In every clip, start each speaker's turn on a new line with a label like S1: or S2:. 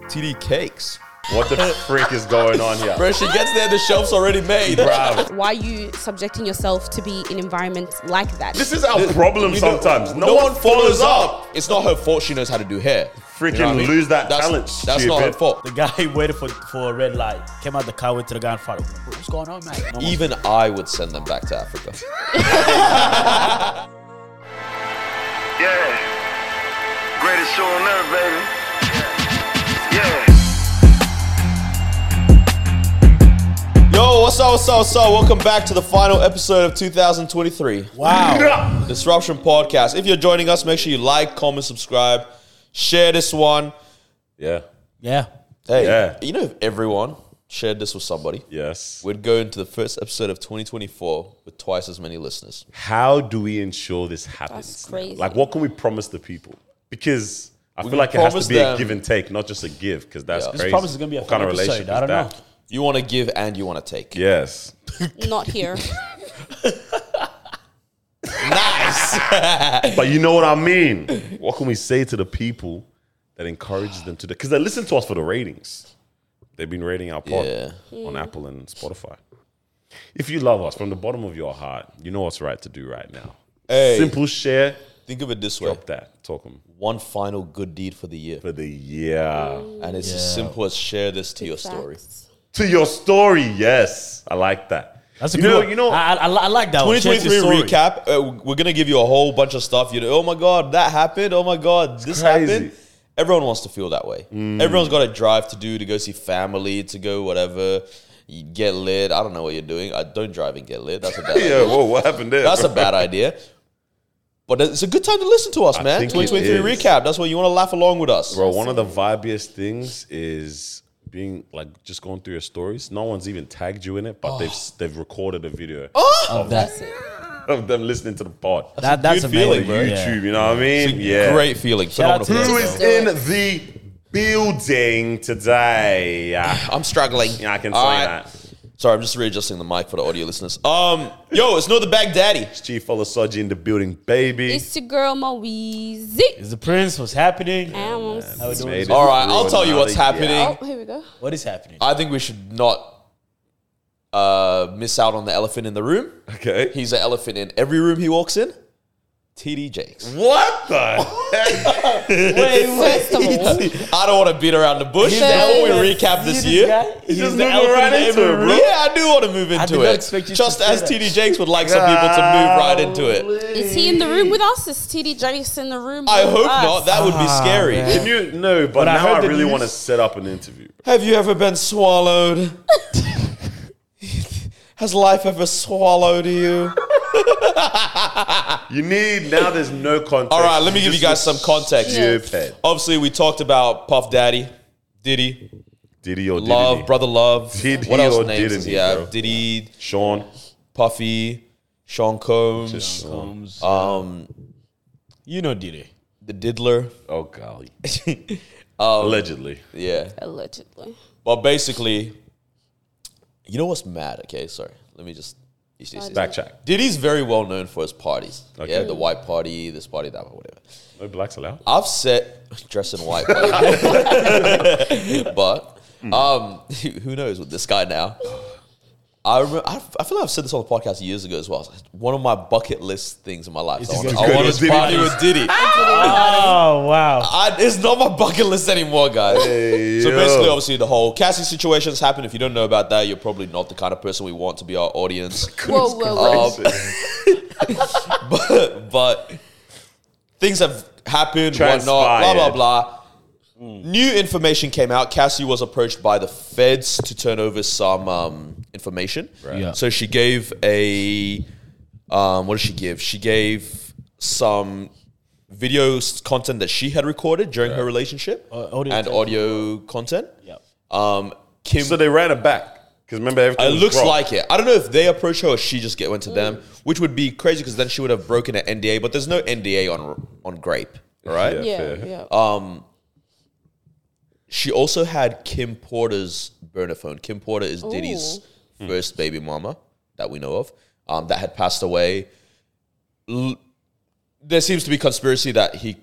S1: TD Cakes.
S2: What the freak is going on here?
S1: Bro, she gets there, the shelf's already made.
S2: Bruv.
S3: Why are you subjecting yourself to be in environments like that?
S2: This is our problem
S1: We don't-
S2: sometimes. No, one, follows up.
S1: It's not her fault she knows how to do hair.
S2: Freaking
S1: what
S2: lose that
S1: that's,
S2: talent,
S1: That's not her
S2: stupid.
S1: fault.
S4: The guy waited for, for a red light, came out the car, went to the guy and fired. What's going on, mate? No
S1: Even I would send them back to Africa.
S5: Yeah. Greatest show on earth, baby. Yeah.
S1: Yo, what's up, what's up, what's up? Welcome back to the final episode of 2023.
S4: wow.
S1: Disruption Podcast. If you're joining us, make sure you like, comment, subscribe, share this one.
S2: Yeah.
S4: yeah.
S1: Hey,
S2: Yeah.
S1: you know if everyone shared this with somebody,
S2: Yes.
S1: we'd go into the first episode of 2024 with twice as many listeners.
S2: How do we ensure this happens?
S3: That's crazy.
S2: Like, what can we promise the people? Because I
S1: We
S2: feel
S1: can
S2: like it has
S1: promise
S2: to be a
S1: them-
S2: give and take, not just a give, because that's
S1: Yeah. This
S2: crazy.
S4: promise is gonna be a
S2: What kind
S4: fun
S2: of
S4: episode,
S2: relationship
S4: I
S2: is
S4: don't
S2: that?
S4: know.
S1: You want to give and you want to take.
S2: Yes.
S3: Not here.
S1: Nice.
S2: But you know what I mean. What can we say to the people that encourages them to do? Because they listen to us for the ratings. They've been rating our pod
S1: Yeah.
S2: on Apple and Spotify. If you love us from the bottom of your heart, you know what's right to do right now.
S1: Hey.
S2: Simple share,
S1: Think of it this way.
S2: drop that, talk 'em.
S1: One final good deed for the year.
S2: for the year.
S1: And it's as simple as share this to your story.
S3: Facts.
S2: To your story, yes, I like that.
S4: That's a
S2: you
S4: good
S2: know,
S4: one. Ah.
S2: You know,
S4: I, I, I like that one. Change the
S1: 2023
S4: story.
S1: recap. Uh, we're gonna give you a whole bunch of stuff. You know, oh my god, that happened. Oh my god, this
S2: crazy. Mm.
S1: happened. Everyone wants to feel that way. Everyone's got a drive to do to go see family, to go whatever, you get lit. I don't know what you're doing. I don't drive and get lit. That's a bad. idea.
S2: yeah, whoa, what happened there?
S1: That's a
S2: bro?
S1: bad idea. But it's a good time to listen to us, man.
S2: think it
S1: 2023
S2: is.
S1: recap. That's why you want to laugh along with us.
S2: Bro, one of the vibiest things is being like just going through your stories. No one's even tagged you in it, but they've
S4: Oh.
S2: they've recorded a video
S4: Of that.
S2: of them listening to the pod.
S4: that Oh. that's
S1: good
S4: amazing.
S1: feeling,
S2: On
S1: bro.
S4: Yeah.
S2: YouTube, you know what I mean? Yeah.
S1: Great feeling.
S4: Shout out
S1: Phenomenal
S4: to
S1: feeling.
S2: Who is in the building today? Yeah,
S1: I'm struggling.
S2: I can say
S1: All right.
S2: that.
S1: Sorry, I'm just readjusting the mic for the audio listeners. Um, yo, it's not the Bag Daddy.
S2: It's Chief Olasoji in the building, baby.
S3: It's your girl Moeezy.
S4: Is the prince? What's happening?
S3: Um,
S4: How we doing?
S2: Made it
S1: All right, I'll
S2: through
S1: tell you what's
S2: another year.
S1: happening.
S3: Oh, here we go.
S4: What is happening?
S1: I think we should not uh, miss out on the elephant in the room.
S2: Okay.
S1: He's an elephant in every room he walks in. TD Jakes.
S2: What the?
S3: First of all,
S1: I don't want to beat around the bush.
S3: the
S1: Before we
S3: elephant.
S1: recap this
S4: See
S1: year.
S4: guy? He's
S2: just
S4: the
S2: moving
S4: elephant
S2: right
S4: in
S2: into
S4: every
S2: it, bro.
S4: room.
S1: Yeah, I do want to move
S4: did
S1: into
S4: not
S1: it.
S4: expect you to
S1: Just
S4: say
S1: as
S4: that.
S1: TD Jakes would like some people to move right into it.
S3: is he in the room with us? Is TD Jakes in the room?
S1: I
S3: with
S1: hope
S3: us?
S1: not. That would be scary.
S4: Ah, man.
S2: Can you no? But,
S4: I
S2: now
S4: heard
S2: I,
S4: the
S2: really
S4: news-
S2: want to set up an interview.
S1: Have you ever been swallowed? Has life ever swallowed you?
S2: You need now. There's no context.
S1: All right, let me give you guys some context.
S2: Stupid.
S1: Obviously, we talked about Puff Daddy, Diddy,
S2: Diddy or diddy?
S1: Love, Brother Love.
S2: Diddy
S1: what else
S2: or
S1: names
S2: didn't
S1: does he
S2: he,
S1: have?
S2: bro?
S1: Diddy,
S2: Sean.
S1: Puffy, Sean Combs,
S4: Combs.
S1: um,
S4: you know Diddy.
S1: the Diddler.
S2: Oh golly. Allegedly.
S1: Yeah.
S3: Allegedly.
S1: But basically, you know what's mad? Okay, sorry. Let me just. yes, yes, yes.
S2: Backtrack.
S1: Diddy's very well known for his parties.
S2: Okay.
S1: Yeah, the white party, this party, that one, whatever.
S2: No blacks allowed.
S1: I've set dress in white, but, but,
S2: Hmm.
S1: um, who who knows with this guy now? I remember, I, I feel like I've said this on the podcast years ago as well. It's One of my bucket list things in my life. I
S4: just
S1: wanna-
S4: gonna
S1: I
S4: go
S1: want
S4: to
S1: to
S4: Diddy
S1: party with Diddy.
S4: Oh wow.
S1: I, it's not my bucket list anymore, guys.
S2: Hey,
S1: so
S2: yo.
S1: basically, obviously, the whole Cassie situation's happened. If you don't know about that, you're probably not the kind of person we want to be our audience.
S3: Whoa, whoa, whoa.
S1: Um, but, but things have happened, whatnot, blah, blah,
S2: Transpired.
S1: blah. New information came out. Cassie was approached by the feds to turn over some um, information.
S2: Right.
S4: Yeah.
S1: So she gave a, um, what did she give? She gave some video s- content that she had recorded during her relationship
S4: Uh, audio
S1: and
S4: content.
S1: audio content.
S4: Yep.
S1: Um, Kim
S2: So they ran it back because remember everything.
S1: it
S2: was
S1: looks
S2: wrong.
S1: like it. I don't know if they approached her or she just get, went to them, which would be crazy because then she would have broken an NDA. But there's no NDA on on grape, all right?
S2: Yeah.
S3: Yeah,
S2: fair.
S3: yeah.
S1: She also had Kim Porter's burner phone. Kim Porter is Diddy's first baby mama that we know of, um, that had passed away. L- there seems to be conspiracy that he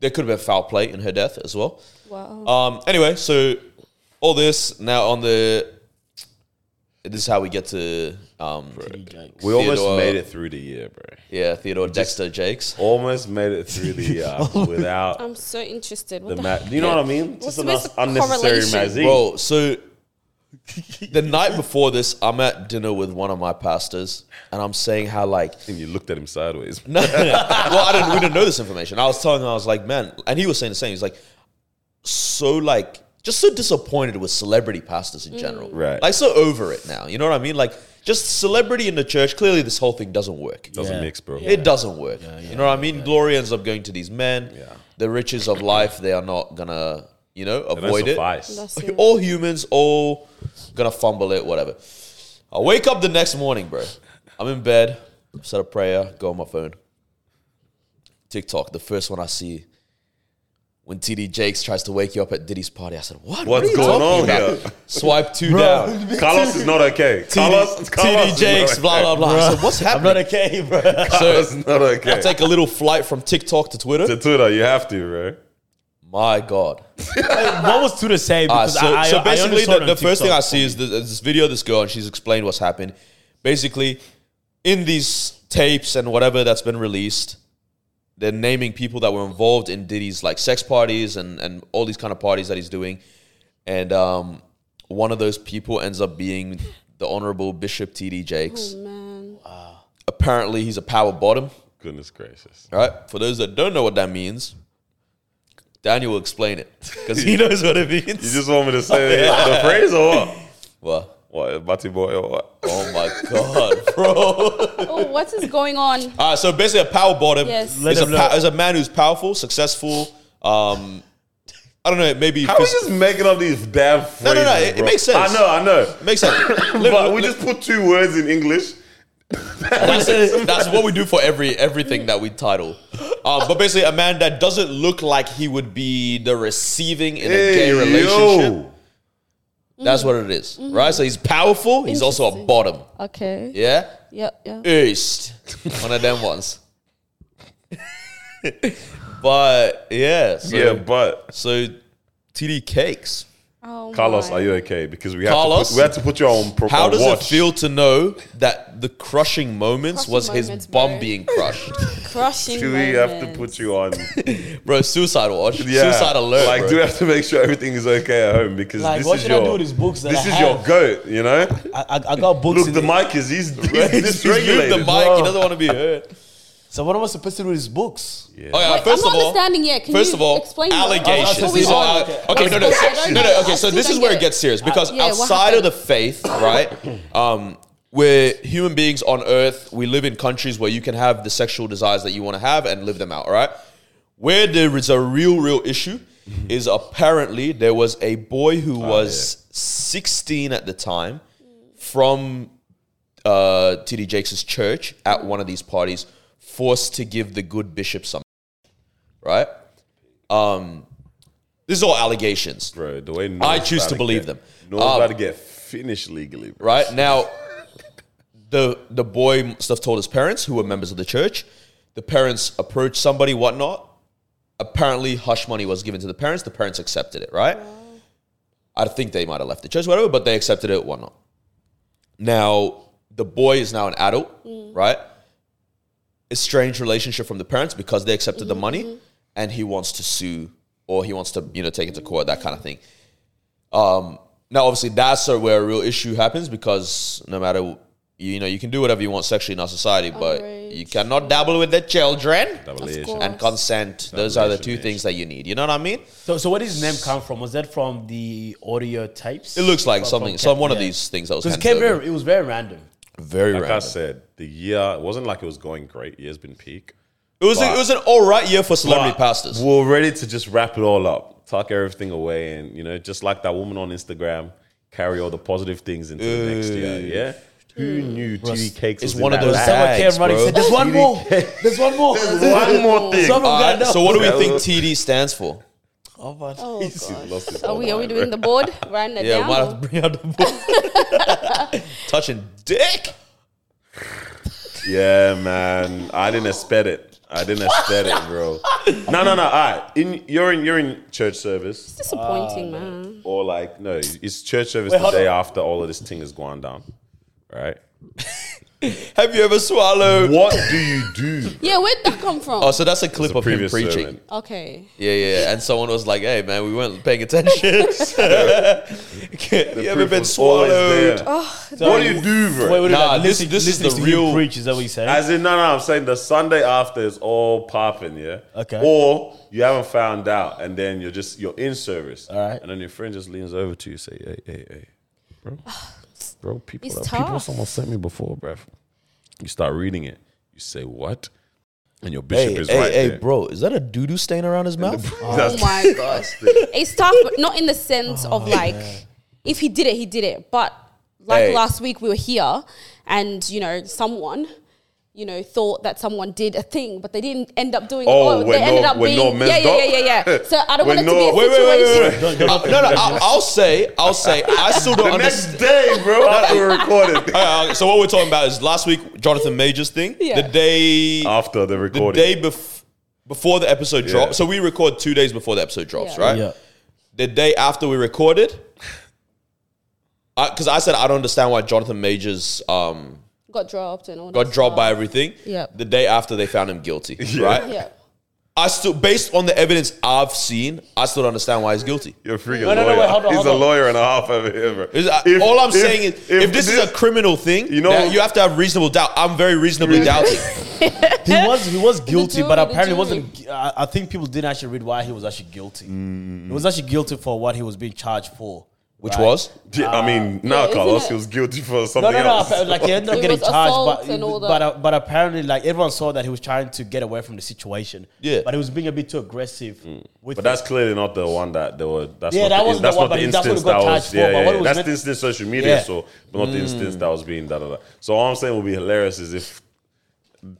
S1: there could have been foul play in her death as well.
S3: Wow.
S1: Um. Anyway, so all this now on the. This is how we get to um.
S2: We almost
S1: Theodore-
S2: made it through the year, bro.
S1: Yeah, Theodore Dexter Jakes.
S2: Almost made it through the year without
S3: I'm so interested.
S2: the
S3: What the
S2: ma- You know what I mean? Just
S3: What's the
S2: an
S3: best
S2: unnecessary
S3: correlation?
S2: mazine.
S1: Bro, so the night before this, I'm at dinner with one of my pastors, and I'm saying how like
S2: And you looked at him sideways.
S1: no, well, I didn't. We didn't know this information. I was telling him, I was like, man, and he was saying the same. He's like, so like, just so disappointed with celebrity pastors in general,
S2: Mm. Right.
S1: Like, so over it now. You know what I mean? Like, just celebrity in the church. Clearly, this whole thing doesn't work.
S2: Doesn't
S4: Yeah.
S2: mix, bro.
S1: It doesn't work. you know what I mean? Glory ends up going to these men.
S2: Yeah.
S1: The riches of life, they are not gonna, you know,
S2: It don't
S1: avoid it.
S2: suffice.
S3: That's
S1: Like,
S3: it.
S1: all humans, all gonna fumble it, whatever. I wake up the next morning, bro. I'm in bed, set a prayer, go on my phone. TikTok, the first one I see. When TD Jakes tries to wake you up at Diddy's party, I said, "What?
S2: What's
S1: are you
S2: going
S1: talking
S2: on
S1: about?"
S2: here?
S1: Swipe two down.
S2: Carlos is not okay. Carlos, Carlos
S1: TD Jakes,
S2: is not
S1: blah
S2: okay.
S1: blah blah. I said, "What's
S4: I'm not
S1: happening?"
S4: okay, bro.
S1: So
S2: Carlos is not okay.
S1: I take a little flight from TikTok to Twitter.
S2: to Twitter, you have to, bro.
S1: My God.
S4: what was to the same?
S1: Ah,
S4: Because
S1: so,
S4: I, I-
S1: so
S4: I
S1: basically,
S4: only saw it
S1: the,
S4: on
S1: the first thing I
S4: TikTok.
S1: see is this, this video of this girl, and she's explained what's happened. Basically, in these tapes and whatever that's been released, they're naming people that were involved in Diddy's like sex parties and and all these kind of parties that he's doing, and um, one of those people ends up being the Honorable Bishop T.D. Jakes.
S3: man.
S1: Apparently, he's a power bottom.
S2: Goodness gracious.
S1: All right. For those that don't know what that means, Daniel will explain it because he knows what it means.
S2: You just want me to say the phrase or what?
S1: What?
S2: What, Batty Boy or what?
S1: Oh my god, bro!
S3: Oh, what is going on?
S1: All right, so basically, a power bottom
S3: Yes.
S1: is,
S4: Let
S1: a
S4: them
S1: pa-
S4: know.
S1: is a man who's powerful, successful. Um, I don't know, maybe
S2: How are we
S1: phys-
S2: just making up these damn phrases?
S1: no, no, it- it
S2: bro?
S1: makes sense.
S2: I know, I know.
S1: makes sense. Let-
S2: But we
S1: let-
S2: just put two words in English.
S1: that's, that's what we do for every everything that we title. Um, but basically, a man that doesn't look like he would be the receiving in a gay
S2: yo.
S1: relationship. That's what it is, right? So he's powerful. He's also a
S3: Mm-hmm. Interesting.
S1: bottom.
S3: Okay.
S1: Yeah,
S3: Yeah. Yeah.
S1: East. One of them ones. but yeah, so,
S2: Yeah, but
S1: so TD Cakes.
S3: Oh
S2: Carlos,
S3: my.
S2: are you okay? Because we had
S1: Carlos?
S2: to put, we had to put you on proper
S1: How does
S2: watch.
S1: it feel to know that the crushing moments
S3: Crushing
S1: was his
S3: moments,
S1: bum
S3: bro.
S1: being crushed,
S3: crushing?
S2: Do we have to
S3: moments.
S2: put E, you on?
S1: bro? Suicide watch,
S2: Yeah,
S1: suicide alert,
S2: Like,
S1: bro.
S2: do we have to make sure everything is okay at home? Because
S4: Like,
S2: this
S4: what
S2: is
S4: should I
S2: your
S4: do with these books that
S2: this
S4: I
S2: is your
S4: have?
S2: goat. You know,
S4: I, I, I got books.
S2: look,
S4: in
S2: the
S4: it.
S2: mic is he's, he's
S1: He's moved
S2: dysregulated.
S1: the mic. He
S4: Bro.
S1: doesn't want to be heard.
S4: So what am I supposed to do with these books?
S2: Yeah.
S1: Okay,
S3: Wait,
S1: first
S3: I'm
S1: of
S3: not
S1: all,
S3: understanding yet. Can
S1: first
S3: you
S1: of all,
S3: explain what-
S1: allegations.
S3: What we
S1: These are
S3: are-
S1: alle- okay, no, no,
S3: I don't
S1: no,
S3: get
S1: no.
S3: it.
S1: Okay,
S3: I
S1: so
S3: still
S1: this
S3: don't
S1: is where it
S3: get
S1: gets serious because
S3: yeah, what
S1: outside of
S3: happened?
S1: the faith, right? um, we're human beings on Earth. We live in countries where you can have the sexual desires that you want to have and live them out. All right. Where there is a real, real issue is apparently there was a boy who
S3: Oh,
S1: was 16 at the time from uh, TD Jakes' church at one of these parties, forced to give the good bishop some, right? Um, this is all allegations,
S2: bro. The way
S1: I choose to believe them.
S2: No,
S1: Um,
S2: about to get finished legally, bro.
S1: right? Now, the the boy must have told his parents, who were members of the church. The parents approached somebody, whatnot. Apparently, hush money was given to the parents. The parents accepted it, right? I think they might have left the church, whatever, but they accepted it, whatnot. Now, the boy is now an adult, right? Estranged relationship from the parents because they accepted the money, and he wants to sue or he wants to, you know, take it to court, that kind of thing. Um, now, obviously, that's sort of where a real issue happens because no matter w- you know you can do whatever you want sexually in our society, but
S3: Alright.
S1: you cannot dabble with the children
S2: Double
S3: Of
S2: H.
S3: course.
S1: and consent. Those are the two
S2: relation
S1: things that you need. You know what I mean?
S4: So, so where did his name come from? Was that from the audio tapes?
S1: It looks like
S4: From-
S1: something,
S4: from
S1: some one of
S4: Cap- yeah.
S1: these things that was
S4: Because it
S1: handed
S4: came
S1: over.
S4: very, it was very random.
S1: very
S2: Like I
S1: random.
S2: said, the year it wasn't like it was going great. Year's been peak.
S1: It was a,
S2: But-
S1: it was an all right year for celebrity
S2: But
S1: pastors.
S2: We're ready to just wrap it all up, tuck everything away, and you know, just like that woman on Instagram, carry all the positive things into the next year. Yeah. Who knew TD Cakes
S1: It's
S2: was in
S1: one of
S2: that
S1: those-
S2: bag?
S4: Someone
S1: Bags,
S4: came running
S1: bro.
S4: and said, "There's one more. There's one more.
S2: One more thing.
S4: Someone
S1: All
S4: got
S1: right,
S4: that.
S1: Oh, Uh, so what do we
S2: Yeah,
S1: think
S2: well-
S1: TD stands for?
S4: Oh my
S3: Oh,
S2: He's
S3: God.
S2: lost his
S3: Are we, are we
S2: mind,
S3: doing
S2: bro.
S3: the board? Writing it
S1: Yeah, we
S3: down?
S1: might
S3: or-
S1: have to bring out the book. Touching dick.
S2: Yeah, man. I didn't expect it. I didn't expect it, bro. No, no, no. All right. In you're in you're in church service
S3: Disappointing, Ah, man.
S2: or like no, it's church service
S4: Wait,
S2: the
S4: hold
S2: day
S4: on.
S2: after all of this thing is going down. Right?
S1: Have you ever swallowed?
S2: What do you do?
S3: Yeah, where'd that come from?
S1: Oh, so that's a clip
S2: The
S1: of him
S2: previous
S1: preaching.
S2: sermon.
S3: okay.
S1: Yeah, yeah. And someone was like, "Hey, man, we weren't paying attention." you ever
S2: Proof
S1: been
S2: was
S1: swallowed?
S2: always there. what do you do, bro?
S4: Oh. Wait, wait,
S1: Nah,
S4: like,
S1: this-
S4: listening,
S1: this is
S4: listening
S1: the
S4: to you
S1: real-
S4: preach. Is that what you say?
S2: As in, no, no, I'm saying the Sunday after is all popping, yeah.
S4: Okay.
S2: Or you haven't found out, and then you're just you're in service, all
S4: right.
S2: And then your friend just leans over to you, say, "Hey, hey, hey, bro, bro, people,
S3: It's
S2: that,
S3: tough.
S2: people, someone sent me before, bro." You start reading it, you say, "What?" And your bishop is
S1: hey,
S2: right
S1: hey,
S2: there.
S1: bro, is that a doo doo stain around his mouth?
S3: Oh
S2: That's-
S3: my gosh. Oh, It's tough, but not in the sense of like, if he did it, he did it. But like
S1: Hey.
S3: last week, we were here and, you know, someone. You know, thought that someone did a thing, but they didn't end up doing.
S2: Oh,
S3: it.
S2: we're
S3: they ended
S2: not-
S3: up
S2: we're
S3: being.
S2: not
S3: yeah,
S2: messed
S3: yeah,
S2: up.
S3: yeah, yeah, yeah. So I don't
S2: We're
S3: want it to
S2: not-
S3: be a
S1: Wait, wait, wait,
S3: situation.
S1: wait, wait. Uh, no, no, I'll, I'll say, I'll say, I still don't
S2: The next
S1: understand.
S2: day, bro, after we recorded,
S1: Uh, so what we're talking about is last week Jonathan Majors thing.
S3: Yeah.
S1: The day,
S2: after the
S1: the
S2: recording,
S1: day bef- before the episode
S2: Yeah.
S1: drops. So we record two days before the episode drops,
S3: Yeah.
S1: right?
S4: yeah.
S1: The day after we recorded, because I, said I don't understand why Jonathan Majors um,
S3: Got dropped and all.
S1: got dropped by everything.
S3: Yep.
S1: The day after they found him guilty, right?
S3: Yeah.
S1: I still, based on the evidence I've seen, I still don't understand why he's guilty.
S2: you're a freaking
S4: No, no, no,
S2: lawyer.
S4: wait, hold on,
S2: He's
S4: hold
S2: a
S4: on.
S2: lawyer and a half over here, bro.
S1: Is- I-
S2: If-
S1: all I'm
S2: if-
S1: saying is, if, this, is a criminal thing,
S2: You
S1: you
S2: know-
S1: know, you have to have reasonable doubt. I'm very reasonably doubting.
S4: He was he was guilty,
S3: jury,
S4: but
S3: the
S4: apparently
S3: jury.
S4: wasn't. gu- I, I think people didn't actually read why he was actually guilty.
S1: Mm,
S4: He was actually guilty for what he was being charged for,
S1: Which
S4: right?
S1: was
S2: Yeah, I mean,
S1: Uh,
S2: now
S3: isn't
S2: Carlos,
S3: it-
S2: he was guilty for
S4: No,
S2: something
S4: no, no.
S2: else.
S4: appa- Like he ended up
S3: It
S4: getting
S3: was
S4: charged,
S3: assault
S4: but
S3: and all
S4: but,
S3: that.
S4: uh, but apparently, like everyone saw that he was trying to get away from the situation.
S1: Yeah. Mm.
S4: but he was being a bit too aggressive. With
S2: but
S4: it.
S2: that's clearly not the one that they were. That's not
S4: Yeah, that
S2: the,
S4: wasn't
S2: that's
S4: the one,
S2: not the
S4: but that's what
S2: instance
S4: we got
S2: that was.
S4: charged for,
S2: Yeah,
S4: but
S2: yeah,
S4: what
S2: yeah.
S4: was
S2: That's
S4: meant-
S2: the instance social media,
S4: Yeah.
S2: so but not the instance that was being da da da. So all I'm saying would be hilarious is if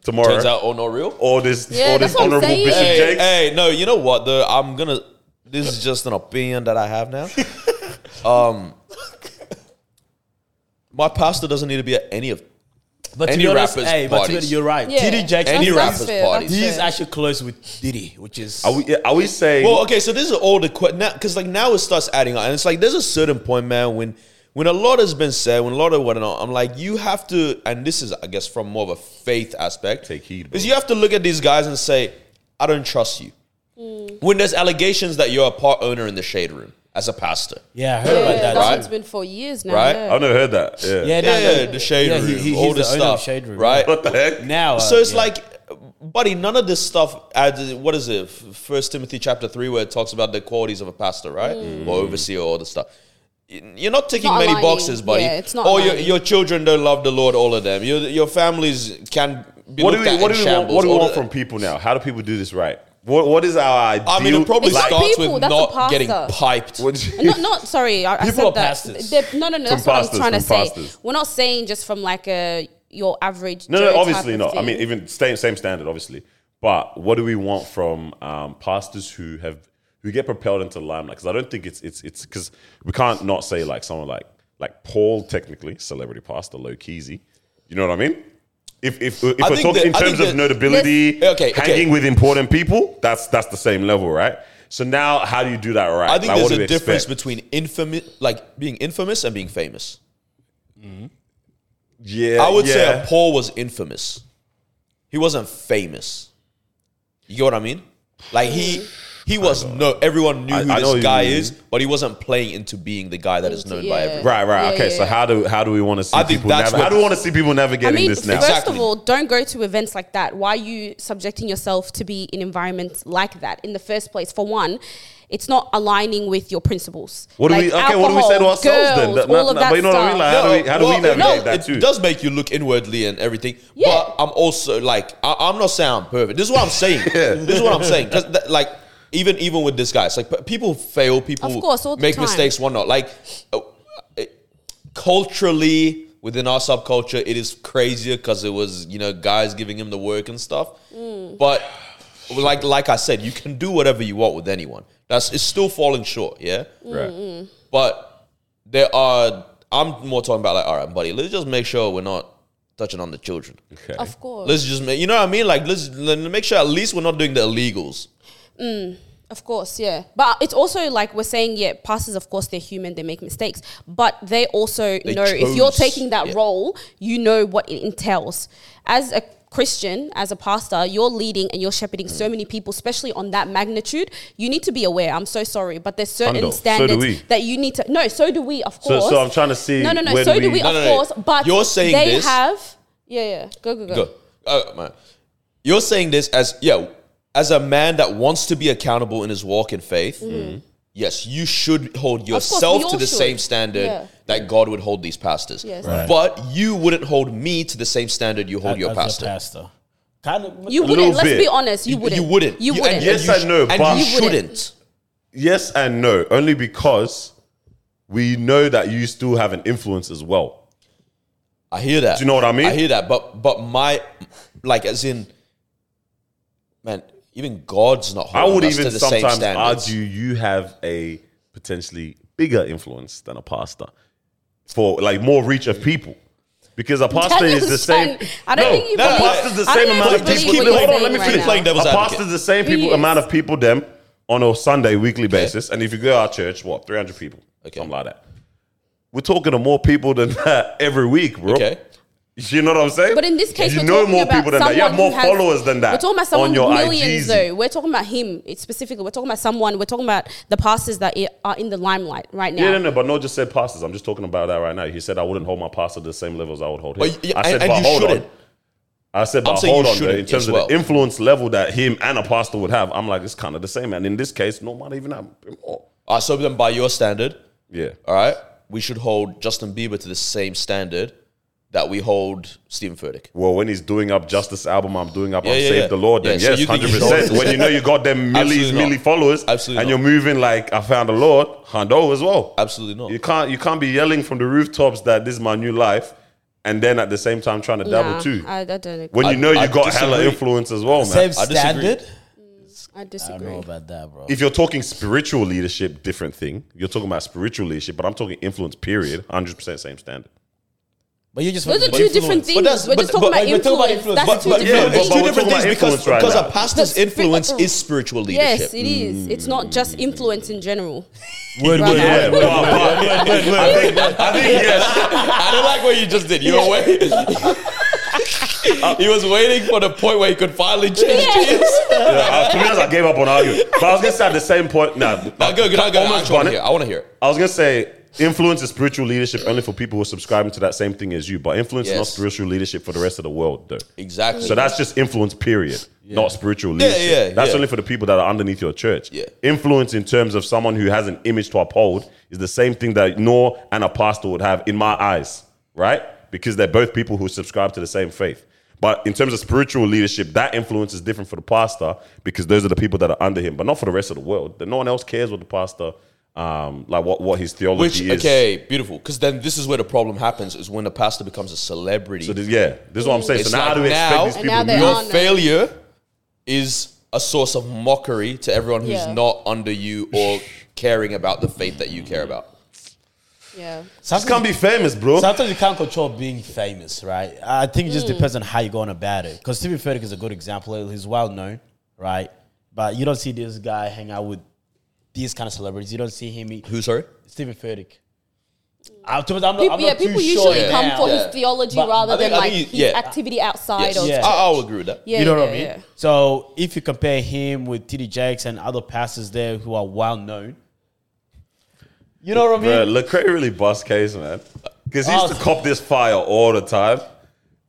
S2: tomorrow
S1: turns out all not real.
S2: all this
S3: Yeah,
S2: all
S3: that's
S2: this
S3: what I'm
S2: honorable
S3: saying.
S2: Bishop
S1: Hey,
S2: Jakes.
S1: hey, no, you know what? though? I'm gonna. This is just an opinion that I have now. um, my pastor doesn't need to be at any of
S4: but
S1: any rappers'
S4: hey, but to be
S1: parties.
S4: honest, you're right.
S3: Yeah.
S4: Diddy Jackson,
S1: any
S3: That's
S1: rappers'
S3: fair, that's
S1: parties.
S3: fair.
S4: he's actually close with Diddy, which is
S2: Are we yeah, are we saying
S1: Well, okay, so this is all the question now because like now it starts adding up, and it's like there's a certain point, man, when when a lot has been said, when a lot of whatnot, I'm like, you have to, and this is, I guess, from more of a faith aspect.
S2: Take heed,
S1: is
S2: bro.
S1: you have to look at these guys and say, I don't trust you. When there's allegations that you're a part owner in the shade room as a pastor,
S4: yeah, I heard about
S3: yeah,
S4: that.
S3: that's
S1: right?
S3: what's been for years now.
S1: Right?
S3: Yeah.
S2: I've never heard that. Yeah.
S4: Yeah, no,
S1: yeah,
S4: no.
S1: the shade
S4: Yeah,
S1: room,
S4: he- he-
S1: all
S4: he's
S1: this
S4: the owner
S1: stuff,
S4: of Shade Room,
S1: right?
S2: What the heck?
S4: now. uh,
S1: so it's
S4: yeah.
S1: like, buddy, none of this stuff adds. What is it? First Timothy chapter three, where it talks about the qualities of a pastor, right,
S4: Mm.
S1: or overseer, or all this stuff. You're not ticking
S3: Not
S1: many
S3: aligning.
S1: boxes, buddy.
S3: Yeah, it's not
S1: or your,
S3: aligning.
S1: your children don't love the Lord. All of them. Your your families can be
S2: What do
S1: looked
S2: we
S1: at
S2: what
S1: in
S2: do we want,
S1: shambles.
S2: what do we
S1: all
S2: want
S1: the-
S2: from people now? How do people do this right? What what is our ideal?
S1: I mean, it probably
S3: It's not
S1: starts
S3: people,
S1: with
S3: that's a
S1: not getting
S3: pastor.
S1: piped.
S2: what-
S3: No, not sorry. I, I
S4: People
S3: said
S4: are
S3: that.
S4: pastors.
S3: They're- No, no, no. That's
S2: From
S3: what
S2: pastors,
S3: I'm trying to
S2: from
S3: say.
S2: pastors.
S3: We're not saying just from like a your average.
S2: No,
S3: Joe
S2: no,
S3: type
S2: obviously
S3: of
S2: not. I
S3: thing.
S2: mean, even same same standard, obviously. But what do we want from um, pastors who have who get propelled into limelight? Because I don't think it's it's it's because we can't not say like someone like like Paul, technically celebrity pastor, low keezy. You know what I mean? If if if
S1: I
S2: we're
S1: think
S2: talking
S1: that-
S2: in
S1: I
S2: terms
S1: think
S2: of
S1: that-
S2: notability,
S1: Let's- okay, okay.
S2: hanging with important people, that's that's the same level, right? So now, how do you do that right?
S1: I think
S2: Like, what
S1: there's
S2: do
S1: a
S2: we
S1: difference
S2: expect?
S1: between infamous, like being infamous, and being famous.
S2: yeah,
S1: I would say
S2: yeah.
S1: a Paul was infamous. He wasn't famous. You get what I mean? Like he he was no everyone knew
S2: I-
S1: who
S2: I know
S1: this
S2: what you
S1: guy
S2: mean.
S1: is, but he wasn't playing into being the guy that is
S3: Into-
S1: known by
S3: yeah.
S1: everyone.
S2: right, right.
S3: Yeah,
S2: okay,
S3: yeah,
S2: so
S3: yeah.
S2: how do how do we want to see
S1: I think
S2: people?
S1: that's
S2: Nav-
S1: what-
S2: how do we want to see people navigating
S3: I mean,
S2: this now?
S3: first
S1: Exactly.
S3: of all, don't go to events like that. Why are you subjecting yourself to be in environments like that in the first place? For one, it's not aligning with your principles.
S2: What do
S3: Like
S2: we okay? What do we say to
S3: alcohol,
S2: ourselves then?
S3: girls,
S2: That-
S3: all
S2: no,
S3: of
S2: no,
S3: that
S2: but you know what I mean?
S3: stuff.
S2: Like, how do we how do we
S1: well,
S2: navigate
S1: no,
S2: that too?
S1: It does make you look inwardly and everything.
S3: Yeah.
S1: But I'm also like, I, I'm not saying I'm perfect. This is what I'm saying. This is what I'm saying. Because like, even even with this guy, it's like p- people fail, people
S3: Of course, all the
S1: make
S3: time.
S1: mistakes, whatnot. Like, uh, it- culturally within our subculture, it is crazier because it was you know guys giving him the work and stuff.
S3: Mm.
S1: But like like I said, you can do whatever you want with anyone. That's it's still falling short. Yeah.
S2: right.
S1: But there are. I'm more talking about like, all right, buddy, let's just make sure we're not touching on the children.
S2: Okay.
S3: Of course.
S1: Let's just make, you know what I mean? Like, let's, let make sure at least we're not doing the illegals.
S3: Of course, yeah. But it's also like we're saying, yeah, pastors, of course, they're human, they make mistakes. But they also
S1: They
S3: know if you're
S1: chose-
S3: taking that
S1: yeah.
S3: role, you know what it entails. As a Christian, as a pastor, you're leading and you're shepherding so many people, especially on that magnitude. You need to be aware. I'm so sorry, but there's certain
S2: Hundo, so do
S3: standards
S2: we.
S3: that you need to. No, so do we, of
S2: So-
S3: course.
S2: so I'm trying to see
S3: No, no, no.
S2: where
S3: So
S2: do
S3: do
S2: we-
S3: we,
S2: No,
S3: of
S1: no, no.
S3: course. But
S1: You're saying
S3: they
S1: this-
S3: have. Yeah, yeah. Go, go, go.
S1: Go. Oh, man. You're saying this as, yeah, as a man that wants to be accountable in his walk in faith. Yes, you should hold
S3: Mm-hmm. course, we
S1: yourself
S3: all
S1: to the
S3: should.
S1: same standard
S3: Yeah.
S1: that God would hold these pastors.
S3: Yes.
S4: Right.
S1: But you wouldn't hold me to the same standard you hold your
S4: as
S1: pastor.
S4: A pastor. Kind of.
S3: You
S4: You
S3: wouldn't.
S2: little
S3: Let's
S2: bit.
S3: be honest. You wouldn't.
S1: You wouldn't.
S3: You
S1: and-
S3: wouldn't.
S1: and
S2: Yes,
S1: you
S2: I
S1: sh-
S2: know,
S1: And
S2: but-
S1: you
S2: You
S3: wouldn't.
S1: shouldn't.
S2: Yes and no, only because we know that you still have an influence as well.
S1: I hear that.
S2: Do you know what I mean?
S1: I hear that. But but my like as in man, even God's not
S2: I
S1: holding
S2: would
S1: us to
S2: even
S1: the same
S2: sometimes
S1: standards.
S2: argue you have a potentially bigger influence than a pastor for like more reach of people. Because a pastor is the
S3: Daniel's
S2: same.
S3: trying- I don't
S2: no,
S3: think you
S2: a
S1: believe-
S2: pastor's the
S3: I
S2: same
S3: don't
S2: amount of
S3: even
S2: people.
S3: believe what you're
S2: hold on, let
S3: saying
S2: me
S3: right
S2: finish.
S3: now.
S1: Playing devil's
S2: a
S1: advocate.
S2: pastor's the same people
S3: Please.
S2: amount of people them on a Sunday weekly basis, and if you go to our church, what three hundred people,
S1: Okay.
S2: something like that. We're talking to more people than that every week, bro.
S1: Okay.
S2: You know what I'm saying?
S3: But in this case,
S2: you
S3: we're
S2: know
S3: talking
S2: more
S3: about
S2: people than that. You have more
S3: someone who has-
S2: followers than that.
S3: We're talking about someone
S2: on your
S3: with millions,
S2: IGs.
S3: though. We're talking about him it's specifically. We're talking about someone. We're talking about the pastors that i- are in the limelight right now.
S2: Yeah, no, no, but no, just said pastors. I'm just talking about that right now. He said I wouldn't hold my pastor to the same level as I would hold him.
S1: But y-
S2: I
S1: and-
S2: said,
S1: Oh, and
S2: but
S1: you
S2: hold
S1: shouldn't.
S2: on. I said, but
S1: saying
S2: hold
S1: you
S2: on, though, in
S1: shouldn't
S2: terms
S1: as
S2: of
S1: well.
S2: the influence level that him and a pastor would have, I'm like, it's kind of the same. And in this case, no, might even have Uh, more.
S1: Alright, so then by your standard,
S2: Yeah.
S1: all right, we should hold Justin Bieber to the same standard that we hold Stephen Furtick.
S2: Well, when he's doing up Justice album, I'm doing up
S1: Yeah,
S2: I'm
S1: yeah,
S2: Save
S1: yeah.
S2: the Lord. Then
S1: Yeah, so
S2: yes,
S1: you think
S2: hundred
S1: you
S2: percent.
S1: should-
S2: When you know you got them millies,
S1: Absolutely not.
S2: milli followers,
S1: Absolutely not.
S2: and you're moving like I found the Lord, Hondo as well.
S1: Absolutely not.
S2: You can't you can't be yelling from the rooftops that this is my new life, and then at the same time trying to
S3: Nah,
S2: dabble too.
S3: I, I don't agree.
S2: when you know you
S1: I
S2: got hella
S1: disagree.
S2: influence as well, man.
S4: same
S1: I disagree.
S4: standard.
S3: I
S4: I don't know
S3: disagree.
S4: about that, bro.
S2: if you're talking spiritual leadership, different thing. You're talking about spiritual leadership, but I'm talking influence. Period, hundred percent same standard.
S4: But you just
S3: Those
S4: want
S3: are
S4: to
S3: two
S4: be
S3: different
S4: influenced.
S3: things.
S1: that's-
S3: we're
S1: but-
S3: just talking
S1: but-
S3: about
S4: we're talking about
S3: influence.
S4: influence.
S3: That's
S1: But,
S3: two
S1: but,
S3: different
S1: no,
S2: but-
S1: it's
S2: but
S3: things.
S1: two
S2: we're
S1: different
S2: talking
S1: things
S2: about
S1: because,
S2: influence right
S1: because
S2: now.
S1: a pastor's
S3: That's-
S1: influence is spiritual leadership.
S3: Yes, it is. It's not just influence in general.
S4: Word,
S3: Right
S4: word,
S3: now.
S4: word,
S2: Yeah, but-
S4: word.
S2: but- I think I think yes.
S1: I don't like what you just did. You were waiting. he was waiting for the point where he could finally change
S3: Yeah.
S1: gears.
S2: Yeah, I- to be honest, I gave up on arguing. But I was gonna say at the same point. Nah,
S1: Now go, go, go. I
S2: Almost
S1: want
S2: done
S1: to
S2: it.
S1: hear. I want to hear. it.
S2: I was gonna say influence is spiritual leadership only for people who are subscribing to that same thing as you, but influence is not
S1: Yes.
S2: spiritual leadership for the rest of the world, though.
S1: Exactly.
S2: So that's just influence, period. Not spiritual leadership.
S1: yeah,
S2: that's
S1: yeah.
S2: only for the people that are underneath your church.
S1: Yeah.
S2: Influence in terms of someone who has an image to uphold is the same thing that Noor and a pastor would have in my eyes, right? Because they're both people who subscribe to the same faith. But in terms of spiritual leadership, that influence is different for the pastor because those are the people that are under him, but not for the rest of the world. No one else cares what the pastor, um, like what, what his theology
S1: Which
S2: is.
S1: okay, beautiful. Because then this is where the problem happens: is when the pastor becomes a celebrity.
S2: So this, yeah, this is what I'm saying.
S1: It's
S2: so now
S1: like
S2: how do we
S1: now-
S2: expect these
S1: And
S2: people
S3: now
S2: to
S3: they
S2: be
S1: Your
S3: are Oh, no-
S1: failure is a source of mockery to everyone who's
S3: Yeah.
S1: not under you or caring about the faith that you care about.
S3: Yeah.
S2: Just can't be famous, bro.
S4: Sometimes you can't control being famous, right? I think it
S3: Hmm.
S4: just depends on how you're going about it. Because Stephen Furtick is a good example. He's well known, right? But you don't see this guy hang out with these kind of celebrities. You don't see him. Eat.
S1: Who? Sorry.
S4: Stephen Furtick. I'm, to- I'm not,
S3: People,
S4: I'm not
S3: yeah,
S4: too
S3: people
S4: sure
S3: usually
S4: now.
S3: come for
S1: Yeah.
S3: his theology
S4: But
S3: rather
S1: I think-
S3: than
S1: I
S3: like
S1: think
S3: his
S1: you- yeah.
S3: activity outside
S1: Yes.
S3: of.
S4: Yeah.
S1: I, I will agree with that.
S3: Yeah,
S4: you know
S3: yeah,
S4: what I mean?
S3: yeah.
S4: So if you compare him with TD Jakes and other pastors there who are well known, you know what I
S2: Bro,
S4: mean?
S2: Lecrae really bust case, man. Because he
S4: Oh.
S2: used to cop this fire all the time.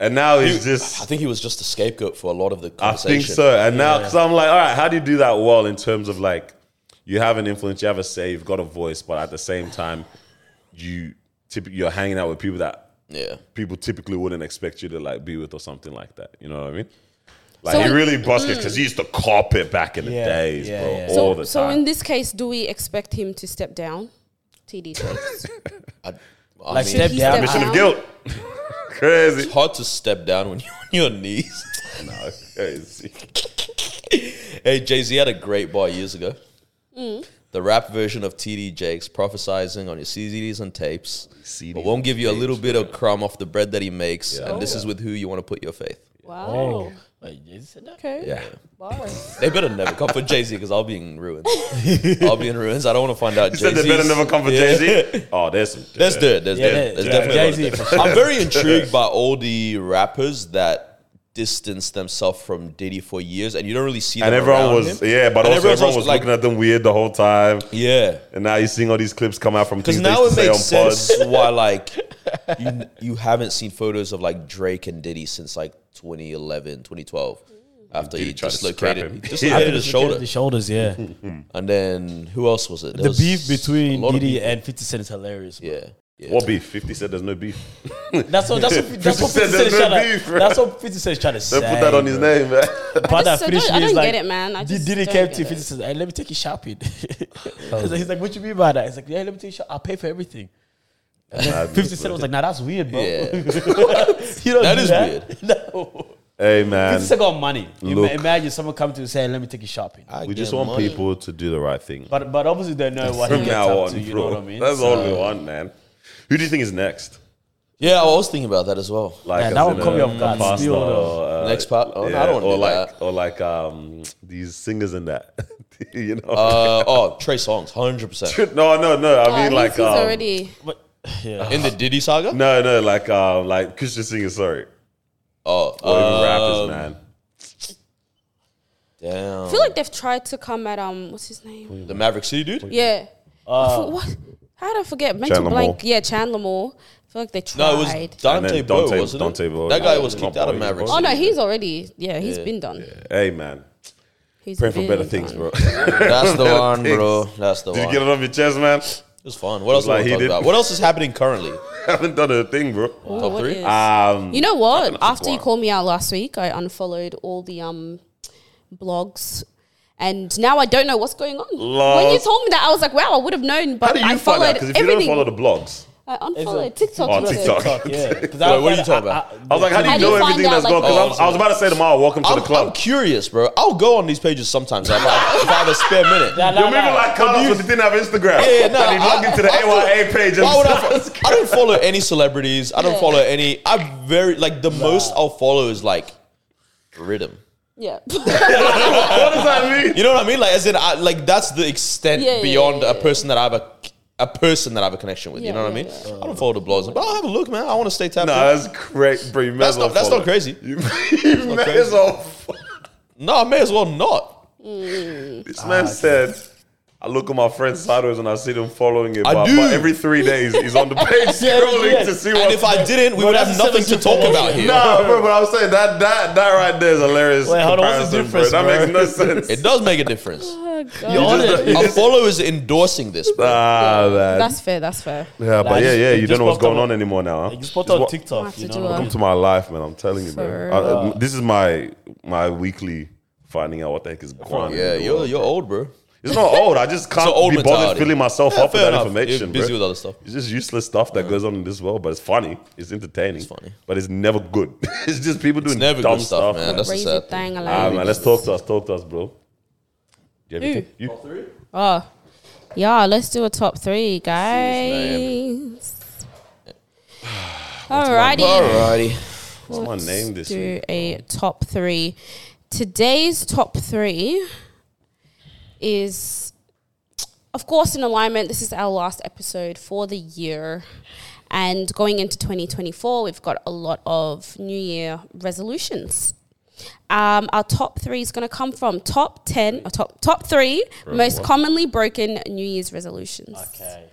S2: And now he's
S1: I
S2: just,
S1: think he was just a scapegoat for a lot of the
S2: I think
S1: conversation.
S2: so. And now, because I'm like, all right, how do you do that well in terms of like, you have an influence, you have a say, you've got a voice, but at the same time, you typ- you're hanging out with people that
S1: Yeah.
S2: people typically wouldn't expect you to like be with or something like that. You know what I mean? Like
S3: So
S2: he
S3: in- Mm.
S2: really bust because he used to cop it back in the
S4: Yeah,
S2: days,
S4: yeah,
S2: bro,
S4: yeah.
S2: all
S3: So,
S2: the time.
S3: so in this case, do we expect him to step down? TD Jakes.
S1: I, I
S4: Like
S1: mean,
S4: step
S3: he
S4: down.
S3: step
S2: Mission
S3: down?
S2: of guilt. Crazy.
S1: it's hard to step down when you're on your knees.
S2: No, crazy. Mm.
S1: hey, Jay Z had a great bar years ago. the rap version of TD Jakes prophesizing on your CDs and tapes,
S2: CDs
S1: but won't
S2: and
S1: give you a little
S2: tapes,
S1: bit of crumb off the bread that he makes.
S2: Yeah.
S1: And this
S3: Oh.
S1: is with who you want to put your faith.
S3: Wow.
S4: Oh, Wait, you said that?
S3: Okay.
S1: Yeah.
S3: Bars.
S1: They better never come for Jay Z because I'll be in ruins. I'll be in ruins. I don't want to find out.
S2: You said they better never come for Jay Z. Oh, there's some.
S1: That's dirt. That's
S4: Yeah,
S1: dirt.
S4: yeah,
S1: That's
S4: yeah,
S1: definitely a lot of
S4: Jay-Z
S1: dirt.
S4: for sure.
S1: I'm very intrigued by all the rappers that distanced themselves from Diddy for years, and you don't really see. Them
S2: And everyone
S1: around
S2: was,
S1: him.
S2: yeah, but
S1: And
S2: also
S1: everyone's
S2: everyone was
S1: like-
S2: looking at them weird the whole time.
S1: yeah.
S2: And now you're seeing all these clips come out from
S1: Because
S2: things
S1: now it
S2: they
S1: makes
S2: used to say on
S1: sense
S2: pods.
S1: why like you, you haven't seen photos of like Drake and Diddy since like 2011, 2012. After
S2: Mm. Diddy
S1: he
S2: tried to scrap
S1: dislocated, he
S2: him. Yeah.
S1: dislocated his shoulder,
S4: The shoulders, yeah.
S1: and then who else was it? There
S4: the
S1: was
S4: beef
S1: a
S4: between
S1: lot of
S4: Diddy
S1: people.
S4: and 50 Cent is hilarious.
S1: yeah, yeah.
S2: What beef? 50 said there's no beef.
S4: That's what that's what, that's what
S2: 50
S4: 50 Cent is
S2: There's no
S4: trying to
S2: beef, bro.
S4: That's what 50 Cent is trying to say.
S2: Don't put that on his
S4: bro.
S2: name, man.
S4: But
S3: just-
S4: that
S3: I don't-
S4: finished
S3: I
S4: me is
S3: don't
S4: like,
S3: get it, man. I
S4: Did-
S3: just
S4: Diddy
S3: don't
S4: came
S3: get
S4: to
S3: it.
S4: 50 Cent, hey, let me take you shopping. He's like- He's like, what you mean by that? He's like, yeah, let me take you shopping. I'll pay for everything. And then 50 Cent was like, nah, that's weird, bro.
S1: Yeah.
S4: You don't
S1: That
S4: do
S1: is
S4: that. No.
S2: Hey,
S4: 50
S2: man.
S4: Cent got money. You ma-
S2: look.
S4: imagine someone come to you saying, let me take you shopping.
S1: I
S2: We
S1: get
S2: just want
S1: money.
S2: people to do the right thing.
S4: But but obviously they know what he
S2: From
S4: gets
S2: now
S4: up
S2: on,
S4: to, you
S2: bro.
S4: know what I mean?
S2: That's
S4: So-
S2: all we want, man. Who do you think is next?
S1: Yeah, I was thinking about that as well.
S2: Like
S4: Man,
S2: as
S4: that would
S2: in
S4: come
S2: a-
S4: me off
S2: a
S4: guard.
S2: pastor
S4: Still,
S2: or, uh,
S1: Next part. Oh, no, I
S2: yeah,
S1: don't wanna
S2: or
S1: do
S2: like
S1: that.
S2: or like um these singers in that, you know.
S1: Uh, oh, Trey Songz, hundred percent.
S2: no, no, no. I mean,
S3: he's-
S2: like
S3: Oh, he's
S2: um,
S3: already.
S4: But, yeah.
S1: In the Diddy saga.
S2: no, no, like um, like Christian singers. Sorry,
S1: Oh,
S2: or even rappers,
S1: um,
S2: man.
S3: I
S1: Damn.
S3: feel like they've tried to come at um, what's his name?
S1: The Maverick City dude.
S3: Yeah. I for, what? How did I forget? Mental
S2: Chandler
S3: blank.
S2: Moore.
S3: Yeah, Chandler Moore. I feel like they tried.
S1: No, it was Dante
S2: then
S1: Bowe,
S2: Dante-
S1: wasn't
S2: Dante
S1: it?
S2: Bowe.
S1: That guy was
S2: Oh,
S1: kicked
S2: boy,
S1: out of
S2: he's
S1: Maverick.
S2: both-
S3: Oh
S1: City.
S3: no, he's already. Yeah, he's been done.
S2: Hey, man.
S3: He's
S2: Praying for
S3: been
S2: better things,
S3: done.
S2: bro.
S1: That's the
S2: Better
S1: one,
S2: things.
S1: bro. That's the
S2: Did you
S1: one.
S2: get it off your chest, man?
S1: It was fun. What else
S2: like
S1: like
S2: he
S1: talk
S2: did.
S1: about? What else is happening currently?
S2: Haven't done a thing, bro.
S3: Ooh,
S1: Top
S3: what
S1: three?
S3: is-
S2: Um,
S3: You know what?
S2: that's
S3: After you
S2: wild.
S3: called me out last week, I unfollowed all the um blogs. And now I don't know what's going on. When you
S2: Lord.
S3: told me that, I was like, "Wow, I would have known." But
S2: how do you
S3: I
S2: find
S3: followed
S2: out? Because if you
S3: everything.
S2: don't follow the blogs,
S3: I
S4: Is
S3: unfollowed
S4: it-
S3: TikTok.
S2: Oh,
S3: you said.
S2: TikTok.
S4: yeah. 'Cause
S1: Wait,
S4: I-
S1: what are you talking
S4: I-
S1: about?
S2: I was like, how do
S3: How
S2: you
S3: do you
S2: know
S3: find
S2: everything
S3: out,
S2: that's
S3: like,
S2: going? Because
S1: oh,
S2: I was about to say tomorrow, welcome to
S1: I'm,
S2: the club.
S1: I'm curious, bro. I'll go on these pages sometimes if I, if I have a spare minute.
S4: Nah, nah,
S2: You're moving
S4: nah.
S2: like Carlos, but he didn't have Instagram.
S1: Yeah, no,
S2: and he logged into the
S1: I- I-
S2: AYA page. And
S1: Why would I? Follow, I don't follow any celebrities. I don't
S3: Yeah.
S1: follow any. I very like the most I'll follow is like rhythm.
S3: Yeah.
S2: what does that mean?
S1: You know what I mean? Like as in, I, like that's the extent
S3: Yeah, yeah,
S1: beyond
S3: yeah,
S1: a
S3: yeah.
S1: person that I have a a person that I have a connection with. you
S3: Yeah,
S1: know what
S3: yeah,
S1: I mean? I don't follow the blogs, but I'll have a look, man. I want to stay tapped.
S2: Nah,
S1: in.
S2: that's great, bro. You may
S1: That's
S2: as well
S1: not- that's not
S2: follow.
S1: crazy.
S2: You, you may as
S1: crazy.
S2: well. follow.
S1: No, I may as well not.
S2: This
S4: Ah,
S2: man said, I look at my friends sideways and I see them following it.
S1: I
S2: but,
S1: do.
S2: but every three days, he's on the page
S4: Yeah,
S2: scrolling
S4: yeah.
S2: to see
S1: And
S2: what.
S1: if I didn't, we would
S4: that's
S1: have
S4: the
S1: nothing to
S4: service you
S1: talk
S4: follow.
S1: about here.
S2: Nah, bro, but I was saying that that that right there is hilarious.
S4: Wait, hold on, what's the
S2: comparison, bro. That
S4: difference, bro?
S2: makes no sense.
S1: It does make a difference.
S3: Oh, God.
S4: You're on
S2: just-
S4: it.
S2: you
S1: A follower is endorsing this. Bro.
S2: ah, man.
S3: That's fair. That's fair.
S2: yeah,
S4: Nah,
S2: but yeah,
S4: just-
S2: yeah, you
S4: just
S2: don't know what's
S4: popped up
S2: going
S4: on-
S2: on anymore now. huh?
S4: You spot
S2: Just
S4: on
S2: what-
S4: TikTok, you
S3: Have to
S4: know.
S3: do uh?
S4: what I
S3: a-
S2: Welcome to my life, man. I'm telling you,
S3: For
S2: man. I- this is my my weekly finding out what the heck is going on. in
S1: Yeah,
S2: the
S1: you're
S2: world.
S1: you're old, bro.
S2: It's not old. I just can't
S1: an old
S2: be bothered
S1: mentality.
S2: filling myself
S1: Yeah,
S2: up with
S1: fair
S2: that
S1: enough.
S2: information.
S1: You're busy
S2: bro.
S1: with other stuff. Uh-huh.
S2: It's just useless stuff that goes on in this world, but it's funny. It's entertaining. It's
S1: funny.
S2: but it's never good. it's just people doing
S1: never
S2: dumb
S1: good stuff,
S2: stuff,
S1: man.
S2: man.
S1: That's the
S3: Crazy
S1: sad
S3: thing.
S1: thing.
S3: I
S2: Ah,
S3: like.
S2: man, let's talk to us. Talk to us, bro. Do you have anything? You-
S3: Oh, yeah, let's do a top three, guys. Alrighty.
S1: Alrighty.
S2: What's my name this week?
S3: Do a top three. Today's top three is, of course, in alignment. This is our last episode for the year. And going into 2024, we've got a lot of New Year resolutions. Um, our top three is going to come from top 10, or top, top three most commonly broken New Year's resolutions.
S4: Okay.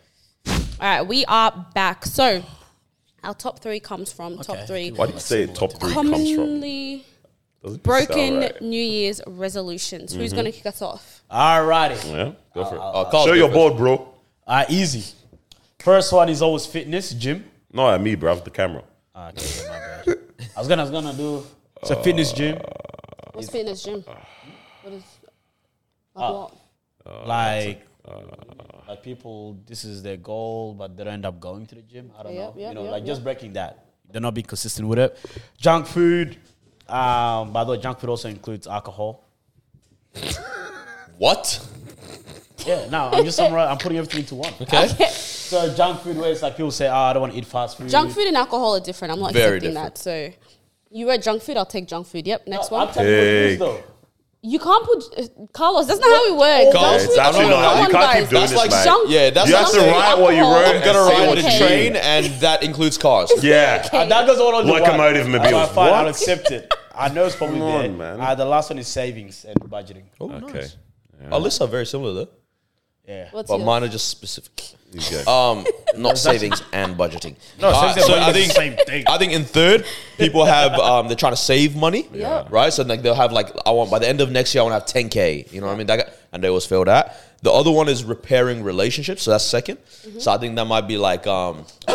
S3: All right, we are back. So, our top three comes from top
S4: Okay.
S3: three
S2: Why do you say top three comes from?
S3: commonly
S2: Doesn't it sound
S3: broken
S2: right?
S3: New Year's resolutions. Who's going to
S2: Mm-hmm.
S3: kick us off?
S4: Alrighty.
S2: Yeah, go for it.
S1: Oh, Carl's
S2: Show your
S1: different.
S2: board, bro.
S4: Uh, easy. First one is always fitness, gym.
S2: No, at me, bro. The camera.
S4: Ah, Okay, yeah, my bad. I was gonna, I was gonna do so
S2: Uh,
S4: fitness, gym,
S3: What's fitness gym? What is
S2: Ah.
S4: Oh, like uh, like people. This is their goal, but they don't end up going to the gym. I don't
S3: Yep,
S4: know.
S3: yep,
S4: you know,
S3: yep,
S4: like just
S3: yep.
S4: breaking that. They're not being consistent with it. Junk food. Um, by the way, junk food also includes alcohol.
S1: What?
S4: Yeah, no, I'm just summari- I'm putting everything into one.
S1: Okay.
S4: So junk food where it's like people say, oh, I don't want to eat fast food.
S3: Junk food and alcohol are different. I'm not
S1: Very
S3: accepting
S1: different.
S3: that. So you read junk food, I'll take junk food. Yep, next
S4: I'm
S3: one.
S4: telling you what it is
S2: Hey.
S4: though.
S3: you can't put uh, Carlos. That's not how it works.
S1: Carlos,
S3: Junk
S1: it's
S3: food-
S1: actually
S3: come
S1: not how-
S3: on,
S1: you
S2: can't keep
S3: guys.
S2: doing this, mate.
S3: Junk-
S1: Yeah, that's
S2: You
S1: what
S2: have to
S1: I'm saying.
S2: write what you
S3: Alcohol.
S2: wrote.
S3: I'm
S1: I'm gonna
S2: and say
S1: ride
S2: what
S1: the
S2: you
S3: Okay.
S1: train,
S2: did.
S1: and that includes cars.
S2: Yeah.
S4: Uh, that goes all under
S2: Locomotive
S4: one.
S2: mobiles.
S4: Alright, fine, I'll
S2: What?
S4: accept it. I know it's probably
S2: Come on,
S4: there.
S2: man.
S4: Uh, the last one is savings and budgeting.
S1: Oh,
S2: Okay.
S1: nice. Our lists are very similar though,
S4: Yeah.
S3: What's
S1: but
S3: yours?
S1: mine are just specific.
S2: You go.
S1: Um, not savings and budgeting.
S4: No,
S1: Uh,
S4: savings and
S1: so
S4: budgeting
S1: I
S4: is the
S1: think
S4: same thing.
S1: I think in third, people have um, they're trying to save money,
S3: Yeah.
S1: right? So like they'll have like I want by the end of next year I want to have 10k. You know what I mean? That guy, and they always fail that. The other one is repairing relationships, so that's 2nd
S3: Mm-hmm.
S1: So I think that might be like um,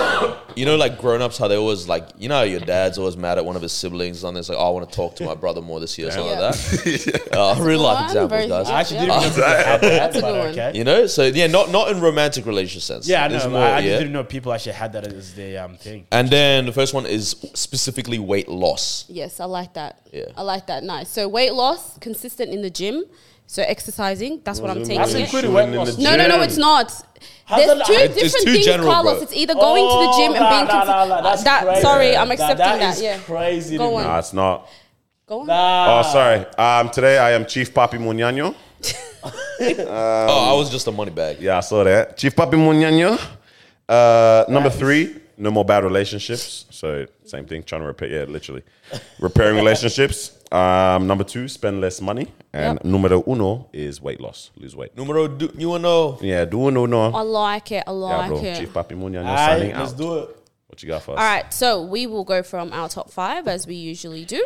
S1: you know, like grown ups how they always like you know how your dad's always mad at one of his siblings and something. It's like oh, I want to talk to my brother more this year, or something like that. Uh, real life
S3: one,
S1: examples,
S3: very-
S1: guys.
S4: I actually
S3: Yeah.
S4: didn't remember that. had that,
S3: That's a
S4: but
S3: good one.
S4: okay.
S1: You know, so yeah, not not in romantic relationship sense.
S4: Yeah, I
S1: This
S4: know.
S1: is
S4: but
S1: more-
S4: I, I just
S1: yeah.
S4: didn't know people actually had that as their um, thing.
S1: And then the first one is specifically weight loss.
S3: Yes, I like that.
S1: Yeah.
S3: I like that. Nice. So weight loss, consistent in the gym. So exercising, that's what I'm taking.
S4: That's
S3: it.
S4: included weight
S2: In the
S4: loss.
S2: gym.
S3: No, no, no, it's not.
S4: How's
S3: There's
S4: that-
S3: two
S4: It's-
S1: it's
S3: different
S1: too
S3: things,
S1: general,
S3: Carlos.
S1: bro.
S3: It's either going to the gym and being
S4: nah,
S3: consistent.
S4: nah, nah, that's
S3: that,
S4: crazy.
S3: sorry, I'm
S4: Nah,
S3: accepting that.
S4: is
S3: yeah.
S4: crazy.
S3: Go
S4: to
S3: on.
S4: me.
S2: Nah, it's not.
S3: Go on.
S4: Nah.
S2: Oh, sorry. Um, today I am Chief Papi Munyano.
S3: Um,
S1: oh, I was just a money bag.
S2: Yeah, I saw that. Chief Papi Munyano. Uh, number three, no more bad relationships. So same thing, trying to repair. Yeah, literally, repairing relationships. Um, number two, spend less money, and
S3: Yep.
S2: numero uno is weight loss, lose weight.
S1: Numero do, you wanna know?
S2: Yeah, do no no.
S3: I like it. Oh, I
S2: Yeah,
S3: like
S2: bro.
S3: it.
S2: Chief Papi Munyano
S4: Aight,
S2: signing
S4: let's
S2: out.
S4: do it.
S2: What you got for us?
S3: All right, so we will go from our top five as we usually do.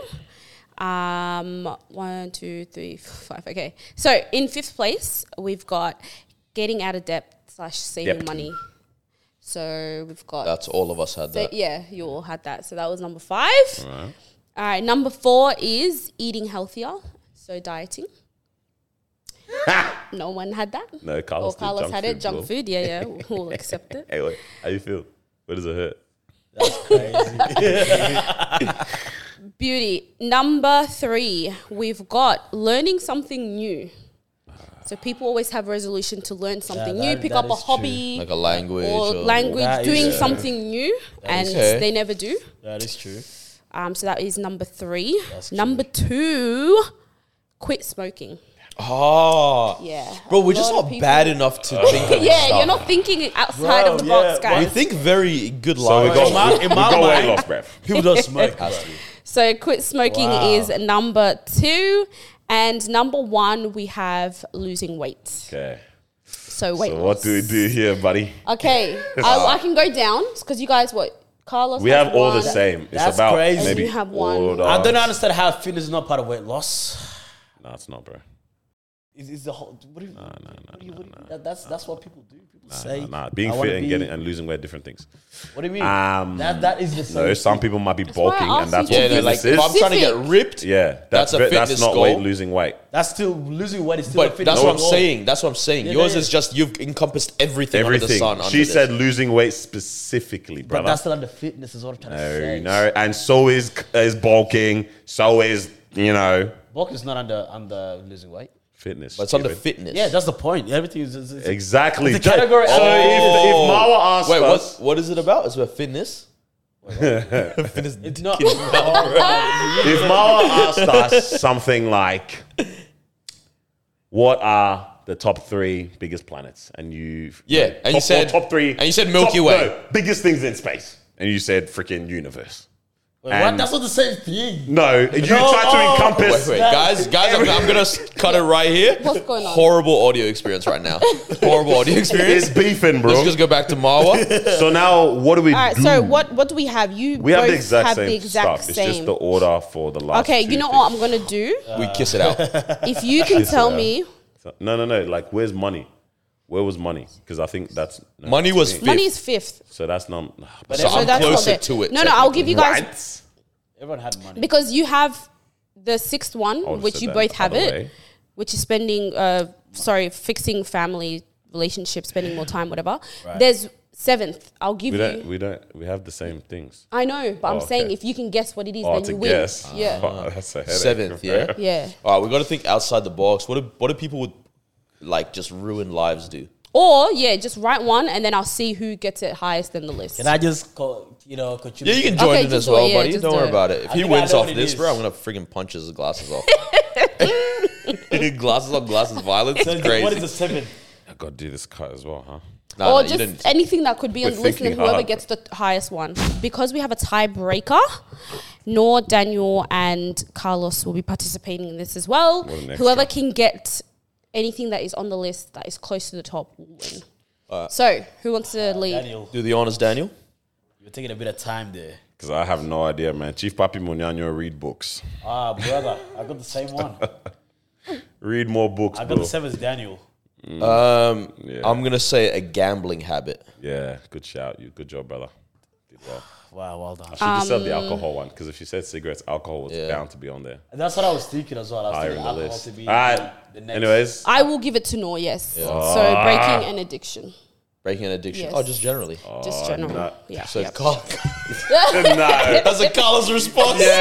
S3: Um, one, two, three, four, five. Okay, so in fifth place we've got getting out of debt slash saving
S2: Debt.
S3: money. So we've got
S1: That's all of us had
S3: so
S1: that.
S3: yeah, you all had that. So that was number five. All right, number four is eating healthier, so dieting. no one had that.
S2: No,
S3: Or
S2: Carlos, did
S3: Oh, Carlos
S2: junk
S3: had
S2: food,
S3: it. Junk
S2: bro.
S3: food, yeah, yeah, we'll accept it.
S2: Hey, wait, how you feel? Where does it hurt?
S3: Beauty. Number three, we've got learning something new. So people always have resolution to learn something
S4: that-
S3: new, pick
S4: that
S3: up a
S4: is
S3: hobby
S1: Like a language.
S3: or language,
S4: That
S3: doing
S4: is-
S3: something new, and
S1: Okay.
S3: they never do.
S4: That is true.
S3: Um, so that is number three. number two, quit smoking.
S1: Oh.
S3: Yeah,
S1: Bro,
S3: a
S1: we're just
S3: lot of
S1: not
S3: people-
S1: bad enough to think of
S3: Yeah,
S1: stuff.
S3: you're not thinking outside
S4: Bro,
S3: of the
S4: yeah,
S3: box,
S4: why-
S1: We
S3: guys.
S1: think very good
S2: So Oh, we
S1: life.
S2: got,
S4: my-
S2: we,
S4: Oh, in
S2: we
S4: my
S2: got weight
S4: mind-
S2: loss, bruv.
S4: People don't smoke. bro.
S3: So quit smoking
S4: Wow.
S3: is number two. And number one, we have losing weight.
S2: Okay.
S3: So weight
S2: So
S3: loss.
S2: what do we do here, buddy?
S3: Okay, I, I can go down because you guys what Carlos.
S2: We
S3: has
S2: have all the
S3: one.
S2: same. It's
S4: That's
S2: about
S4: crazy.
S2: maybe
S3: You have one.
S2: order.
S4: I don't understand how fitness is not part of weight loss.
S2: No, it's not, bro.
S4: It's, it's the whole. What do you? what do you, what do you that, that's that's what people do. People say.
S2: Nah, nah, being
S4: I wanna
S2: fit and
S4: be-
S2: getting and losing weight are different things.
S4: What do you mean?
S2: Um,
S4: that that is the same.
S2: No, some people might be
S3: why I
S2: bulking,
S3: asked
S2: and that's
S3: you
S2: what
S1: yeah,
S3: to
S1: they're
S2: fitness
S1: like if I'm
S2: is.
S1: trying to get ripped,
S2: Yeah, that's
S1: that's, a
S2: ve-
S1: fitness
S2: that's not
S1: goal.
S2: weight losing weight.
S4: that's still losing weight. Is still a
S1: But
S4: fitness
S1: that's what I'm
S4: goal.
S1: saying. That's what I'm saying.
S4: Yeah,
S1: Yours
S4: yeah,
S1: is just you've encompassed everything,
S2: Everything.
S1: under the sun.
S2: she
S1: under
S2: said
S1: this.
S2: losing weight specifically,
S4: But
S2: brother.
S4: that's still under fitness. Is what I'm trying to
S2: no,
S4: say.
S2: no, and so is is bulking. So is you know
S4: Bulk is not under under losing weight.
S2: fitness.
S1: but it's under
S2: stupid.
S1: fitness.
S4: Yeah, that's the point. Everything is. is, is
S2: Exactly.
S4: It's a category
S2: So if,
S4: of-
S2: if Mawa asked
S1: Oh. Wait,
S2: us,
S1: what, what is it about? It's about fitness. fitness.
S4: it's not.
S2: if Mara asked us something like, "What are the top three biggest planets?" and you,
S1: Yeah, and
S2: top,
S1: you said-
S2: or top three,
S1: and you said Milky
S2: top-
S1: Way.
S2: biggest things in space, and you said freaking universe.
S4: what? That's not the same thing.
S2: No, you
S4: No,
S2: tried to
S4: oh.
S2: encompass.
S1: Wait, wait, guys, guys, I'm, I'm gonna s- cut it right here.
S3: What's going on?
S1: Horrible audio experience right now. Horrible audio
S2: It's
S1: experience.
S2: beefing,
S1: Let's
S2: bro.
S1: just go back to Marwa.
S2: so now, what do we
S3: All right,
S2: do?
S3: so what what do we have? You
S2: we have the
S3: both
S2: exact
S3: have
S2: same
S3: the exact
S2: stuff.
S3: same.
S2: It's just the order for the last.
S3: okay,
S2: two
S3: you know
S2: things.
S3: what I'm gonna do?
S1: we kiss it out.
S3: If you can tell
S2: uh,
S3: me,
S2: So- no, no, no. Like, where's money? Where was money? Because I think that's no,
S1: Money was
S2: to me.
S1: fifth.
S3: money is fifth.
S2: So that's not.
S4: But
S1: So
S4: everyone,
S1: I'm
S3: that's not
S1: closer
S3: there.
S1: to it,
S3: No, no, I'll give you guys
S2: Right?
S4: everyone had money.
S3: because you have the sixth
S2: I
S3: one,
S2: would've
S3: which
S2: said
S3: you
S2: that
S3: both
S2: the
S3: have
S2: other
S3: it,
S2: way.
S3: which is spending. Uh, sorry, fixing family relationships, spending more time, whatever. There's seventh. I'll give
S2: We
S3: you.
S2: don't. We don't. We have the same things.
S3: I know, but I'm
S2: Oh, okay.
S3: saying if you can guess what it is,
S2: Oh,
S3: then
S2: to
S3: you win.
S2: guess.
S3: Yeah.
S2: Oh, that's a headache.
S1: Seventh, yeah.
S3: Yeah.
S1: All right, we got to think outside the box. What do what do people would like just ruined lives do.
S3: Or yeah, just write one and then I'll see who gets it highest in the list.
S4: Can I just call, you know,
S1: Yeah,
S4: contribute?
S1: you can join
S3: Okay,
S1: in
S3: just
S1: as
S3: do it,
S1: well,
S3: yeah,
S1: buddy.
S3: just
S1: Don't
S3: do
S1: worry
S3: it.
S1: about it. If
S4: I
S1: he
S4: think I
S1: wins
S4: know
S1: off
S4: what it
S1: this,
S4: is.
S1: bro, I'm gonna freaking punch his glasses off. glasses off, glasses violence.
S4: So
S1: It's
S4: it's-
S1: crazy.
S4: What is the seven?
S2: I got to do this cut as well, huh?
S1: Nah,
S3: or
S1: nah, you
S3: just
S1: didn't.
S3: anything that could be on
S2: We're
S3: the list, and
S2: thinking
S3: whoever
S2: hard.
S3: gets the highest one. Because we have a tiebreaker, Nor, Daniel, and Carlos will be participating in this as well.
S2: What an
S3: Whoever
S2: extra.
S3: can get anything that is on the list that is close to the top will win.
S2: Uh,
S3: so, who wants to lead?
S4: Uh, Daniel,
S1: Do the honors, Daniel.
S4: you're taking a bit of time there.
S2: Because I have no idea, man. Chief Papi Munyanyo, read books.
S4: Ah, brother, I got the same one.
S2: Read more books,
S4: I got
S2: bro.
S4: the same as Daniel. Mm-hmm.
S1: Um,
S2: Yeah.
S1: I'm gonna say a gambling habit.
S2: Yeah, good shout. You, good job, brother. Did well.
S4: Wow, well done.
S2: She just said the
S3: Um,
S2: alcohol one because if she said cigarettes, alcohol was bound to be on there.
S4: And that's what I was thinking as well. I was
S2: Higher
S4: thinking
S2: in the
S4: alcohol
S2: list.
S4: to
S2: All
S4: be
S2: right.
S4: the next.
S2: Anyways,
S3: I will give it to Nor, yes. So,
S4: Ah.
S3: breaking an addiction.
S1: Breaking an addiction.
S3: Yes.
S1: Oh, just generally.
S3: Just general.
S2: nah.
S3: Yeah.
S4: Oh,
S1: So
S3: yep.
S1: Carl-
S2: no.
S1: that's a Carlos response.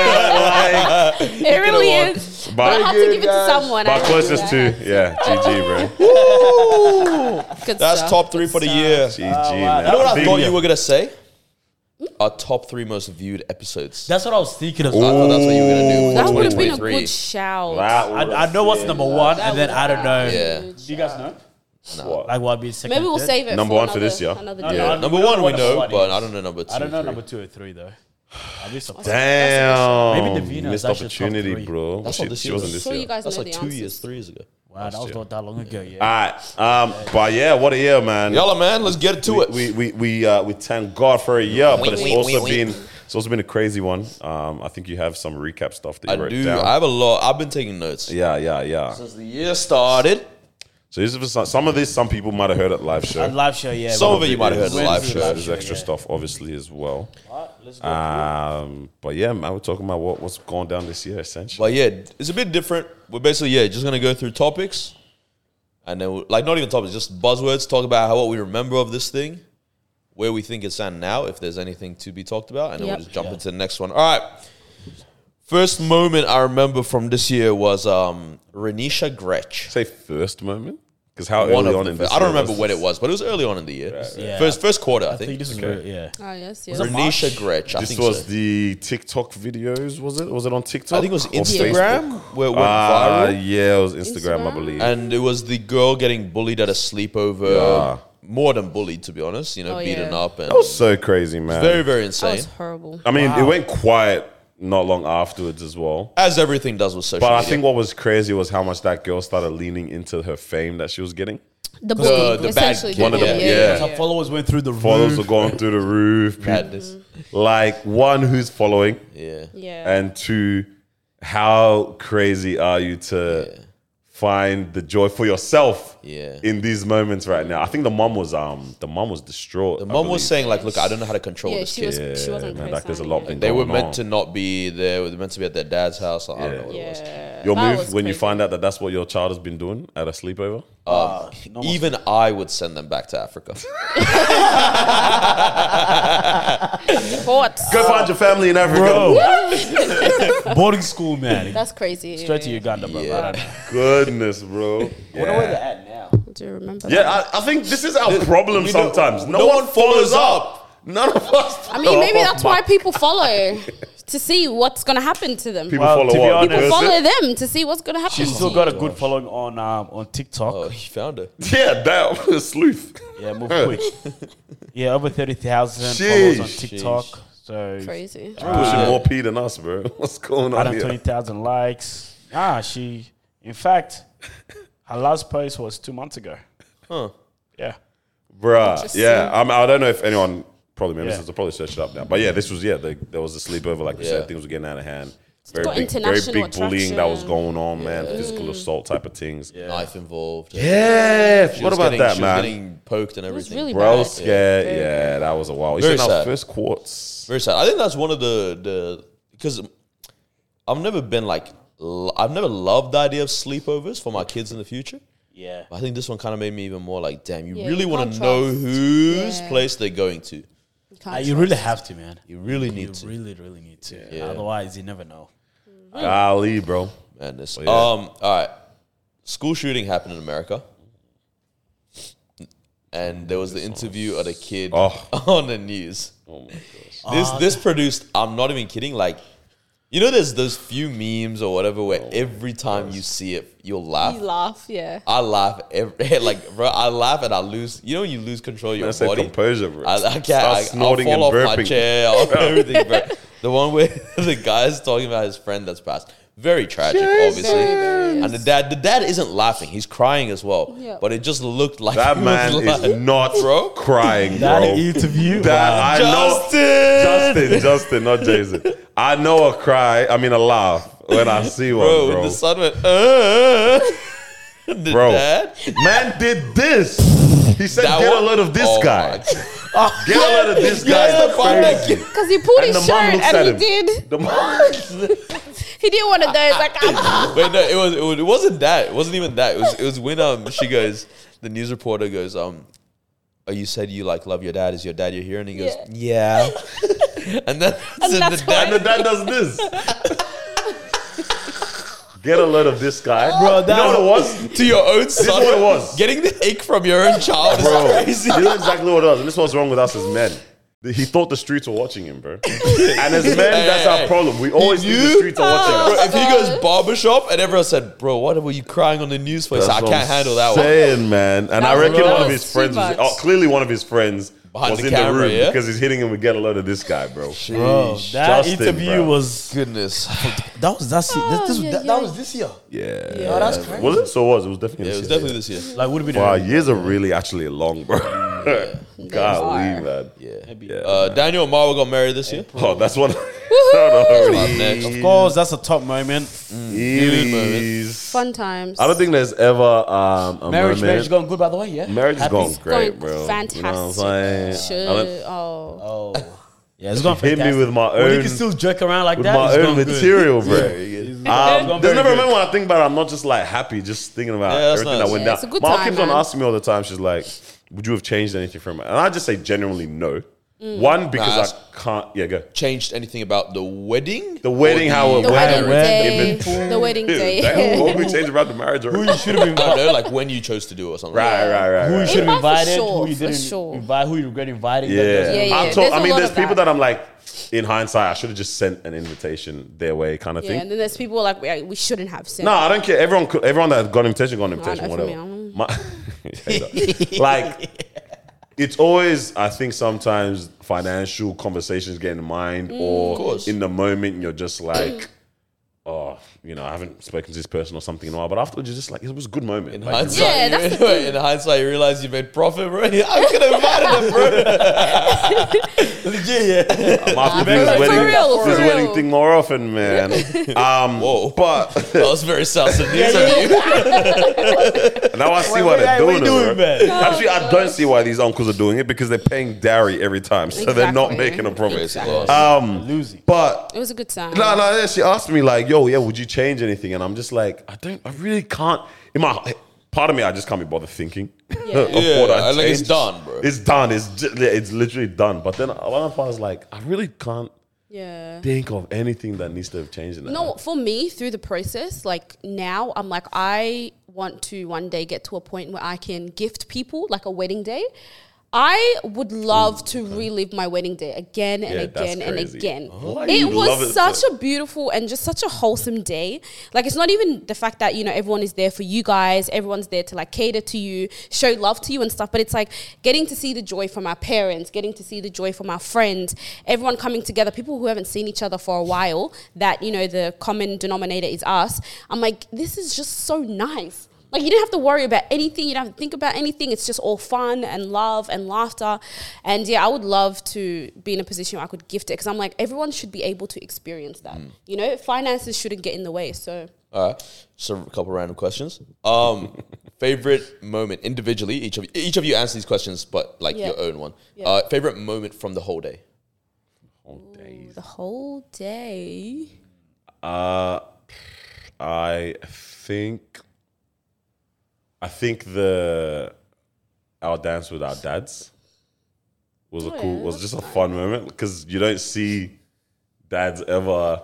S3: It really
S1: one.
S3: is. But I had to give it to someone. I
S2: But
S3: had
S2: closest
S3: do
S2: to,
S3: that.
S2: yeah, GG, bro.
S3: Good
S1: That's
S3: stuff,
S1: top
S3: good
S1: three for the
S3: stuff.
S1: year.
S4: Ah,
S2: GG, man.
S1: You know what I
S2: Big
S1: thought
S2: year.
S1: you were gonna say? Our top three most viewed episodes.
S4: That's what I was thinking as
S1: I
S4: well.
S1: thought that's what you were gonna do.
S3: That
S1: for
S3: would have been a
S1: 2023.
S3: good shout.
S2: That was-
S4: I, I know what's number one, and then I don't know.
S1: Yeah.
S4: Do you guys know?
S2: What?
S4: Like what would be second?
S3: Maybe we'll
S4: third?
S3: save it.
S2: Number
S3: for
S2: one for
S3: another-
S2: this year.
S3: Another
S4: No,
S3: day.
S4: no,
S1: Number
S4: we don't
S1: one,
S4: know
S1: we
S4: what number
S1: know,
S4: one
S1: but
S4: is.
S1: I don't know number two.
S4: I don't know
S1: or three.
S4: number two or three though. I'd be surprised.
S2: Damn.
S4: Maybe Davina is
S2: Missed
S4: actually top
S2: opportunity,
S4: three.
S2: bro.
S1: That's
S2: she,
S1: not this
S2: she
S1: year, though.
S2: wasn't this
S3: So
S2: year.
S3: you guys
S1: That's
S3: know
S1: like
S3: the
S1: two
S3: answers.
S1: years, three years ago.
S4: Wow, that was not that long ago. Yeah.
S1: Uh,
S2: All right. Um, but yeah, what a year, man.
S1: Yalla, man, let's get to it.
S2: we we we uh, we thank God for a year, but it's
S1: we-
S2: also
S1: we-
S2: been it's also been a crazy one. Um, I think you have some recap stuff that you
S1: I
S2: wrote
S1: do.
S2: down.
S1: I have a lot. I've been taking notes
S2: yeah, yeah, yeah.
S1: since the year started.
S2: So this is some, some of this some people might have heard at live show.
S4: At live show, yeah.
S1: Some
S4: we-
S1: of it you might have heard at
S4: Wednesday
S1: live
S4: live
S1: show.
S4: show,
S2: There's extra
S4: yeah.
S2: stuff obviously as well.
S4: All right, let's go.
S1: Uh,
S2: Um, but yeah, man, we're talking about what, what's going down this year essentially.
S1: But yeah, it's a bit different. We're basically yeah, just gonna go through topics, and then we- like not even topics, just buzzwords. Talk about how what we remember of this thing, where we think it's at now, if there's anything to be talked about, and then
S3: Yep.
S1: we'll just jump
S4: Yeah.
S1: into the next one. All right. First moment I remember from this year was um, Renisha Gretsch.
S2: Say first moment because how
S1: One
S2: early
S1: of
S2: on
S1: the
S2: in
S1: fir-
S2: this
S1: I don't
S2: year
S1: remember when it was, but it was early on in the year.
S4: Yeah.
S1: First first quarter, I,
S4: I
S1: think.
S4: think this is real, yeah.
S3: Oh, yes, yes.
S1: Renisha Gretsch. I
S2: This
S1: think
S2: was
S1: so.
S2: the TikTok videos, was it? Was it on TikTok?
S1: I think it was
S2: Or Facebook?
S1: Instagram where it went
S2: Ah,
S1: viral.
S2: yeah, it was Instagram, I
S3: Instagram.
S2: believe.
S1: And it was the girl getting bullied at a sleepover.
S2: Yeah.
S1: More than bullied, to be honest. You know,
S3: Oh,
S1: beaten
S3: yeah.
S1: up and
S2: That was so crazy, man.
S1: very, very
S3: That
S1: insane.
S3: was horrible.
S2: I mean, it went quiet not long afterwards as well.
S1: As everything does with social
S2: But I
S1: media.
S2: think what was crazy was how much that girl started leaning into her fame that she was getting.
S1: Mm.
S3: The bully,
S1: the bad-
S3: essentially.
S1: one of
S3: bully,
S1: the-
S2: yeah.
S4: Our followers went through the
S2: Followers were
S4: roof.
S2: going through the roof. People-
S1: Madness.
S2: Like one who's following,
S1: Yeah.
S3: Mm-hmm. Yeah.
S2: and two, how crazy are you to find the joy for yourself?
S1: Yeah.
S2: In these moments right now, I think the mom was um the mom was distraught.
S1: The
S2: I
S1: mom was
S2: believe.
S1: saying, like, look, I don't know how to control
S3: Yeah,
S1: this
S3: she
S1: kid.
S3: was, she wasn't
S2: man,
S3: crazy.
S2: like, there's a lot been
S1: they were
S2: going
S1: meant
S2: on.
S1: to not be there. They were meant to be at their dad's house. I don't know what it was.
S3: Yeah.
S2: Your
S3: That
S2: move
S3: was
S2: when you
S3: crazy.
S2: find out that that's what your child has been doing at a sleepover.
S1: Even I would send them back to Africa.
S3: Thoughts.
S2: Go find your family in Africa. Oh,
S4: Boarding school, man.
S3: That's crazy.
S4: Straight to Uganda, bro.
S1: Yeah.
S4: I don't know.
S2: Goodness, bro. Yeah,
S4: at now.
S3: Do you remember that?
S2: yeah I, I think this is our problem
S1: we don't-
S2: sometimes. No,
S1: no
S2: one
S1: one follows
S2: follows up. None of us.
S3: I mean, maybe that's why people follow to see what's going to happen to them.
S2: people
S4: Well,
S2: follow
S4: to be
S2: up.
S4: honest-
S2: Is
S3: People
S2: it?
S3: follow them to see what's going to happen.
S4: She's
S3: to
S4: still
S3: you.
S4: got a good following on um, on TikTok.
S1: oh, he found her.
S2: Yeah, damn. Sleuth.
S4: Yeah, move quick. yeah, over thirty thousand followers on
S2: Sheesh.
S4: TikTok. So
S3: Crazy.
S2: Pushing more P than us, bro. What's going on
S4: Adam
S2: here?
S4: twenty thousand likes. Ah, she. In fact, her last post was two months ago.
S1: Huh.
S4: Yeah.
S2: Bruh. Yeah, I'm, I don't know if anyone probably remembers
S4: Yeah.
S2: this. I'll probably search it up now. But yeah, this was, yeah, the, there was a sleepover. Like you
S1: Yeah.
S2: said, things were getting out of hand. Very
S3: got
S2: big, very
S3: international
S2: big bullying that was
S3: attraction. Mm.
S2: going on, man. Physical assault type of things. Yeah.
S1: Knife involved. She
S2: what
S1: was
S2: about
S1: getting-
S2: that,
S1: she
S2: man?
S1: Was getting poked and everything.
S3: really
S2: Bro, I was
S3: bad.
S2: scared. Yeah, that was a while. You
S1: Very
S2: said our
S1: sad.
S2: first quartz.
S1: Very sad. I think that's one of the the because I've never been like l- I've never loved the idea of sleepovers for my kids in the future.
S4: Yeah.
S1: But I think this one kind of made me even more like, damn, you
S3: Yeah,
S1: really
S3: you
S1: want
S3: can't
S1: to know
S3: trust.
S1: whose
S3: Yeah.
S1: place they're going to.
S4: Uh, you really have to, man.
S1: You really need
S4: You
S1: to.
S4: really, really need to.
S1: Yeah.
S4: Otherwise, you never know.
S2: Ali, bro.
S1: Madness.
S2: Oh, yeah.
S1: Um. All right. School shooting happened in America. and there was the interview of the kid
S2: Oh.
S1: on the news.
S2: Oh my gosh.
S1: This this produced. I'm not even kidding. Like, you know, there's those few memes or whatever where
S2: Oh
S1: every time you see it, you'll laugh.
S3: You laugh, yeah.
S1: I laugh every like, bro. I laugh and I lose. You know, when you lose control of your
S2: I said
S1: body.
S2: composure, bro.
S1: I, I can't.
S2: Start
S1: I, I'll
S2: snorting
S1: fall off
S2: and burping.
S1: my chair. I'll, everything, bro. The one where the guy's talking about his friend that's passed. Very tragic, obviously. And the dad, the dad isn't laughing. He's crying as well.
S3: Yeah.
S1: But it just looked like
S2: That
S1: he was
S2: man is
S1: lying.
S2: not
S1: Bro.
S2: crying,
S4: That
S2: bro.
S4: interview.
S2: That
S4: wow.
S2: I know. Justin, Justin, not Jason. I know a cry. I mean a laugh when I see one,
S1: bro,
S2: bro.
S1: when the son went, uh, the
S2: Bro.
S1: dad.
S2: Man did this. He said,
S1: That
S2: "Get
S1: one-
S2: a load of this
S1: oh my
S2: guy.
S1: God.
S2: Get a load of this guy."
S1: Yeah, the part that
S2: Crazy.
S3: Because he pulled
S2: And
S3: his
S2: the mum
S3: shirt
S2: looks
S3: and
S2: at
S3: he
S2: him.
S3: did.
S2: The mom-
S3: He did one of those, like, ah.
S1: Wait, no, it was it, was, it wasn't that. It wasn't even that. It was it was when um she goes, the news reporter goes, um, oh, you said you like love your dad. Is your dad you're here? And he goes, yeah. and then so
S3: that's
S1: the
S2: and the
S1: dad,
S2: dad does this. Get a load of this guy,
S4: Bro,
S2: You know
S4: that-
S2: what it was?
S1: to your own son,
S2: what it was.
S1: getting the ache from your own child
S2: Bro,
S1: is
S2: this
S1: crazy.
S2: is exactly what it was. And this is what's wrong with us as men. He thought the streets were watching him, bro. And as men, that's
S1: Hey,
S2: our problem. We always think the
S1: knew?
S2: streets are watching
S1: Bro,
S2: us.
S1: if he goes barbershop and everyone said, bro, what were you crying on the news for? He said, I
S2: That's what
S1: can't
S2: I'm
S1: handle that one.
S2: Saying man, and I
S3: was-
S2: reckon
S3: that
S2: one of
S3: was
S2: his friends
S3: too
S2: was
S3: much.
S2: oh, clearly one of his friends
S1: Behind
S2: was
S1: the
S2: in
S1: camera,
S2: the room
S1: yeah?
S2: because he's hitting him with get a load of this guy, bro.
S4: Bro,
S1: Jeez,
S4: that
S2: Justin,
S4: interview
S2: bro.
S4: was
S1: Goodness.
S4: that was that se-
S3: Oh,
S4: this, this,
S3: yeah,
S4: that,
S3: yeah,
S4: that
S3: yeah.
S4: was this year.
S2: Yeah.
S4: Oh, that's crazy.
S2: Was it? So it was. It was definitely.
S1: Yeah, it
S2: this
S1: was
S2: year,
S1: definitely this year.
S4: Like would have been
S2: Wow, years are really actually long, bro.
S3: are.
S2: Golly, man.
S1: Yeah.
S2: Yeah.
S1: Uh, Daniel and Marwa got married this year.
S2: oh, that's one. That one already
S1: next.
S4: Of course, that's a top moment.
S2: Mm. is-
S3: Fun times.
S2: I don't think there's ever um, a
S4: Marriage, marriage
S2: moment-
S4: is going good, by the way. Yeah.
S2: marriage is
S4: Happy-
S2: going
S3: Going
S2: great, bro.
S3: Fantastic.
S2: You know what I'm saying?
S3: Sure.
S2: I don't-
S3: Oh.
S4: Oh, yeah, it's going.
S2: Hit me
S4: fantastic.
S2: with my
S4: When you
S2: own-
S4: can still joke around like
S2: with
S4: that.
S2: my
S4: it's
S2: own
S4: going good.
S2: material, bro.
S4: It's
S2: Um,
S4: gone
S2: there's
S4: very
S2: never a
S4: good.
S2: moment when I think about it, I'm not just like happy, just thinking about
S1: Yeah, that's
S2: everything
S1: nice.
S2: that went
S3: Yeah,
S2: down.
S3: it's a good
S2: My mom
S3: time,
S2: keeps on
S3: man.
S2: asking me all the time, she's like, Would you have changed anything from it? And I just say genuinely no.
S3: Mm.
S2: One,
S1: Nah,
S2: because
S1: that's-
S2: I can't yeah, go.
S1: Changed anything about the wedding?
S2: The wedding,
S1: Or
S2: how it
S3: The
S2: went.
S3: wedding
S4: where-
S3: day.
S2: Even-
S3: The wedding
S2: Damn,
S3: day.
S2: what would we change about the marriage
S4: Who
S2: already?
S4: you should have
S1: I don't
S4: invited?
S1: know, like when you chose to do it or something.
S2: Right, right, right.
S4: Who you
S2: right.
S4: should
S3: Yeah,
S4: have
S3: for
S4: invited?
S3: sure,
S4: Who you
S3: for
S4: didn't
S3: sure.
S4: invite? Who you regret inviting? like,
S2: Yeah.
S4: that's-
S3: Yeah, yeah,
S2: I'm told,
S3: there's a
S2: I mean,
S3: lot
S2: there's
S3: of
S2: people
S3: that.
S2: that I'm like, in hindsight, I should have just sent an invitation their way, kind of
S3: Yeah,
S2: thing.
S3: and then there's people like, we, we shouldn't have sex.
S2: No, I don't care. Everyone, could, everyone that got an invitation got an invitation.
S3: no, for me,
S2: whatever. My- like, it's always. I think sometimes financial conversations get in the mind,
S3: Mm,
S2: or
S1: course.
S2: in the moment you're just like, oh, you know, I haven't spoken to this person or something in a while. But afterwards, you're just like, it was a good moment.
S1: In
S2: Like,
S1: hindsight,
S3: Yeah,
S1: you
S3: that's
S1: re- in hindsight, you realize you made profit, bro. I could have invited him, bro.
S4: yeah, yeah.
S2: I'm after doing this
S3: for
S2: wedding,
S3: real, for
S2: this
S3: real.
S2: wedding thing more often, man. Um,
S1: Whoa.
S2: but
S1: That was very South Sudanese of you.
S2: now I see
S4: Wait,
S2: why
S4: wait,
S2: they're
S4: hey, what
S2: doing
S4: you
S2: it.
S4: doing,
S2: bro.
S4: man?
S2: Actually, I don't see why these uncles are doing it because they're paying dowry every time, so they're not
S3: Exactly.
S2: making a profit.
S3: Exactly.
S2: Um,
S4: Losing.
S2: but
S3: It was a good time.
S2: no, no, yeah, she asked me like, "Yo, yeah, would you change anything?" And I'm just like, I don't, I really can't. In my part of me, I just can't be bothered thinking of
S1: Yeah,
S2: what
S1: I
S2: I
S1: think it's
S2: changed.
S1: done, bro.
S2: It's done. It's just, it's literally done. But then one part is like, I really can't
S3: Yeah.
S2: think of anything that needs to have changed in that.
S3: No, for me, through the process, like now, I'm like, I want to one day get to a point where I can gift people like a wedding day. I would love to relive my wedding day again and
S2: Yeah, that's
S3: again and
S2: crazy. Oh,
S3: again.
S2: Why
S3: It
S2: you love
S3: was
S2: it
S3: such
S2: so-
S3: a beautiful and just such a wholesome day. Like it's not even the fact that you know everyone is there for you guys, everyone's there to like cater to you, show love to you and stuff, but it's like getting to see the joy from our parents, getting to see the joy from our friends, everyone coming together, people who haven't seen each other for a while that you know the common denominator is us. I'm like this is just so nice. Like you didn't have to worry about anything. You don't have to think about anything. It's just all fun and love and laughter. And yeah, I would love to be in a position where I could gift it because I'm like everyone should be able to experience that.
S2: Mm.
S3: You know, finances shouldn't get in the way. So
S1: All right, so a couple random questions. Um, favorite moment individually, each of each of you answer these questions, but like
S3: Yeah.
S1: your own one.
S3: Yeah.
S1: Uh, favorite moment from the whole day.
S3: the whole day.
S2: Uh, I think, I think the our dance with our dads was a
S3: Oh,
S2: cool,
S3: yeah,
S2: was just a fun moment because you don't
S3: Mm.
S2: see dads ever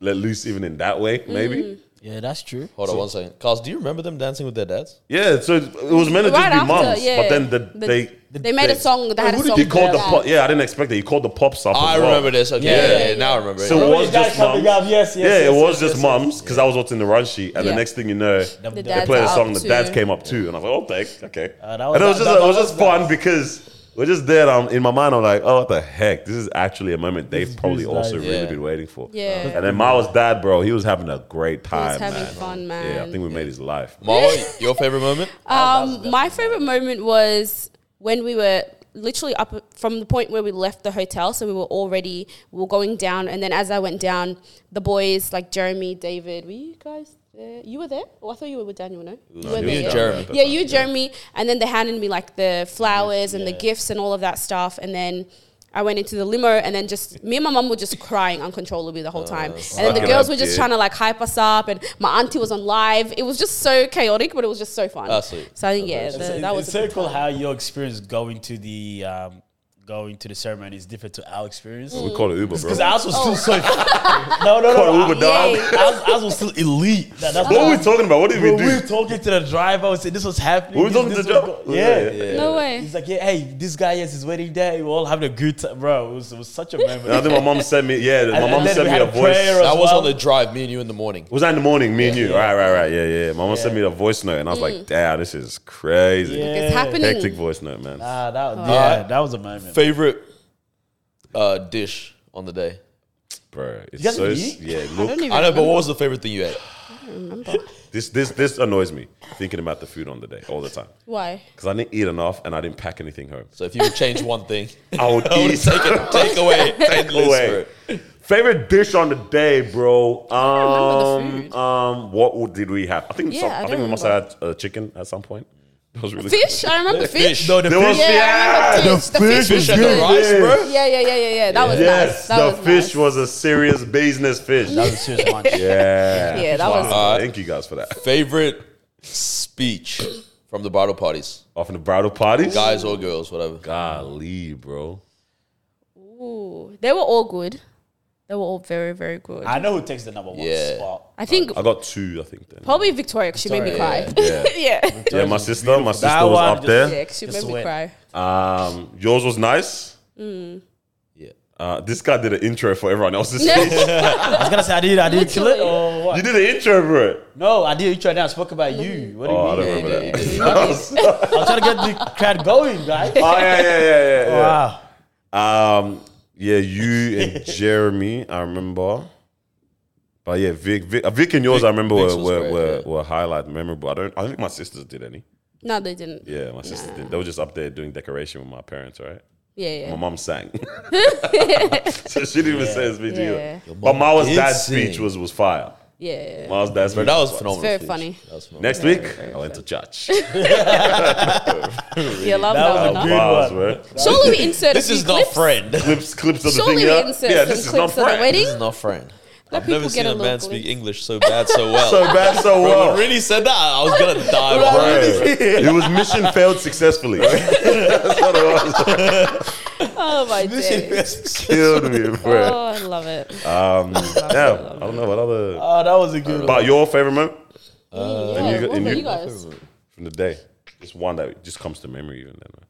S2: let loose even in that way. Maybe
S4: Yeah, that's true.
S1: Hold on one second. Carlos, do you remember them dancing with their dads?
S2: Yeah, so it was meant to just
S3: Right
S2: be
S3: after,
S2: mums,
S3: yeah.
S2: but then the,
S3: The-
S2: they
S3: they made a song that had a
S2: Who did
S3: song
S2: you call
S3: for
S2: the
S3: that.
S2: pop? Yeah, I didn't expect that. You called the pops up.
S1: I
S2: as well.
S1: remember this. Okay,
S4: Yeah,
S1: yeah,
S4: yeah,
S1: yeah, now I remember.
S2: So
S1: it.
S2: it
S4: Remember
S2: was
S4: the guys
S2: just
S4: coming
S2: mums.
S4: up, yes, yes,
S2: yeah, it
S4: yes,
S2: was
S4: yes,
S2: just
S4: yes,
S2: mums because I was watching the run sheet, and
S3: Yeah.
S2: the next thing you know,
S3: The
S2: they
S3: dads
S2: played a
S3: are
S2: song,
S3: up
S2: and the dads
S3: too.
S2: came up too, and I was like, oh, thank, okay.
S4: Uh, that was-
S2: and it was
S4: that-
S2: just,
S4: that
S2: it was
S4: was
S2: just fun because we're just there. and I'm, in my mind, I'm like, oh, what the heck? This is actually a moment they've probably
S4: this
S2: also
S4: life.
S2: really
S1: Yeah.
S2: been waiting for.
S3: Yeah.
S2: And then Miles' dad, bro, he was having a great time.
S3: having
S2: man.
S3: fun,
S2: Yeah, I
S3: man.
S2: think we made his life.
S1: Marwa, your favorite moment?
S3: Um, my favorite moment was when we were literally up from the point where we left the hotel. So we were already we were going down, and then as I went down, the boys like Jeremy, David, were you guys there? You were there? Oh, I thought you were down. You were no, you were
S2: he
S1: was
S3: yeah?
S1: down Jeremy.
S2: there.
S3: Yeah, you, Jeremy, and then they handed me like the flowers and the gifts and all of that stuff, and then. I went into the limo and then just me and my mum were just crying uncontrollably the whole time. and then the
S2: fucking
S3: girls
S2: up,
S3: were just
S2: dude.
S3: trying to like hype us up and my auntie was on live. It was just so chaotic, but it was just so fun.
S2: Ah,
S1: That's sweet.
S3: So I think yeah, the-
S4: So it-
S3: that was
S4: it's
S3: a
S4: so
S3: good
S4: cool
S3: time.
S4: how your experience going to the um, going to the ceremony is different to our experience.
S3: Mm.
S2: We called it Uber, bro.
S4: Because ours was
S3: Oh.
S4: still so. no, no,
S2: Called
S4: no.
S2: Uber,
S4: our-
S2: dog.
S3: Yay.
S4: Ours, ours was still elite. That- that's
S2: What were we talking about? What did
S4: Bro,
S2: we
S4: we were
S2: do?
S4: talking to the driver. We said this was happening.
S2: We were
S4: this-
S2: talking to
S4: this
S2: the
S4: was
S2: driver?
S4: go- Yeah.
S2: Yeah, yeah.
S3: No way.
S4: He's like, yeah, hey, this guy has his wedding day. We're all having a good time, bro. It was, it was such a moment.
S2: And I think my mom sent me. Yeah, my
S4: and
S2: mom
S4: then
S2: sent me
S4: we had
S2: a
S4: a
S2: voice.
S4: prayer
S1: That
S4: as
S1: was
S4: well.
S1: on the drive, me and you in the morning.
S2: Was that in the morning? Me and you. Right, right, right. Yeah, yeah. My mom sent me a voce note, and I was like, "Damn, this is crazy."
S4: Yeah.
S3: Mm. It's happening.
S2: Hectic voice note, man.
S4: Ah, that, yeah, that was a moment.
S1: Favorite uh, dish on the day?
S2: Bro, it's
S4: guys
S2: so
S4: eat?
S2: s- yeah.
S3: I don't
S2: Look,
S3: even
S1: I know, but what
S3: remember.
S1: was the favorite thing you ate?
S3: remember.
S2: this this this annoys me thinking about the food on the day all the time
S3: Why?
S2: because I didn't eat enough and I didn't pack anything home.
S1: So if you would change one thing,
S2: I would
S1: I would
S2: eat.
S1: take it, take away, take
S2: away.
S1: away.
S2: Favorite dish on the day, bro.
S3: don't remember
S2: Um,
S3: the food.
S2: um, what would- did we have? I think
S3: Yeah,
S2: some,
S3: I
S2: I,
S3: don't
S2: think we must have
S3: remember.
S2: had uh, chicken at some point. That was really
S3: Fish? I remember fish.
S1: Fish.
S4: No, the
S2: There was
S4: fish.
S3: Yeah, I remember
S2: Yeah,
S3: fish. The fish,
S1: Fish
S3: was
S1: and the
S3: good.
S1: rice, bro.
S3: Yeah, yeah, yeah, yeah, yeah. That was
S2: Yes,
S3: nice. That
S2: the
S3: was
S2: fish
S3: nice.
S2: was a serious business fish.
S4: That was a serious one.
S2: yeah.
S3: Yeah, that was-
S2: Wow. Thank you guys for that.
S1: Favorite speech from the bridal parties,
S2: Off in the bridal parties?
S1: guys or girls, whatever.
S2: Golly, bro.
S3: Ooh, they were all good. They were all very, very good.
S4: I
S3: I,
S4: know who takes the number one
S1: Yeah.
S4: spot.
S3: think
S2: I got two, I think. Then.
S3: probably Victoria 'cause she made me cry.
S1: Victoria,
S3: Yeah,
S2: Yeah, my sister, my sister
S4: That
S2: was
S4: one
S2: up
S4: just-
S2: there.
S3: Yeah, 'cause she
S4: Just
S3: made me
S4: wet.
S3: cry.
S2: Um, yours was nice.
S1: Yeah.
S2: Uh, this guy did an intro for everyone else's. stage.
S4: I was gonna say I did. I did kill it or what?
S2: you did an intro, bro.
S4: No, I did. You tried. I spoke about you. What do you
S2: Oh, I
S4: mean?
S2: don't remember
S1: yeah,
S2: that.
S1: yeah,
S2: I was- oh
S4: I'm trying to get the crowd going, guys.
S2: yeah, yeah, yeah, yeah.
S4: Wow.
S2: yeah. Um, yeah, you and Jeremy, I remember. But yeah, Vic, Vic, uh, Vic and yours, I remember
S1: Vic's
S2: were
S1: was
S2: were,
S1: great,
S2: were,
S1: yeah.
S2: were highlight memorable. I don't. I don't think my sisters did any.
S3: No, they didn't. Yeah,
S2: Yeah, my sister did. They were just up there doing decoration with my parents, right?
S3: yeah.
S2: My mom sang. so she didn't even say a speech
S3: Yeah.
S2: either. But Mawa's
S1: did
S2: dad's
S1: sing.
S2: speech was, was fire.
S3: Yeah.
S2: Mawa's dad's
S1: But
S2: speech
S1: that was
S2: fire.
S1: phenomenal.
S3: very
S1: speech.
S3: funny.
S1: That was phenomenal.
S2: Next week, I went to church.
S3: Yeah, love
S4: That was
S3: that,
S4: a
S3: one.
S4: good
S3: huh?
S2: Bars,
S4: one.
S2: bro.
S3: Surely we insert
S1: This
S3: a few
S1: is not
S3: clips.
S1: friend. This
S2: Clips, clips of the
S3: Surely
S2: thing.
S3: we
S2: Yeah,
S3: insert
S2: yeah
S3: some
S2: this is not
S3: clips of the
S2: friend.
S3: wedding.
S1: is not friend.
S3: Let
S1: I've never
S3: people get
S1: seen
S3: a
S1: a man
S3: little
S1: speak
S3: glimpse.
S1: English so bad, so well.
S2: So bad, so
S1: Bro, when
S2: well.
S1: Rini said that, I was gonna die,
S2: Bro,
S1: bro.
S2: it was mission failed successfully. That's what it was.
S3: Oh my days.
S2: Killed me, bro.
S3: Oh, I love it.
S2: yeah, I don't know what other.
S4: Oh, that was a good one.
S2: But your favorite moment
S3: Yeah,
S2: you-
S3: what
S2: and
S3: about
S2: you-
S3: Uh, you guys?
S2: from the day? Just one that just comes to memory, even then.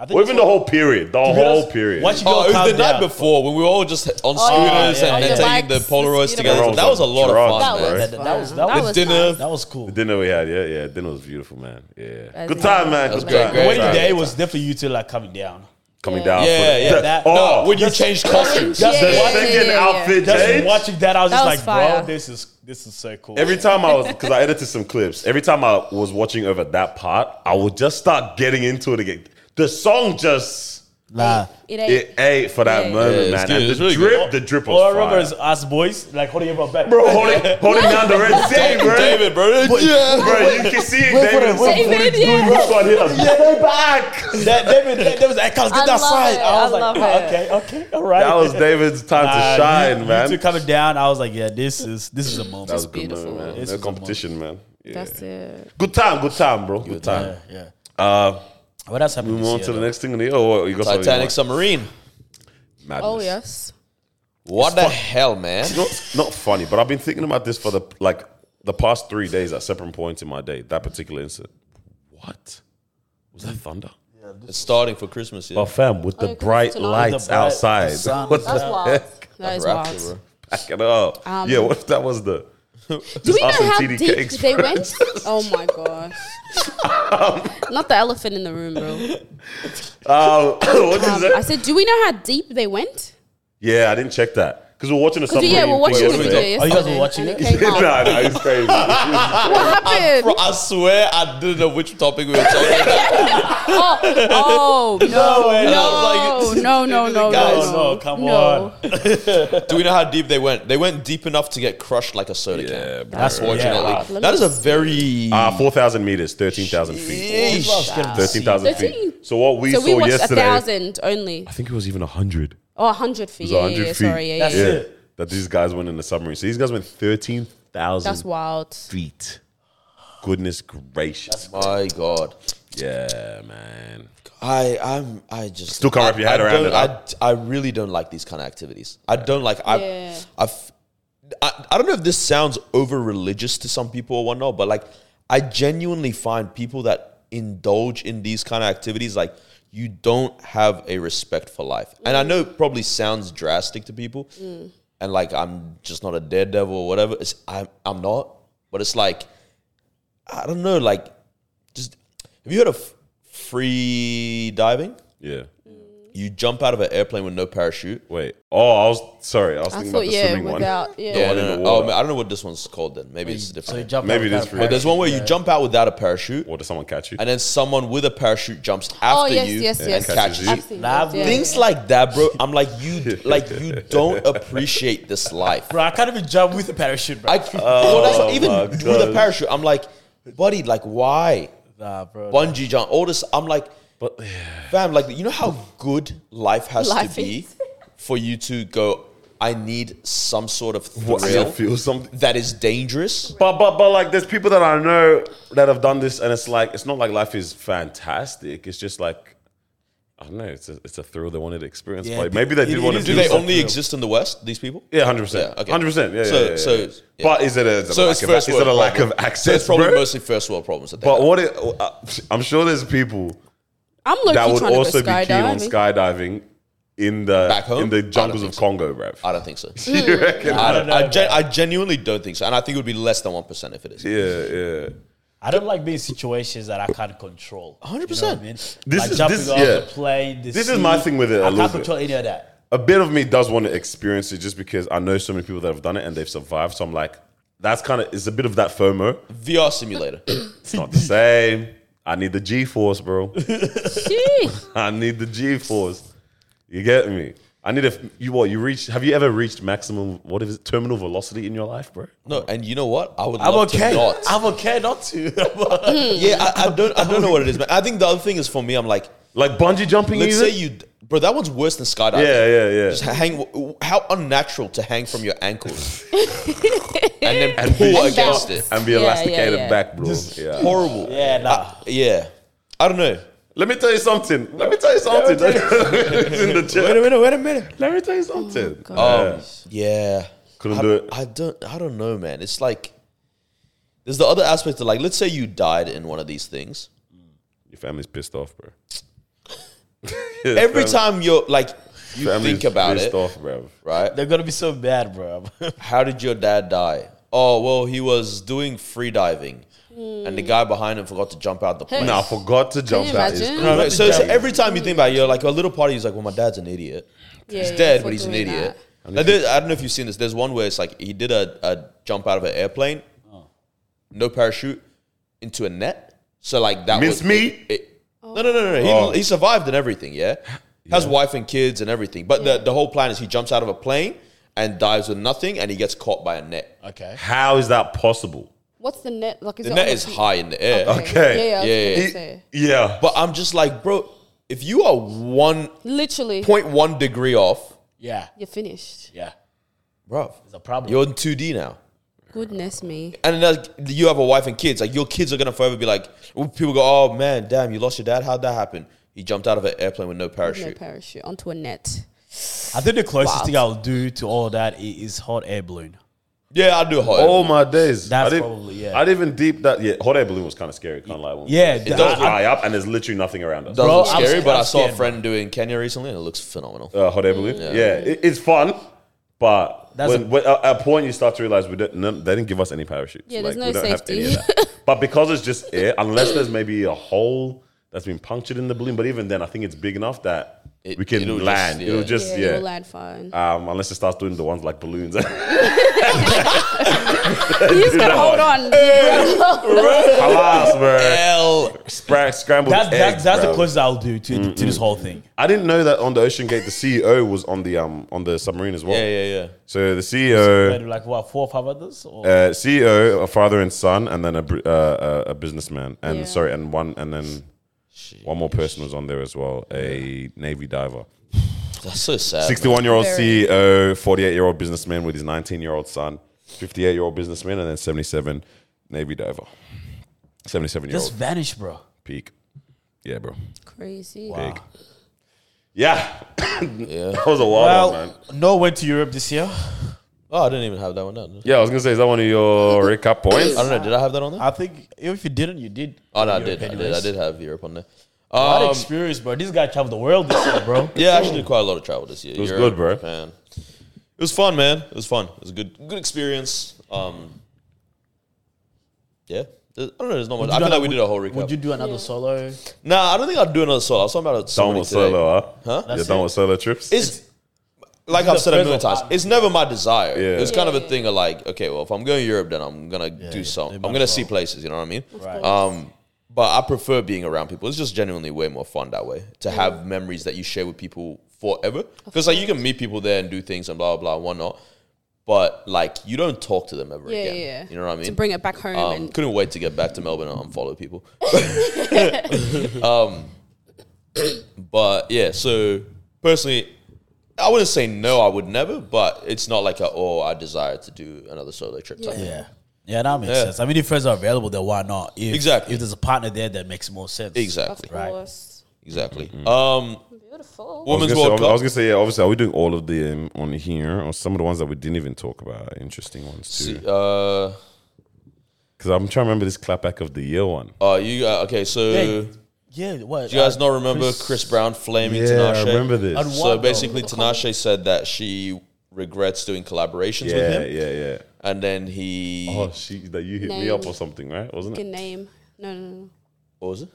S4: I think
S2: Or
S4: it's
S2: even the whole period. The whole period.
S4: Once you go
S1: Oh, it was
S4: calm
S1: the night
S4: down.
S1: before when we were all just on
S3: Oh, yeah,
S1: scooters
S4: yeah,
S1: and
S4: yeah.
S1: then
S3: Bikes,
S1: taking the Polaroids
S3: scooters.
S1: together.
S2: Bro,
S1: that was a lot
S2: drugs,
S1: of
S2: bro.
S1: fun,
S4: That,
S1: man.
S4: that, that was that,
S3: That
S4: was,
S1: The
S3: was
S1: dinner,
S4: that was cool.
S2: Dinner we had, yeah, yeah. Dinner was beautiful, man. Yeah,
S3: That's
S2: good time, man.
S1: was
S2: Good
S1: great,
S2: time.
S1: great
S2: Good
S4: Wedding
S1: time.
S2: time.
S4: day was definitely you two like coming down.
S2: coming down.
S1: Yeah,
S2: for the-
S1: yeah,
S4: that-
S2: oh,
S1: no, when you changed costumes,
S3: Yeah,
S2: the
S3: yeah, yeah,
S2: second
S3: yeah, yeah.
S2: outfit
S4: Just
S2: change.
S4: watching that, I was
S3: That
S4: just
S3: was
S4: like,
S3: fire.
S4: bro, this is this is so cool.
S2: Every time I was, because I edited some clips. Every time I was watching over that part, I would just start getting into it again. The song just
S4: nah.
S3: It ain't.
S2: it ate for that
S3: Yeah.
S1: Yeah,
S2: moment,
S1: it's
S2: man.
S1: good,
S2: And
S1: it's
S2: the
S1: really
S2: drip,
S1: good.
S2: the drip was
S4: All I
S2: fire.
S4: remember is us boys like holding everyone back.
S2: bro holding holding down the red sea, bro.
S1: David, bro. Yeah,
S2: Bro, you can see it,
S4: Wait for
S2: David.
S4: it, wait
S3: David, yeah.
S2: This one here, stay back.
S4: that David, that, that was I can't get
S3: I
S4: that
S3: love
S4: side.
S3: it,
S4: I
S3: I
S4: was like,
S3: love
S4: "Ah,
S3: it."
S4: okay, okay, all right.
S2: That was David's time
S4: Nah,
S2: to shine,
S4: you,
S2: man.
S4: You two coming down, I was like, yeah, this is this is a moment.
S2: that was a good
S3: beautiful.
S2: moment, man.
S4: This
S2: No
S4: was a
S2: competition, man. Yeah.
S3: That's it.
S2: Good time, good time, bro. Good time.
S4: yeah, yeah.
S2: Uh,
S4: What else happened?
S2: move on
S4: this
S2: to
S4: year,
S2: the next thing. in the- Oh, you got something you
S1: Titanic
S2: want?
S1: submarine.
S2: Madness.
S3: Oh yes.
S1: What the hell, man?
S2: You know, it's not funny, but I've been thinking about this for the like the past three days at separate points in my day. That particular incident. What was that? Thunder.
S1: It's starting for Christmas. Yeah.
S2: But fam, with the
S3: Oh, 'cause
S2: bright
S3: it's tonight.
S2: lights
S4: The bright-
S2: outside,
S4: the sun
S2: what
S4: is
S3: That's
S2: the
S3: wild.
S2: heck?
S3: That is
S1: Rapture,
S3: wild.
S1: bro.
S2: Back it up.
S3: Um,
S2: yeah, what if that was the? Just
S3: Do we know
S2: ask them
S3: how
S2: TD
S3: deep
S2: cakes,
S3: they
S2: bro.
S3: went? Oh my gosh. Not the elephant in the room,
S2: Um,
S3: bro.
S2: what is
S3: Um,
S2: that?
S3: I said, do we know how deep they went?
S2: yeah, I didn't check that because we're watching a
S3: Because
S2: submarine.
S3: yeah, we're watching the
S2: thing
S3: video
S2: yesterday.
S3: yesterday.
S4: Oh, you guys were watching
S3: and
S4: it?
S3: came out.
S2: nah, nah, it's crazy.
S3: What
S1: Bro,
S3: happened?
S1: I swear I didn't know which topic we were talking about.
S3: Oh, oh no,
S4: way.
S1: And I
S3: no,
S1: was like,
S3: no, no, no,
S1: Guys,
S4: no, come on.
S1: Do we know how deep they went? They went deep enough to get crushed like a soda
S2: Yeah,
S1: can.
S2: bro.
S1: That's Unfortunately,
S4: Yeah.
S3: Let
S1: that
S3: me
S1: is a very
S2: Ah, four thousand meters, thirteen thousand feet,
S1: Yeesh.
S2: thirteen thousand
S3: Thirteen.
S2: feet. So what we
S3: So we
S2: saw
S3: watched a
S2: yesterday,
S3: thousand only.
S2: I think it was even hundred.
S3: Oh, 100 feet.
S2: It was
S3: Yeah,
S2: hundred
S3: yeah,
S2: feet.
S3: sorry. Yeah,
S4: That's
S3: yeah.
S4: it.
S2: That these guys went in the submarine. So these guys went thirteen
S3: That's
S2: thousand
S3: wild.
S2: feet. Goodness gracious!
S1: my god.
S2: Yeah, man.
S1: I I'm I just
S2: Still can't wrap your
S1: I-
S2: head
S1: I
S2: around
S1: don't-
S2: it, huh?
S1: I, I really don't like these kind of activities. I don't like I
S3: Yeah.
S1: I f- I I don't know if this sounds over religious to some people or whatnot, but like I genuinely find people that indulge in these kind of activities like you don't have a respect for life. And I know it probably sounds drastic to people, and like I'm just not a daredevil or whatever. It's, I'm I'm not, but it's like I don't know, like just have you heard of f- free diving?
S2: Yeah.
S1: You jump out of an airplane with no parachute.
S2: Wait. Oh, I was sorry. I was
S3: I
S2: thinking
S3: thought,
S2: about the
S3: yeah,
S2: swimming
S3: without,
S2: one.
S3: yeah.
S1: Yeah,
S2: in
S1: no,
S2: the
S1: no. Oh,
S2: water.
S1: man, I don't know what this one's called. Then maybe it's
S4: So you
S1: different.
S4: jump
S2: Maybe
S4: out
S2: it is
S4: without a
S2: free. But
S1: There's one where you
S4: parachute.
S1: jump out without a parachute,
S2: Or did someone catch you?
S1: and then someone with a parachute jumps after
S3: oh, yes,
S1: you
S3: yes,
S1: and
S3: yes.
S1: catches you.
S3: I've seen
S4: Nah,
S3: those, yeah.
S1: Things like that, bro. I'm like you, like you don't appreciate this life.
S4: Bro, I can't even jump with a parachute, bro.
S1: I, well, that's not, even
S2: my
S1: with a
S2: God.
S1: parachute, I'm like, buddy, like why?
S4: nah, bro.
S1: bungee jump, all this. I'm like,
S2: But-
S1: fam, like you know how good life has
S3: Life
S1: to be
S3: is.
S1: for you to go. I need some sort of
S2: What, I
S1: thrill
S2: feel something.
S1: that is dangerous.
S2: But but but like there's people that I know that have done this and it's like it's not like life is fantastic. It's just like I don't know, it's a it's a thrill they wanted to experience.
S4: Yeah,
S2: Like, maybe they
S4: it-
S2: did
S4: it
S2: want to
S4: is-
S1: Do
S2: do
S1: they
S2: something.
S1: only exist in the West? These people.
S2: Yeah, hundred percent.
S1: Yeah, okay.
S2: Hundred percent. Yeah,
S1: So-
S2: yeah, yeah,
S1: so-
S2: yeah.
S1: yeah.
S2: but is it a, is it a
S1: So
S2: lack
S1: it's
S2: of,
S1: first
S2: is
S1: world.
S2: it a lack of
S1: problems. So
S2: access,
S1: it's probably
S2: bro?
S1: mostly first world problems. That they
S2: but
S1: have.
S2: what? It, uh, I'm sure there's people
S3: I'm low
S2: that would
S3: trying
S2: also
S3: to
S2: be
S3: go
S2: keen on
S3: skydiving.
S2: skydiving in the
S1: Back home?
S2: in
S1: I
S2: the
S1: don't
S2: jungles
S1: think
S2: of
S1: so.
S2: Congo, bro.
S1: I don't think so.
S2: you reckon?
S1: I, don't,
S4: know,
S1: I, gen- I genuinely don't think so, and I think it would be less than one percent if it is.
S2: Yeah, yeah.
S4: I don't like being in situations that I can't control.
S1: 100%.
S4: This
S2: This
S4: like
S2: is-
S4: jumping
S2: this-
S4: off
S2: yeah.
S4: the plane. The
S2: This is my
S4: sea.
S2: thing with it a
S4: I
S2: little
S4: can't
S2: bit.
S4: control any of that.
S2: a bit of me does want to experience it just because I know so many people that have done it and they've survived. So I'm like, that's kind of it's a bit of that FOMO.
S1: VR simulator.
S2: It's not the same. I need the G force, bro.
S3: Sheesh.
S2: I need the G force. You get me? I need if you what you reach. Have you ever reached maximum? What is it? Terminal velocity in your life, bro?
S1: No, and you know what? I would.
S4: I'm
S1: love
S4: okay.
S1: To not.
S4: I'm okay not to.
S1: yeah, I, I don't. I don't know what it is, man. I think the other thing is for me. I'm like,
S2: Like bungee jumping,
S1: let's
S2: even?
S1: say you, bro. That one's worse than skydiving.
S2: yeah, yeah, yeah.
S1: Just hang. How unnatural to hang from your ankles and then
S2: And
S1: pull
S2: be-
S1: against it.
S2: and be
S3: Yeah, yeah,
S2: elasticated
S3: yeah.
S2: back, bro. yeah.
S1: Horrible.
S4: yeah, nah.
S1: Yeah. I don't know.
S2: Let me tell you something. Let me tell you something. It's in the chat.
S1: minute. Wait a minute.
S2: Let me tell you
S3: Oh,
S2: something.
S1: Um, yeah.
S2: Couldn't
S1: I,
S2: do it.
S1: I don't. I don't know, man. It's like there's the other aspect of like, let's say you died in one of these things.
S2: Your family's pissed off, bro.
S1: Every time you're like, you think about it,
S2: off, bro.
S1: right?
S4: They're gonna be so bad, bro.
S1: how did your dad die? Oh, well, he was doing free diving, and the guy behind him forgot to jump out the plane.
S2: Nah, I forgot to jump
S3: you
S2: that. It's
S3: imagine?
S2: crazy.
S1: Right, so, so every time you think about it, you're like a little part of you's like, well, my dad's an idiot.
S3: Yeah,
S1: He's
S3: yeah,
S1: dead,
S3: for
S1: but he's an
S3: doing
S1: idiot.
S3: that.
S1: Like, there- I don't know if you've seen this. There's one where it's like he did a, a jump out of an airplane,
S2: Oh.
S1: no parachute, into a net. So like that
S2: Miss
S1: was
S2: me?
S1: It, it- No, no, no, no. He,
S2: Oh.
S1: he survived and everything. Yeah, has wife and kids and everything. But the, the whole plan is he jumps out of a plane and dives with nothing, and he gets caught by a net.
S4: okay.
S2: How is that possible?
S3: What's the net? Like, is
S1: The
S3: it
S1: net
S3: on
S1: is
S3: the-
S1: high in the air.
S2: Okay.
S3: Yeah, yeah.
S1: Yeah,
S3: yeah,
S1: yeah.
S3: yeah.
S2: It- yeah.
S1: But I'm just like, bro, if you are one
S3: Literally,
S1: point one degree off,
S4: Yeah.
S3: you're finished.
S4: Yeah.
S1: bro,
S4: It's a problem.
S1: you're in 2D now.
S3: Goodness me.
S1: And then, like, you have a wife and kids. Like your kids are gonna forever be like, people go, oh man, damn, you lost your dad. How'd that happen? He jumped out of an airplane with no
S3: No
S1: parachute.
S3: parachute onto a net.
S4: I think the closest
S1: Wow.
S4: thing I'll do to all that i- is hot air balloon.
S1: Yeah, I do hot.
S2: Oh my days!
S4: That's
S2: I didn't,
S4: probably, yeah.
S2: I didn't even deep that. Yeah, hot air balloon was kind of scary. Can't lie. When
S4: Yeah,
S2: it
S4: that-
S2: does
S4: I-
S2: high up, and there's literally nothing around us.
S1: does
S4: Bro,
S1: look
S4: I'm
S1: scary,
S4: sc-
S1: but
S4: I'm
S1: i saw a
S4: scared,
S1: friend do it in Kenya recently, and it looks phenomenal.
S2: uh, hot air balloon. Yeah, it, it's fun, but
S4: That's
S2: when,
S4: a-
S2: when- uh, at a point you start to realize we didn't, no, they didn't give us any parachutes.
S3: Yeah, there's no
S2: we
S3: safety.
S2: that. but because it's just air, unless there's maybe a hole that's been punctured in the balloon, but even then, I think it's big enough that
S1: It-
S2: we can
S1: it'll just-
S2: land.
S1: yeah.
S2: It'll just
S3: yeah.
S2: yeah.
S3: you'll land fine.
S2: Um, unless it starts doing the ones like balloons.
S3: you just gotta hold on.
S2: Alas, bro.
S1: Hell,
S2: Spra- scrambled
S4: That's
S2: eggs,
S4: that's, that's the
S2: bro.
S4: closest I'll do to, to this whole thing.
S2: I didn't know that on the Ocean Gate, the CEO was on the um on the submarine as well.
S1: yeah, yeah, yeah.
S2: So the E CEO,
S4: But like what four or five others? Or?
S2: uh, CEO, a father and son, and then a br- uh, uh, a businessman, and
S3: Yeah.
S2: sorry, and one and then one more person was on there as well, a Navy diver.
S1: That's so sad. man.
S2: Sixty-one year old
S3: Very.
S2: CEO, forty-eight year old businessman with his nineteen year old son, fifty-eight year old businessman, and then seventy-seven Navy diver, seventy-seven year
S4: Just
S2: old
S4: vanish, bro.
S2: peak. Yeah, bro.
S3: Crazy.
S2: Big. Yeah,
S1: Yeah.
S2: that was a wild one, man.
S4: Well, no went to Europe this year.
S1: Oh, I didn't even have that one down.
S2: Yeah, I was gonna say, is that one of your recap points?
S1: I don't know. Did I have that on there?
S4: I think if you didn't, you did.
S1: Oh no, I
S4: Europe
S1: did. I did.
S4: anyways.
S1: I did have Europe on there.
S4: What
S1: Um,
S4: experience, bro. This guy traveled the world this year, bro.
S1: yeah, I actually did quite a lot of travel this year. It
S2: was good, bro.
S1: Japan. It was fun, man. It was fun. It was a good, good experience. Um, yeah, I don't know. There's not much. I feel like we did a whole recap.
S4: Would you do another solo?
S1: nah, I don't think I'd do another solo. I was talking about a
S2: Done
S1: solo
S2: with solo, huh?
S1: Huh?
S2: You're
S4: That's
S2: done
S4: it.
S2: with solo trips?
S1: It's like I've
S4: the
S1: said a million
S4: present
S1: times. It's never my desire.
S2: Yeah.
S1: It's kind of a
S3: Yeah.
S1: thing of like, okay, well, if I'm going to Europe, then I'm gonna do
S4: yeah.
S1: something.
S4: They
S1: I'm
S4: might
S1: gonna
S4: as
S1: see
S4: well.
S1: places. You know what I mean?
S4: Right.
S1: Um, but I prefer being around people. It's just genuinely way more fun that way to have memories that you share with people forever. Because like you can meet people there and do things and blah blah blah and whatnot. But like you don't talk to them ever
S3: Yeah,
S1: again.
S3: yeah.
S1: You know what I mean?
S3: To bring it back home
S1: Um,
S3: and
S1: couldn't wait to get back to Melbourne and unfollow people. um, but yeah, so personally, I wouldn't say no, I would never, but it's not like a, oh, I desire to do another solo trip. Type thing.
S4: Yeah. Yeah, that makes
S1: Yeah.
S4: sense. I mean, if friends are available, then why not? If,
S1: Exactly.
S4: If there's a partner there, that makes more sense.
S3: of
S1: Exactly.
S4: Right.
S3: course.
S1: Exactly.
S2: Mm-hmm.
S1: Um,
S2: I
S3: Beautiful.
S2: was
S1: Women's
S2: gonna say-
S1: World
S2: I was
S1: Cup.
S2: gonna say, yeah, obviously, are we doing all of them on here or some of the ones that we didn't even talk about? are Interesting ones, too.
S1: Uh,
S2: Because I'm trying to remember this clapback of the year one.
S1: oh, you uh, okay? So
S4: Yeah. Yeah. What? uh,
S1: do you guys not remember Chris, Brown flaming
S2: Yeah, I
S1: Tinashe?
S2: remember this.
S4: I'd wa-
S1: So
S4: What?
S1: basically, Tinashe said that she regrets doing collaborations with
S2: Yeah,
S1: him,
S2: yeah, yeah.
S1: and then he
S2: Oh, she that you hit me
S3: Name.
S2: up or something, right? Wasn't
S3: Good
S2: it?
S3: name. No, no, no.
S1: What was it?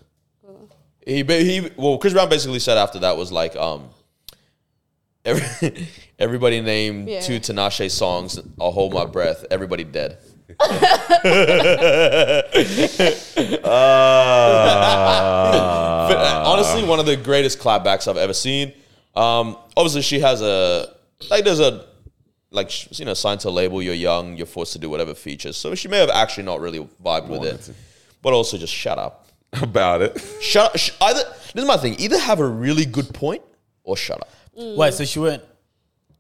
S1: He ba- he well, Chris Brown basically said after that was like um, every, everybody named
S3: Yeah.
S1: two Tinashe songs. I'll hold my breath. Everybody dead.
S2: Ah,
S1: But, uh, honestly, one of the greatest clapbacks I've ever seen. Um, obviously, she has a like. There's a like sh- you know, signed to a label. You're young. You're forced to do whatever features. So she may have actually not really vibed with
S2: Wanted
S1: it,
S2: to.
S1: but also just shut up.
S2: about it.
S1: Shut up. Sh- either this is my thing. Either have a really good point or shut up.
S4: Mm. Wait, so she went.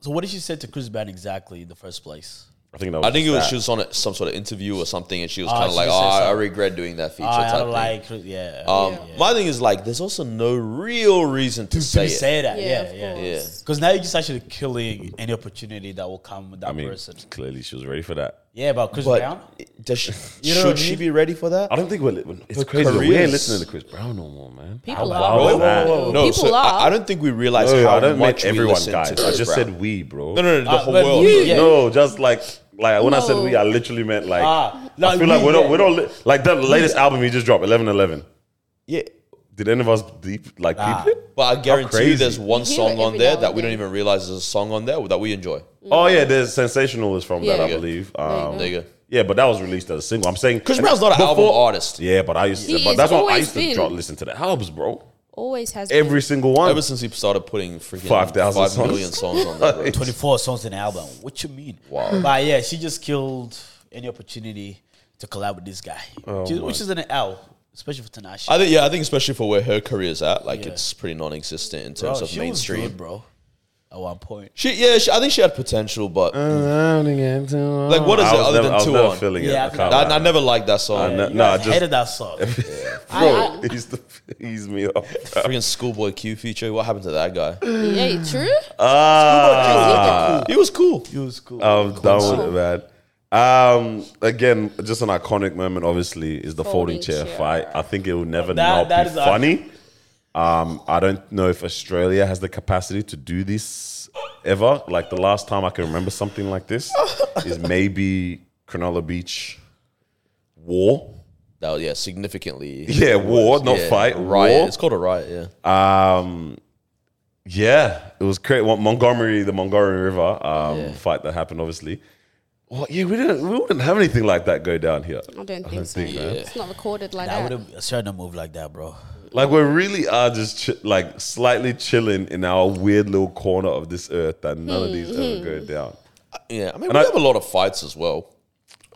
S4: So what did she say to Chris Brown exactly in the first place?
S2: I think that was
S1: I think it was
S2: that.
S1: she was on a, some sort of interview or something, and she was
S4: Ah,
S1: kind of
S4: she
S1: like, "Oh,
S4: just said
S1: I, I
S4: something. Ah,
S1: regret doing that feature."
S4: I
S1: type
S4: don't
S1: thing.
S4: like. Chris- Yeah.
S1: Um,
S4: yeah.
S1: My thing is like, there's also no real reason to,
S4: to
S1: say
S4: say,
S1: it.
S4: that.
S3: Yeah,
S4: Yeah.
S3: of
S4: Yeah.
S3: course.
S1: Yeah.
S4: Because now you're just actually killing any opportunity that will come with that
S2: I mean,
S4: person.
S2: clearly she was ready for that.
S4: Yeah, but Chris
S1: But
S4: Brown.
S1: it- does she,
S4: know
S1: should
S4: what I
S1: she
S4: mean?
S1: be ready for that?
S2: I don't think we're. li- It's crazy. that We
S1: careers-
S2: ain't listening to Chris Brown no more, man.
S3: People
S2: How
S3: are.
S2: wild
S3: Whoa,
S2: is that?
S3: whoa, whoa.
S1: No,
S3: People
S1: so
S3: are.
S1: I, I don't think we realize
S2: No,
S1: how
S2: I don't mean
S1: much we
S2: everyone,
S1: listen
S2: guys.
S1: to
S2: I
S1: Chris
S2: just
S1: Brown.
S2: said we, bro.
S1: no, no, no, the
S4: Ah,
S1: whole
S4: but
S1: world.
S4: you-
S1: Yeah.
S3: yeah.
S2: No, just like like when I said we,
S3: No.
S2: I literally meant like.
S4: Ah,
S2: I
S4: like
S2: feel like
S4: we,
S2: we don't
S4: yeah.
S2: we don't li- like that latest album he just dropped, Eleven Eleven. Did any of us deep like
S4: Nah.
S2: deep? it?
S1: but I guarantee you
S2: crazy.
S1: there's one
S3: You hear
S1: song on
S3: it every
S1: there
S3: now
S1: that
S3: and
S1: we don't
S3: then.
S1: even realize there's a song on there that we enjoy.
S2: Oh yeah, there's Sensational is from that,
S3: Yeah.
S2: I believe.
S3: Oh.
S2: Um,
S1: Mm-hmm. There you go.
S2: yeah, but that was released as a single. I'm saying
S1: Chris Brown's not an album artist.
S2: Yeah, but I used to.
S3: He
S2: but
S3: is
S2: that's why I
S3: always
S2: used to
S3: been.
S2: drop, listen to the albums, bro.
S3: Always has been.
S2: Every single one.
S1: Ever since he started putting freaking
S2: 5,000
S1: 5
S2: songs.
S1: million songs on there, bro.
S4: 24 songs in an album. What you mean? Wow. But yeah, she just killed any opportunity to collab with this guy, which is- which is an L, especially for Tinashe.
S1: I think yeah, I think especially for where her career's at, like
S4: Yeah.
S1: it's pretty non-existent in
S4: Bro,
S1: terms of
S4: she was
S1: mainstream.
S4: good, bro. at one point.
S1: She, yeah, she, I think she had potential, but
S2: Mm.
S1: like, what is
S2: I
S1: it
S2: was
S1: other
S2: never, I was
S1: than two
S2: never
S1: on?
S2: feeling it. I
S4: Yeah, I
S2: can't
S4: think-
S1: I,
S2: lie.
S1: I never liked that
S2: I
S1: song.
S2: ne-
S4: You
S2: nah, I
S4: guys
S2: just
S4: hated that song.
S2: bro, he used to ease me up.
S1: Freaking schoolboy Q feature. What happened to that guy?
S3: Yeah,
S2: Mm.
S3: true.
S2: Ah,
S1: he was cool.
S4: it was cool.
S2: I'm done with it, man. Um, again, just an iconic moment. Obviously, is the folding,
S3: Folding
S2: chair,
S3: chair.
S2: fight. I think it will never
S4: That-
S2: not
S4: that
S2: be
S4: is a-
S2: funny. Um, I don't know if Australia has the capacity to do this ever. Like the last time I can remember something like this is maybe Cronulla Beach war.
S1: That was, yeah, significantly.
S2: Yeah, war, not
S1: Yeah,
S2: fight.
S1: Riot.
S2: War.
S1: It's called a riot. Yeah.
S2: Um, yeah, it was great. Well, Montgomery, the Montgomery River um,
S1: Yeah.
S2: fight that happened, obviously. Well, yeah, we didn't. We wouldn't have anything like that go down here.
S3: I don't think so.
S2: think, man.
S3: It's not recorded like
S4: I would
S3: that.
S4: have started to move like that, bro.
S2: Like we really are just chi- like slightly chilling in our weird little corner of this earth that none of these ever
S1: Hmm.
S2: go down.
S1: Yeah, I mean,
S2: And
S1: we
S2: I-
S1: have a lot of fights as well.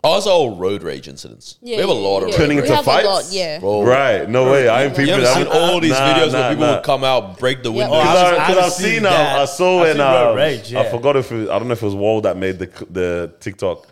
S1: Oh, Ours are all road rage incidents.
S3: Yeah,
S1: we have a
S3: yeah,
S1: lot of
S3: yeah.
S1: road
S2: Turning
S1: rage.
S2: into
S3: we have
S2: fights?
S3: A lot, yeah.
S1: Bro,
S2: Right? No way. I ain't
S1: You
S2: people.
S1: ever
S2: that-
S1: seen all these
S2: Nah,
S1: videos
S2: nah,
S1: where people
S2: nah.
S1: would come out, break the windows?
S3: Oh,
S2: Because
S4: I've-
S2: I,
S4: I've
S2: because I've
S4: seen
S2: seen now, I
S4: that.
S2: saw
S4: I've
S2: when
S4: seen Road
S2: um,
S4: Rage,
S2: I
S4: yeah.
S2: forgot if it, I don't know if it was Wall that made the the TikTok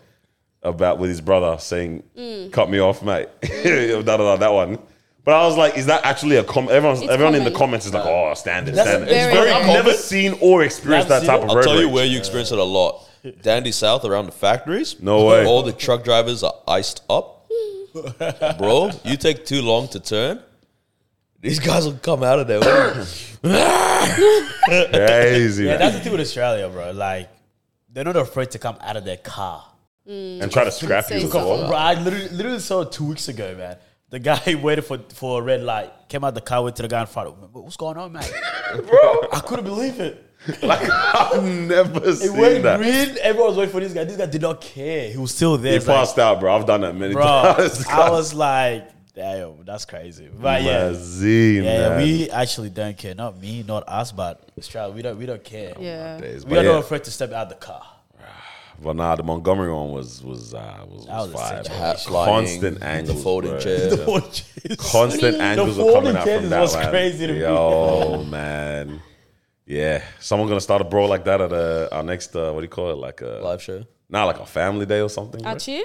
S2: about with his brother saying,
S3: Mm.
S2: "Cut me off, mate." da, da, da, that one. But I was like, "Is that actually a comment?" Everyone's
S3: It's
S2: everyone in the
S3: common.
S2: comments is like, "Oh, standard,
S4: That's
S2: standard."
S3: very
S2: But I've
S3: common.
S2: never seen or experienced
S4: You
S2: that type of
S4: haven't seen it?
S1: I'll
S2: road
S1: tell you
S2: rage.
S1: where you experience it a lot. Dandy South around the factories.
S2: No way.
S1: All the truck drivers are iced up. Bro, you take too long to turn. These guys will come out of there.
S2: Crazy,
S4: Yeah,
S2: man.
S4: that's the thing with Australia, bro. Like, they're not afraid to come out of their car.
S2: and try to scrap you
S3: Say
S2: as well.
S4: Bro, I literally, literally saw it two weeks ago, man. The guy waited for, for a red light, came out the car, went to the guy in front of him. What's going on, mate?
S2: Bro,
S4: I couldn't believe it.
S2: like I've never
S4: It
S2: seen
S4: went
S2: that.
S4: green. Everyone was waiting for this guy. This guy did not care. He was still there.
S2: He
S4: It's like,
S2: passed out, bro. I've done that many
S4: bro,
S2: times.
S4: I was like, damn, that's crazy. But yeah,
S2: Mazine,
S4: yeah,
S2: man.
S4: we actually don't care. Not me, not us, but Australia. We don't, we don't care.
S3: Yeah.
S2: Days,
S4: We
S2: but
S4: are
S2: yeah.
S4: not afraid to step out the car.
S2: But nah, the Montgomery one was was uh, was, was,
S4: was a
S2: fire.
S4: situation.
S2: bro.
S1: Hat flying,
S2: Constant angles,
S1: The folding
S2: bro.
S1: chair.
S2: The Constant angles were coming
S4: folding
S2: out
S4: chair
S2: from
S4: is
S2: that
S4: what's
S2: man.
S4: crazy to me.
S2: Yo, man. Yeah, someone gonna start a brawl like that at uh, our next uh, what do you call it? Like a
S1: Live show.
S2: Nah, like a family day or something. bro.
S3: Aren't you?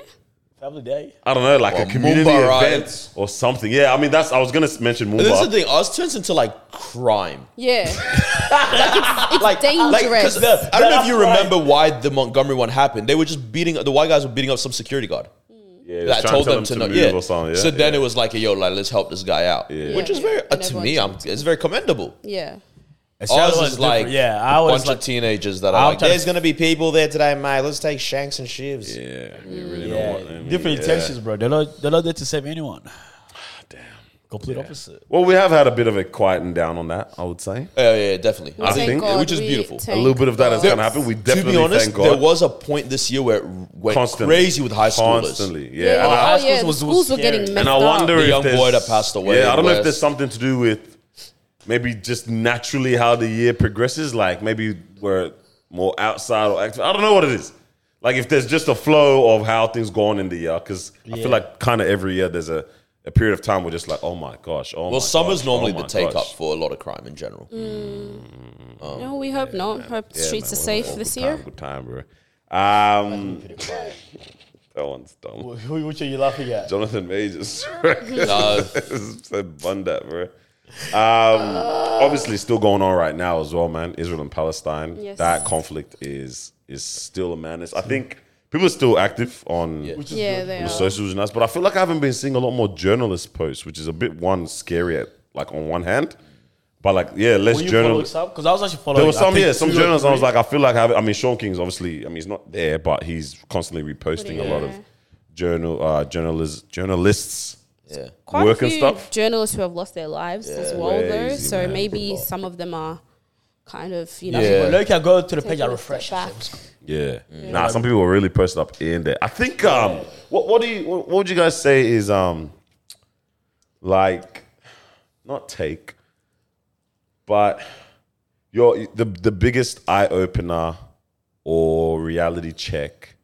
S4: Family day.
S2: I don't know, like
S1: Or
S2: a community
S1: Moomba
S2: event
S1: riots.
S2: or something. Yeah, I mean that's. I was gonna s- mention
S1: But this is the
S2: Moomba.
S1: thing. Ours turns into like crime.
S3: Yeah. like it's, it's
S1: Like, 'cause
S3: dangerous.
S1: I don't know if
S4: That's
S1: you
S4: right.
S1: remember why the Montgomery one happened. They were just beating the white guys were beating up some security guard.
S2: Yeah,
S1: that
S2: trying
S1: told
S2: tell
S1: them to,
S2: to
S1: not.
S2: move
S1: Yeah.
S2: or something. Yeah,
S1: so then
S2: yeah.
S1: it was like, yo, like let's help this guy out,
S2: Yeah.
S1: which is
S3: Yeah,
S1: very
S3: yeah.
S1: uh,
S3: And
S1: to
S3: everyone
S1: me, I'm,
S3: jumped.
S1: it's very commendable.
S3: yeah.
S1: Ours
S4: Australia
S1: is like
S4: yeah. I
S1: a
S4: was
S1: bunch
S4: like,
S1: of teenagers that
S4: I'm
S1: are like,
S4: trying to-
S1: there's gonna be people there today, mate. Let's take shanks and shivs.
S2: yeah, you really don't
S4: yeah,
S2: want them.
S4: different
S2: yeah.
S4: intentions, bro. They're not, they're not there to save anyone.
S2: Damn.
S4: Complete opposite.
S2: Well, we have had a bit of a quieting down on that. I would say.
S1: Oh yeah, definitely.
S2: I think-
S1: which is beautiful. A
S2: a little bit of that has
S3: going
S2: kind of happened. We
S1: to
S2: definitely
S1: be honest,
S2: thank God.
S1: there was a point this year where it went
S2: Constantly.
S1: crazy with high schoolers.
S2: Constantly, yeah.
S3: Yeah,
S2: And,
S3: oh,
S2: I,
S4: high
S3: yeah,
S4: schools
S3: the
S4: was- was
S3: schools were
S4: scary.
S3: getting
S2: and
S3: messed
S2: I
S3: up.
S2: wonder
S1: The
S2: if
S1: young
S2: there's-
S1: boy that passed away
S2: Yeah, I don't know
S1: was-
S2: if there's something to do with maybe just naturally how the year progresses. Like maybe we're more outside or active. I don't know what it is. Like if there's just a flow of how things go on in the year, because I feel like kind of every year there's a, a period of time we're just like, oh my gosh, oh my
S1: Well, summer's
S2: gosh,
S1: normally
S2: oh
S1: the
S2: my
S1: take
S2: gosh.
S1: up for a lot of crime in general.
S3: No, we hope not. Hope
S2: Oh, Yeah,
S3: streets
S2: man,
S3: are
S2: well,
S3: safe
S2: well,
S3: this
S2: good
S3: year.
S2: Time, good time, bro. Um, that one's dumb.
S4: Who, which are you laughing at?
S2: Jonathan Majors.
S1: Nah.
S2: said bun that, bro. Um,
S3: Uh.
S2: obviously, still going on right now as well, man. Israel and Palestine.
S3: Yes.
S2: That conflict is is still a madness. I
S4: Hmm.
S2: think people are still active on
S1: Yeah.
S4: Which is
S3: Yeah,
S4: good.
S3: they
S2: the
S3: are.
S2: socials and us, but I feel like I haven't been seeing a lot more journalist posts, which is a bit one scary. At, like on one hand, but like yeah, less
S4: Were you following
S2: journalists.
S4: some? Because I was actually following.
S2: There was
S4: I
S2: some,
S4: think,
S2: yeah, some
S4: two or
S2: journalists. I was
S4: three.
S2: like, I feel like I have. I mean, Sean King's obviously. I mean, he's not there, but he's constantly reposting a lot of
S3: Yeah.
S2: journal uh, journalists journalists
S1: Yeah.
S3: Quite
S2: work
S3: a
S2: and
S3: few
S2: stuff.
S3: journalists who have lost their lives as well, though.
S2: Crazy,
S3: So
S2: man.
S3: maybe some of them are kind of, you know,
S1: Yeah.
S4: But Loki, I go to the page,
S3: taking
S4: I
S3: a
S4: refresh.
S3: step back.
S2: Yeah. Nah, some people were really posted up in there. I think um what what do you what, what would you guys say is um like not take but your the the biggest eye opener or reality check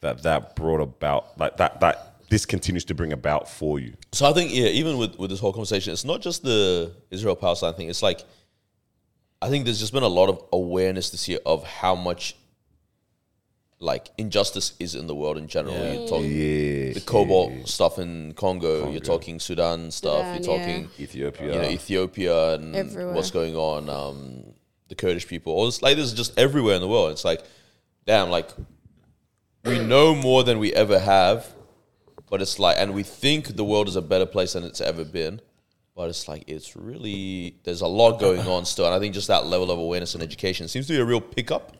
S2: that that brought about like that that this continues to bring about for you.
S1: So I think yeah, even with with this whole conversation, it's not just the Israel Palestine thing. It's like I think there's just been a lot of awareness this year of how much like injustice is in the world in general.
S4: Yeah.
S1: You're
S2: Mm.
S1: talking the cobalt stuff in Congo, you're talking Sudan stuff,
S3: Sudan,
S1: you're
S3: yeah.
S1: talking
S2: Ethiopia.
S1: you know, Ethiopia and
S3: Everywhere.
S1: what's going on, um, the Kurdish people. All this, like, this is just everywhere in the world. It's like, damn, like, we know more than we ever have, but it's like, and we think the world is a better place than it's ever been, but it's like, it's really, there's a lot going on still. And I think just that level of awareness and education seems to be a real pickup.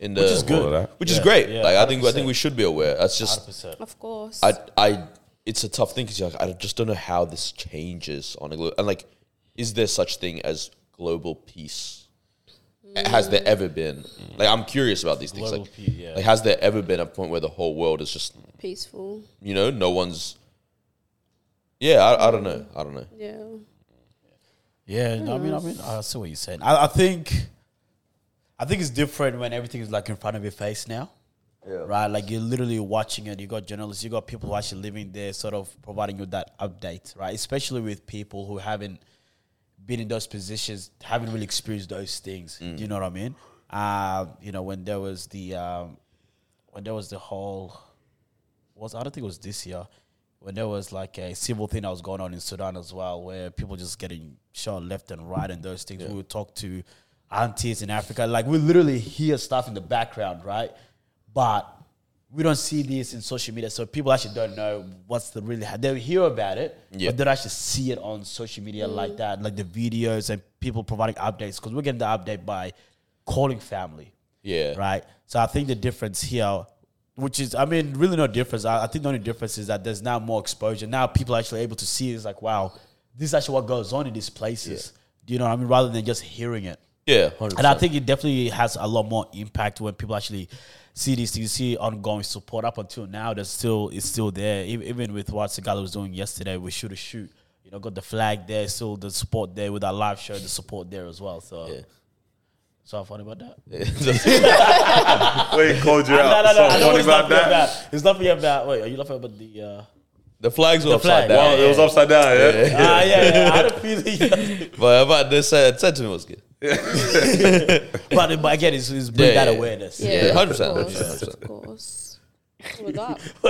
S1: In the, which
S4: is good. All of
S2: that.
S1: which is
S4: Yeah,
S1: great.
S4: yeah,
S1: like I think I
S4: 100%.
S1: think we should be aware. That's just
S3: Of course.
S1: I, I, it's a tough thing because like, I just don't know how this changes on a global. And like, is there such thing as global peace? Has there ever been? Like, I'm curious about these things.
S4: Global
S1: Like,
S4: peace, yeah.
S1: like, has there ever been a point where the whole world is just,
S3: Peaceful.
S1: you know, no one's. Yeah, I, I don't know. I don't know.
S3: Yeah.
S4: Yeah, no, I mean, I mean, I see what you're saying. I, I think, I think it's different when everything is like in front of your face now, right? Like you're literally watching it. You got journalists, you got people who are actually living there, sort of providing you that update, right? Especially with people who haven't been in those positions, haven't really experienced those things. You know what I mean? Um, you know, when there was the, um, when there was the whole was I don't think it was this year when there was like a civil thing that was going on in Sudan as well, where people just getting shot left and right and those things. We would talk to aunties in Africa, like we literally hear stuff in the background, right? But we don't see this in social media, so people actually don't know what's the really. They hear about it,
S1: Yeah.
S4: but they don't actually see it on social media like that, like the videos and people providing updates because we're getting the update by calling family,
S1: Yeah.
S4: right? So I think the difference here, which is, I mean, really no difference. I, I think the only difference is that there's now more exposure. Now people are actually able to see it's like, wow, this is actually what goes on in these places. Do You know what I mean? Rather than just hearing it.
S1: Yeah. 100%.
S4: And I think it definitely has a lot more impact when people actually see these things, see ongoing support. Up until now, there's still it's still there. E- Even with what Segala was doing yesterday with Shoot a Shoot, you know, got the flag there, still the support there with our live show, the support there as well. So,
S1: Yeah.
S4: so I'm funny about that.
S2: Wait, called you
S4: No,
S2: out.
S4: no, no. I
S2: Something
S4: know
S2: funny
S4: what it's
S2: about
S4: laughing
S2: that.
S4: about. It's laughing about. Wait, are you laughing about the? Uh,
S1: the flags were upside
S4: flag.
S1: down.
S2: Oh, it was upside down, yeah?
S4: ah, yeah, yeah. I had a feeling.
S1: But, but the sen- sentiment was good.
S4: but, but again, it's, it's bring
S1: Yeah,
S4: that
S1: yeah.
S4: awareness.
S1: Yeah, 100%,
S3: Of course.
S1: 100%.
S3: Of course. What up?
S2: I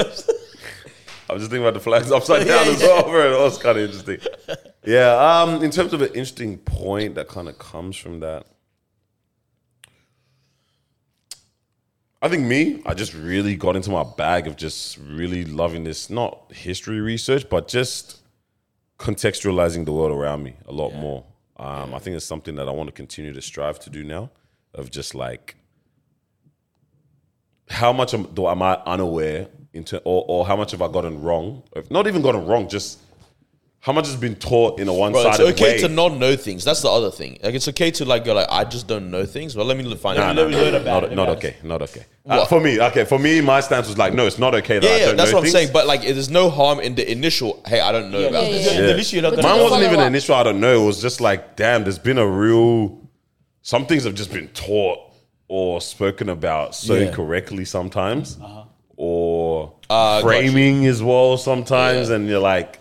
S2: was just thinking about the flags upside down as well, bro. That was kind of interesting. Yeah, um, in terms of an interesting point that kind of comes from that, I think me, I just really got into my bag of just really loving this, not history research, but just contextualizing the world around me a lot more. Um, I think it's something that I want to continue to strive to do now, of just like how much am, do, am I unaware into, or, or how much have I gotten wrong? If Not even gotten wrong, just how much has been taught in a
S1: Bro, it's
S2: one-sided
S1: okay
S2: way.
S1: to not know things. That's the other thing. Like, it's okay to like go like I just don't know things. But let me find
S2: Nah,
S1: out.
S2: nah, nah,
S4: learn
S2: nah,
S4: about
S2: not,
S4: it,
S2: not
S4: about
S2: okay. Not okay. Uh,
S1: What?
S2: for me, okay. For me, my stance was like, no, it's not okay that I
S1: Yeah, yeah
S2: don't
S1: that's
S2: know
S1: what I'm
S2: things.
S1: saying. But like, there's no harm in the initial. Hey, I don't know about
S3: yeah,
S1: this.
S3: yeah.
S4: The- the issue you're not
S3: But
S4: gonna
S2: Mine
S3: Follow
S2: wasn't even
S3: up.
S2: an initial. I don't know. It was just like, damn, there's been a real. Some things have just been taught or spoken about so
S4: Yeah. Uh-huh.
S2: incorrectly sometimes, or
S4: Ah,
S1: Uh,
S2: framing as well sometimes,
S1: Yeah.
S2: and you're like,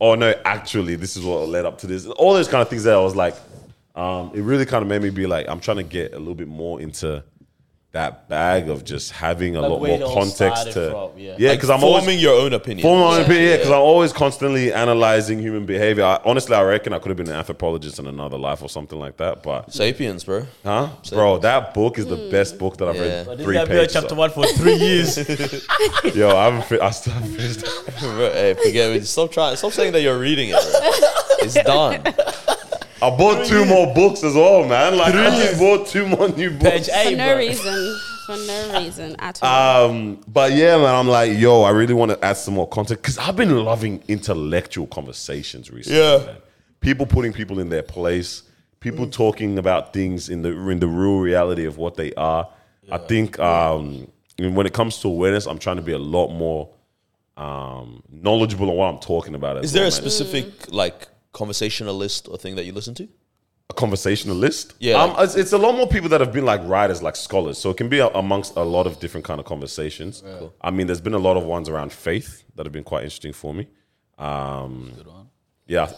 S2: oh no, actually, this is what led up to this. All those kind of things that I was like, um, it really kind of made me be like, I'm trying to get a little bit more into that bag of just having a
S4: Like
S2: lot
S4: where
S2: more
S4: it all
S2: context
S4: started
S2: to
S4: from, yeah.
S2: yeah,
S1: Like,
S2: because I'm
S1: forming
S2: always
S1: your own opinion.
S2: Form my own opinion, yeah, because I'm always constantly analyzing human behavior. I, honestly, I reckon I could have been an anthropologist in another life or something like that. But
S1: Sapiens, bro.
S2: huh, bro, that book is the best book that I've
S1: Yeah. But
S2: read.
S4: This
S2: Three
S4: guy been on
S2: pages.
S4: chapter one for three years.
S2: of. Yo, I haven't. Fi- I still haven't finished. that.
S1: Bro, hey, forget it. Stop trying. Stop saying that you're reading it. Bro. It's done.
S2: I bought two more books as well, man. Like I just bought two more new books.
S4: Page eight,
S3: For no
S4: bro.
S3: reason. For no reason at all.
S2: Um, but yeah, man, I'm like, yo, I really want to add some more content because I've been loving intellectual conversations recently.
S1: Yeah. Mm.
S2: man. people putting people in their place, people talking about things in the in the real reality of what they are. I think um, and when it comes to awareness, I'm trying to be a lot more um, knowledgeable on what I'm talking about. as
S1: Is there
S2: well,
S1: a
S2: man.
S1: specific like conversationalist or thing that you listen to?
S2: a conversationalist.
S1: Yeah,
S2: um,
S1: like-
S2: it's, it's a lot more people that have been like writers, like scholars. So it can be a- amongst a lot of different kind of conversations. I mean, there's been a lot of ones around faith that have been quite interesting for me. Um, Good one. Yeah.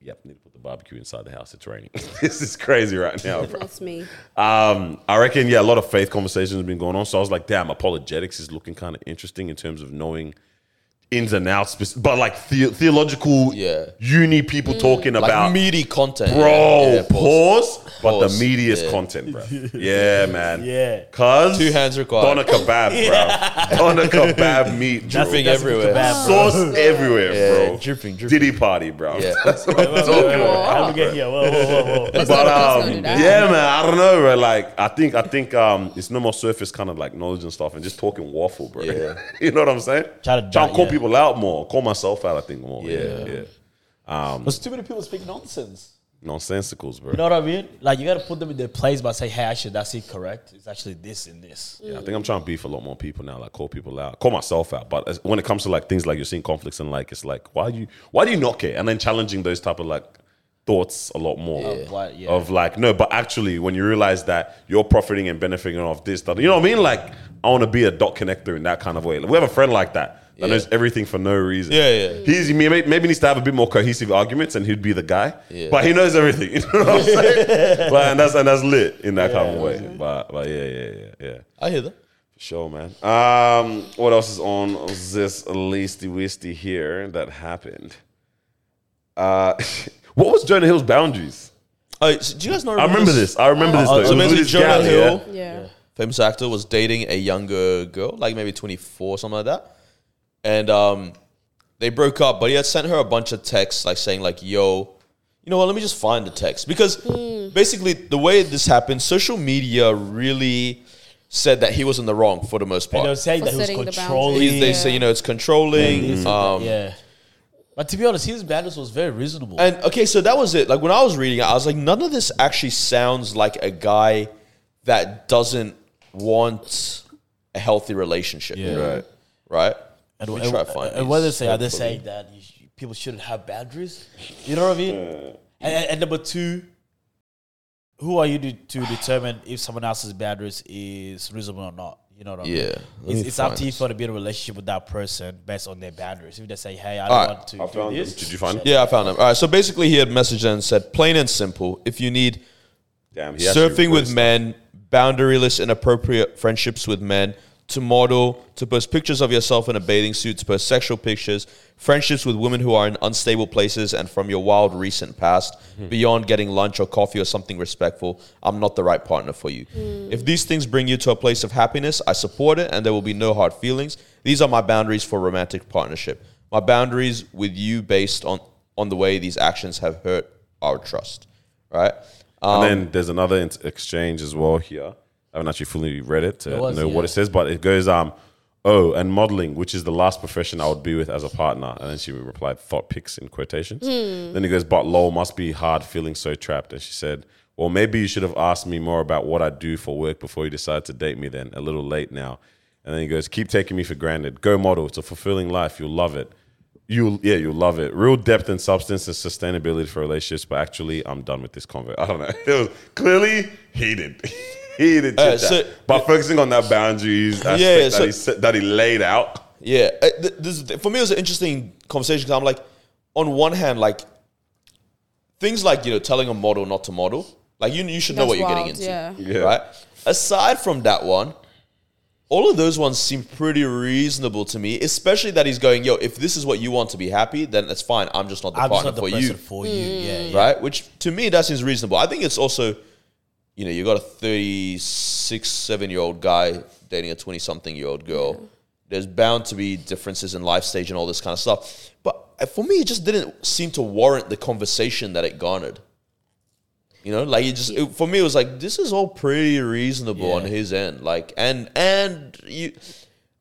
S2: Yep. Need to put the barbecue inside the house. It's raining. this is crazy right now, bro.
S3: That's me.
S2: Um, I reckon, yeah, a lot of faith conversations have been going on. So I was like, damn, apologetics is looking kind of interesting in terms of knowing ins and outs, spec- but like the- theological
S1: Yeah.
S2: uni people talking
S1: Like
S2: about.
S1: meaty content.
S2: Bro,
S1: Yeah, yeah, pause.
S2: pause, But
S1: Pause.
S2: the media's
S1: Yeah.
S2: content, bro. Yeah, man.
S4: Yeah.
S2: Cause
S1: Two hands required.
S2: Doner kebab, bro. Doner kebab meat, bro.
S1: Dripping
S4: That's a
S1: everywhere.
S4: kebab, bro.
S2: Sauce everywhere,
S1: Yeah,
S2: bro.
S1: dripping, dripping.
S2: Diddy party, bro.
S1: Yeah.
S2: That's what I'm
S4: Whoa,
S2: talking
S4: whoa, whoa.
S2: about.
S4: How do we get here? Whoa, whoa, whoa, whoa.
S2: But
S3: not-
S2: um,
S3: let's not do that.
S2: yeah, man, I don't know, bro. Like, I think I think um, it's no more surface kind of like knowledge and stuff, and just talking waffle, bro.
S1: Yeah.
S2: you know what I'm saying? Try
S4: Try to
S2: and
S4: di-
S2: call
S4: yeah.
S2: people out more, call myself out. I think more. Yeah,
S1: Yeah.
S2: yeah.
S4: There's too many people speak nonsense.
S2: Nonsensicals, bro.
S4: You know what I mean? Like you got to put them in their place, but say, hey, actually, that's it. Correct. It's actually this and this.
S2: Yeah, I think I'm trying to beef a lot more people now, like call people out, call myself out. But as, when it comes to like things like you're seeing conflicts and like it's like why do you why do you not care? And then challenging those type of like thoughts a lot more
S4: Of like, yeah.
S2: of like no, but actually when you realize that you're profiting and benefiting off this, that, you know what I mean? Like I want to be a dot connector in that kind of way. Like, we have a friend like that. That
S1: Yeah.
S2: knows everything for no reason.
S1: Yeah, yeah.
S2: He's he may, maybe needs to have a bit more cohesive arguments, and he'd be the guy.
S1: Yeah.
S2: But he knows everything. You know what I'm saying? like, and that's and that's lit in that kind of way. But but yeah, yeah, yeah, yeah.
S1: I hear that.
S2: Sure, man. Um, what else is on this leasty wisty here that happened? Uh, what was Jonah Hill's boundaries?
S1: Oh, so do you guys know?
S2: I remember this. I remember this. Though.
S1: Uh, So
S2: It was
S1: basically,
S2: with this
S1: Jonah
S2: guy,
S1: Hill,
S2: yeah?
S3: Yeah.
S1: famous actor, was dating a younger girl, like maybe 24, something like that. And um, they broke up, but he had sent her a bunch of texts, like saying, like, yo, you know what, let me just find the text. Because basically, the way this happened, social media really said that he was in the wrong for the most
S4: And
S1: part.
S4: they'll say
S3: For
S4: that he was
S3: setting the
S4: controlling.
S1: He's- they
S3: Yeah.
S1: say, you know, it's controlling. Um,
S4: yeah. But to be honest, his balance was very reasonable.
S1: And okay, so that was it. Like when I was reading it, I was like, none of this actually sounds like a guy that doesn't want a healthy relationship.
S2: Right.
S1: Right?
S4: And,
S1: Let
S4: and,
S1: me try to find
S4: and
S1: these,
S4: what they say, are they
S1: hopefully.
S4: saying that you sh- people shouldn't have boundaries? You know what I mean? And, and- and number two, who are you to, to determine if someone else's boundaries is reasonable or not? You know what I mean?
S1: Yeah. Let me
S4: It's, it's up
S1: find
S4: to you
S1: this.
S4: for to be in a relationship with that person based on their boundaries. If they say, hey, I don't
S1: Alright,
S4: want to
S2: I
S4: do
S2: found
S4: this.
S2: this. Did you find it?
S1: Yeah, I found him. All right. So basically, he had messaged her and said, plain and simple, if you need
S2: Damn, he actually
S1: surfing with
S2: raised-
S1: men, boundaryless, inappropriate friendships with men, to model, to post pictures of yourself in a bathing suit, to post sexual pictures, friendships with women who are in unstable places and from your wild recent past, beyond getting lunch or coffee or something respectful, I'm not the right partner for you. If these things bring you to a place of happiness, I support it and there will be no hard feelings. These are my boundaries for romantic partnership. My boundaries with you based on on the way these actions have hurt our trust. Right?
S2: And
S4: Um,
S2: then there's another in- exchange as well here. I haven't actually fully read it to
S4: was,
S2: know
S4: yeah.
S2: what it says, but it goes, um, oh, and modeling, which is the last profession I would be with as a partner. And then she replied, thought pics in quotations.
S4: Hmm.
S2: Then he goes, but lol, must be hard feeling so trapped. And she said, well, maybe you should have asked me more about what I do for work before you decided to date me then. A little late now. And then he goes, keep taking me for granted. Go model. It's a fulfilling life. You'll love it. You yeah, you'll love it. Real depth and substance and sustainability for relationships. But actually, I'm done with this convo. I don't know. It was clearly heated, heated.
S1: Uh,
S2: Uh,
S1: so-
S2: but focusing on that boundaries aspect
S1: yeah,
S2: that,
S1: so-
S2: he set, that he laid out.
S1: Yeah, uh, th- this, is- for me it was an interesting conversation because I'm like, on one hand, like things like you know telling a model not to model, like you you should know
S3: That's
S1: what you're
S3: wild,
S1: getting into,
S3: yeah.
S2: Yeah.
S1: right? Aside from that one, all of those ones seem pretty reasonable to me, especially that he's going, yo, if this is what you want to be happy, then that's fine. I'm just not the
S4: I'm just
S1: partner
S4: not the
S1: for
S4: person
S1: you,
S4: for you. Yeah, yeah.
S1: right? Which to me that seems reasonable. I think it's also, you know, you got a 36, seven year old guy dating a 20 something year old girl. There's bound to be differences in life stage and all this kind of stuff. But uh, for me, it just didn't seem to warrant the conversation that it garnered. You know, like it just it, for me, it was like this is all pretty reasonable on
S4: Yeah.
S1: his end. Like, and and you,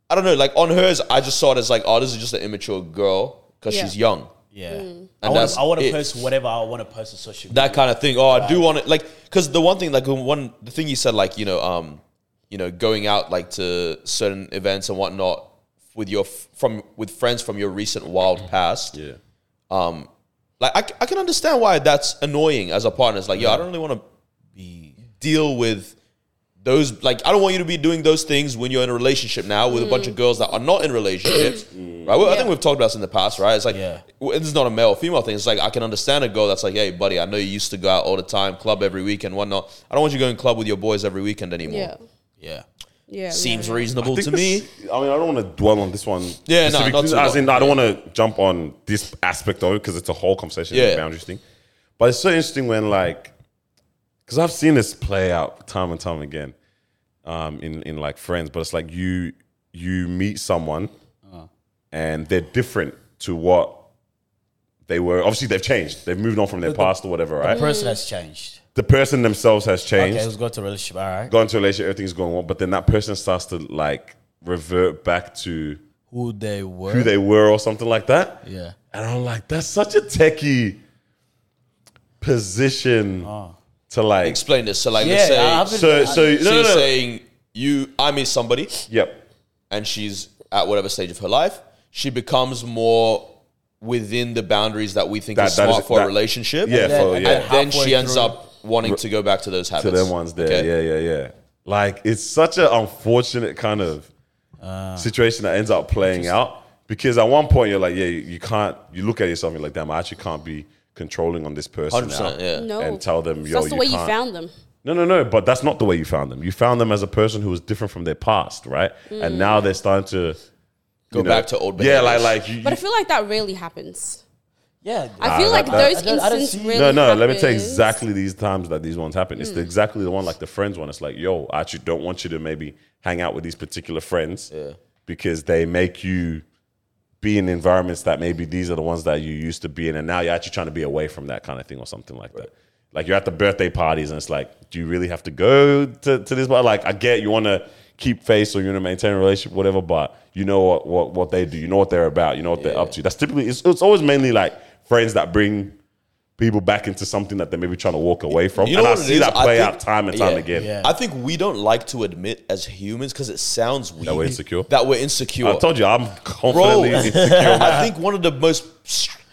S1: I don't know, like on hers, I just saw it as like, oh, this is just an immature girl because
S3: Yeah.
S1: she's young.
S4: Yeah. I
S1: And
S4: want
S1: that's
S4: to I wanna
S1: it.
S4: post whatever I want to post on social media.
S1: that kind of thing. Oh, I do want to like because the one thing like um, one the thing you said like you know um you know going out like to certain events and whatnot with your f- from with friends from your recent wild past. um,
S2: Yeah.
S1: Like I, c- I can understand why that's annoying as a partner. It's like yo, I don't really want to be deal with those like I don't want you to be doing those things when you're in a relationship now with a bunch of girls that are not in relationships. right? Well, I think
S3: Yeah.
S1: we've talked about this in the past, right? It's like
S4: Yeah.
S1: well, this is not a male or female thing. It's like I can understand a girl that's like, hey, buddy, I know you used to go out all the time, club every weekend, whatnot. I don't want you going club with your boys every weekend anymore.
S3: Yeah.
S4: Yeah.
S3: Yeah.
S1: Seems
S3: yeah.
S1: reasonable
S2: think
S1: to
S2: this-
S1: me.
S2: I mean, I don't want to dwell on this one.
S1: Yeah, no, not
S2: specifically,
S1: too
S2: as in,
S1: long.
S2: I don't want to jump on this aspect of it because it's a whole conversation, yeah.
S1: Yeah.
S2: boundaries thing. But it's so interesting when like, because I've seen this play out time and time again, um, in in like friends. But it's like you you meet someone,
S1: Uh.
S2: and they're different to what they were. Obviously, they've changed. They've moved on from their past or whatever, right?
S4: Person has changed.
S2: the person themselves has changed
S4: Okay, let's go to relationship. All right.
S2: go into a relationship, everything's going well, but then that person starts to like revert back to
S4: Who they were.
S2: who they were or something like that.
S4: Yeah.
S2: And I'm like, that's such a techie position to like.
S1: Explain this. So like,
S4: Yeah,
S1: let's say
S4: I haven't-
S2: so, so, no,
S1: she's
S2: no, no.
S1: saying you, I meet somebody,
S2: Yep.
S1: and she's at whatever stage of her life, she becomes more within the boundaries that we think
S2: That-
S1: is
S2: that is-
S1: smart for
S2: that-
S1: a relationship.
S2: Yeah,
S1: and
S4: then-
S2: for,
S4: and
S2: yeah.
S4: then
S1: then she
S4: Halfway
S1: ends
S4: through.
S1: up wanting to go back to those habits.
S2: to them ones there.
S1: Okay.
S2: Yeah, yeah, yeah. Like it's such an unfortunate kind of situation that ends up playing out because at one point you're like, yeah, you, you can't. You look at yourself, and you're like, damn, I actually can't be controlling on this person now.
S1: 100%, yeah.
S3: No.
S2: And tell them,
S3: So
S2: yo,
S3: that's the
S2: you
S3: way
S2: can't.
S3: you found them.
S2: No, no, no. But that's not the way you found them. You found them as a person who was different from their past, right? And now they're starting to
S1: Go
S2: you know-
S1: back to old
S2: Yeah,
S1: behaviors.
S2: like like. You,
S3: But I
S2: you-
S3: feel like that rarely happens.
S4: Yeah.
S3: I feel
S2: that-
S3: like
S2: that-
S3: those
S4: I don't- I don't
S3: instances
S4: see-
S3: really
S2: no, no. Let me tell you
S3: happens.
S2: exactly these times that these ones happen. It's the, exactly the one like the friends one. It's like, yo, I actually don't want you to maybe hang out with these particular friends because they make you be in environments that maybe these are the ones that you used to be in, and now you're actually trying to be away from that kind of thing or something like that. Like you're at the birthday parties, and it's like, do you really have to go to, to this? But like, I get you want to keep face or you want to maintain a relationship, whatever. But you know what what what they do, you know what they're about, you know what they're up to. That's typically it's, it's always mainly like friends that bring people back into something that they're maybe trying to walk away from.
S1: You know
S2: and I
S1: what it
S2: see
S1: is?
S2: that
S1: I
S2: play
S1: think-
S2: out time and time
S1: yeah.
S2: again.
S4: Yeah.
S1: I think we don't like to admit as humans because it sounds weird
S2: we're insecure?
S1: That we're insecure.
S2: I told you, I'm
S1: Bro,
S2: confidently insecure.
S1: I think one of the most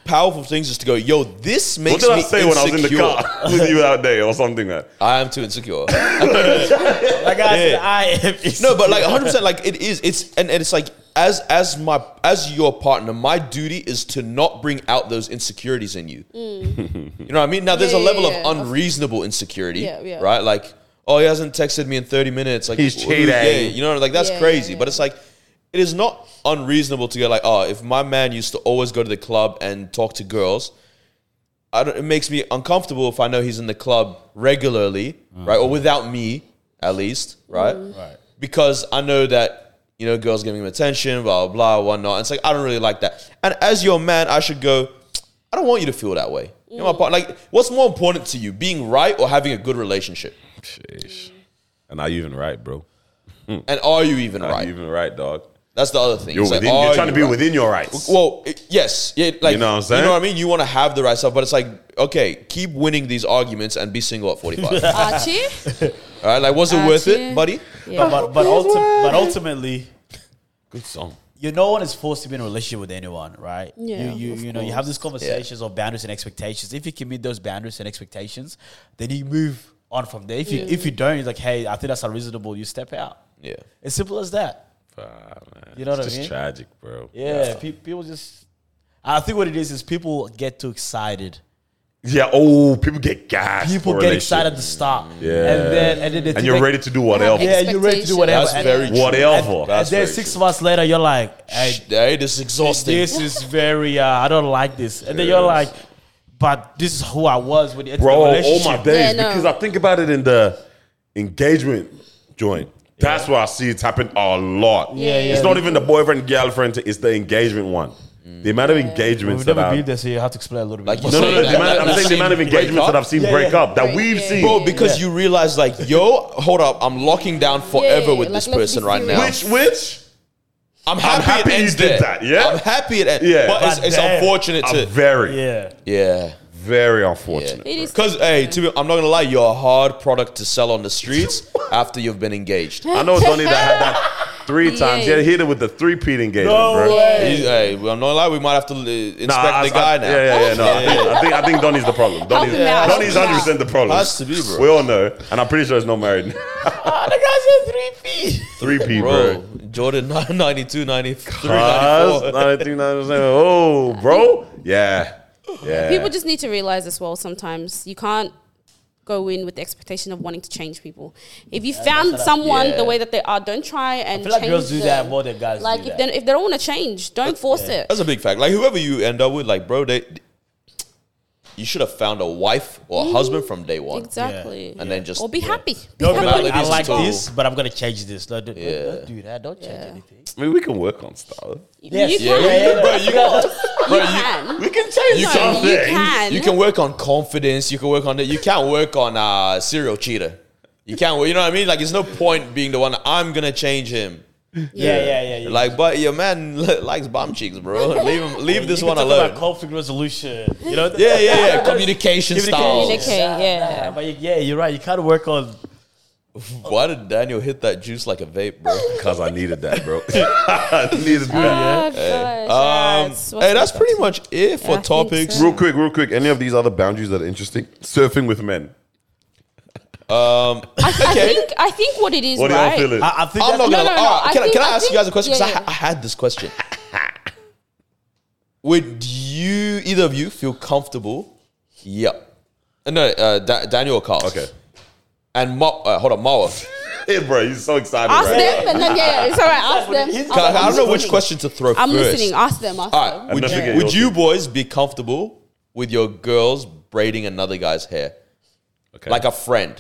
S1: powerful things is to go, yo, this
S2: What
S1: makes
S2: did
S1: me
S2: I say
S1: insecure.
S2: when I was in the car with you that day or something? Man?
S1: I am too insecure.
S4: Like I said,
S1: Yeah.
S4: I am.
S1: No, but like 100, percent like it is. It's and, and it's like as as my as your partner, my duty is to not bring out those insecurities in you. you know what I mean? Now there's
S3: Mm. Yeah,
S1: a
S3: yeah,
S1: level
S3: yeah.
S1: of unreasonable insecurity,
S3: Yeah, yeah.
S1: right? Like, oh, he hasn't texted me in 30 minutes. Like
S2: He's
S1: ooh,
S2: cheating.
S1: yeah, you know, like that's
S3: Yeah, yeah,
S1: crazy.
S3: yeah.
S1: But it's like it is not unreasonable to go like, oh, if my man used to always go to the club and talk to girls. I don't, it makes me uncomfortable if I know he's in the club regularly,
S2: Mm.
S1: right, or without me at least,
S3: Mm.
S1: right?
S4: Right.
S1: because I know that you know girls giving him attention, blah blah, blah whatnot. It's like I don't really like that. And as your man, I should go. I don't want you to feel that way. You
S3: Mm.
S1: know my part. Like, what's more important to you, being right or having a good relationship?
S2: Sheesh. Mm. And are you even right, bro?
S1: And are you even
S2: Are
S1: right?
S2: you even right, dog?
S1: That's the other thing.
S2: You're,
S1: It's like,
S2: within,
S1: are
S2: you're trying
S1: you
S2: to be
S1: right?
S2: within your rights.
S1: Well, it- yes, yeah, like
S2: You know what I'm saying?
S1: You know what I mean. You want to have the right stuff, but it's like, okay, keep winning these arguments and be single at 45. All
S3: Archie?
S1: right, like, was it worth
S3: Archie?
S1: it, buddy?
S4: No,
S3: Yeah.
S4: but, but, ulti- but ultimately,
S2: Good song.
S4: you no one is forced to be in a relationship with anyone, right?
S3: Yeah,
S4: You you,
S3: of
S4: you know you have these conversations of boundaries and expectations. If you can meet those boundaries and expectations, then you move on from there. If you if you don't, it's like, hey, I think that's unreasonable. You step out.
S1: Yeah.
S4: It's simple as that. You know
S2: it's
S4: what I
S2: just
S4: mean?
S2: tragic, bro.
S4: Yeah, pe- people just. I think what it is is people get too excited.
S2: Yeah. Oh, people get gassed.
S4: People
S2: for
S4: get
S2: relationship.
S4: excited at the start. Yeah,
S2: Yeah.
S4: and then and then they
S2: And
S4: think
S2: you're
S4: they-
S2: ready to do whatever.
S4: Yeah, you're ready to do whatever.
S1: That's
S4: and-
S1: very true.
S2: Whatever.
S4: And
S1: That's
S4: then
S1: very
S4: six
S1: true.
S4: months later, you're like, hey,
S1: Hey, this is exhausting.
S4: This is very. Uh, I don't like this. And then you're like, but this is who I was when you entered
S2: bro,
S4: the
S2: all
S4: relationship.
S2: my days.
S3: Yeah, no.
S2: Because I think about it in the engagement joint. That's where I see it's happen a lot.
S4: Yeah, yeah.
S2: It's not even the boyfriend girlfriend. It's the engagement one. The amount of engagements
S4: Mm. We've
S2: that
S4: never
S2: I
S4: been there, so you have to explain a little bit.
S1: Like you
S2: no, no,
S1: Saying
S2: no.
S1: that-
S2: The amount,
S1: that-
S2: I'm
S1: that
S2: saying the
S1: seen
S2: amount of
S1: break
S2: engagements
S1: up?
S2: that I've seen
S4: Yeah,
S2: break
S4: yeah.
S2: up that
S3: Break-
S2: we've
S3: yeah,
S2: seen.
S3: yeah,
S1: Bro, because you realize, like, yo, hold up, I'm locking down forever
S3: Yeah,
S1: with
S3: like,
S1: this
S3: let's be
S1: person right
S3: serious.
S1: now.
S2: Which which
S1: I'm happy,
S2: happy
S1: it
S2: you
S1: ends
S2: did
S1: there.
S2: that, yeah?
S1: I'm happy it ends.
S2: Yeah.
S1: Yeah, but it's,
S4: But
S1: it's
S4: damn.
S1: unfortunate
S2: are
S1: to
S2: very
S4: yeah,
S1: yeah.
S2: very unfortunate.
S3: It is.
S1: Because hey, to be, I'm not gonna lie, you're a hard product to sell on the streets after you've been engaged.
S2: I know Donnie that had that. Three times.
S3: Yeah.
S2: Yeah, hit it with the three-peat engagement,
S4: No
S2: bro.
S4: way.
S1: He's- Hey, well, I'm not gonna lie, we might have to uh, inspect
S2: Nah, I-
S1: the
S2: I-
S1: guy now.
S2: Yeah, yeah, yeah. No, I, think, I think I think Donnie's the problem. Donnie's,
S3: him out, help
S2: Donnie's
S3: him out.
S2: 100 percent the problem.
S1: Has to be, bro.
S2: We all know, and I'm pretty sure he's not married.
S4: Ah, the guy said three feet.
S2: Three P,
S1: Bro,
S2: bro.
S1: Jordan 92, 93, 94.
S2: Cuz, 93, 97. Oh, bro. Yeah, yeah.
S3: People just need to realize as well sometimes you can't go in with the expectation of wanting to change people. If you found someone
S1: yeah.
S3: the way that they are, don't try and
S4: I feel like
S3: change
S4: girls do
S3: them.
S4: that more than guys.
S3: Like
S4: do
S3: if
S4: that.
S3: they, if they don't want to change, don't force it.
S1: That's a big fact. Like whoever you end up with, like bro, they you should have found a wife or a husband from day one,
S3: Mm-hmm. Exactly.
S1: and then just
S3: or be happy. Be
S4: Don't be
S3: happy.
S1: About
S4: like, I
S1: ladies
S4: like
S1: too.
S4: this, but I'm gonna change this. No, don't, don't-
S1: Yeah.
S4: don't do that. Don't change
S3: Yeah.
S4: anything.
S2: I mean, we can work on stuff.
S4: Yes.
S3: You
S1: Yeah,
S3: can.
S1: yeah, yeah. bro, you got.
S3: You can.
S2: We can change
S1: You
S3: No,
S2: something.
S3: you can.
S1: You can work on confidence. You can work on that. You can't work on uh, serial cheater. You can't. You know what I mean? Like, it's no point being the one. I'm gonna change him.
S4: Yeah, yeah, yeah. yeah.
S1: Like, but your man li- likes bum cheeks, bro. Leave him. Leave
S4: You
S1: this
S4: can
S1: one
S4: talk
S1: alone.
S4: About conflict resolution. You know.
S1: yeah, yeah, yeah. Communication style.
S3: Communicate, yeah.
S4: But you- yeah, you're right. You can't work on.
S1: Why did Daniel hit that juice like a vape, bro?
S2: Cuz I needed that, bro. I needed that.
S3: Oh, gosh.
S1: Um,
S3: Yes. What's
S1: hey, that's
S3: next?
S1: pretty much it
S3: I
S1: for
S3: think
S1: topics.
S3: so.
S2: Real quick, real quick. Any of these other boundaries that are interesting? Surfing with men.
S3: I, I think I think what it is,
S2: What do y'all
S3: right?
S2: feeling?
S4: I, I think.
S1: I'm not
S4: that's-
S1: gonna.
S3: no, no,
S1: all right,
S3: I
S1: can, I
S3: think-
S1: can I
S3: I
S1: ask
S3: think-
S1: you guys a question? Because
S3: yeah,
S1: I, ha- I had this question. Would you either of you feel comfortable? Yep. Uh, No, uh, da- Daniel or Carl.
S2: Okay.
S1: And Ma- uh, hold on, Marwa.
S2: Hey, bro, you're so excited,
S3: Ask
S2: right?
S3: them, and then yeah, yeah, it's all right. Ask them.
S4: He's-
S1: Can I, I don't know which
S3: listening.
S1: question to throw
S3: I'm
S1: first.
S3: listening. Ask them. Ask
S1: All
S3: them.
S1: right. Would,
S2: Unless we
S1: you,
S2: get
S1: would
S2: your
S1: you boys be comfortable with your girls braiding another guy's hair,
S2: Okay.
S1: like a friend?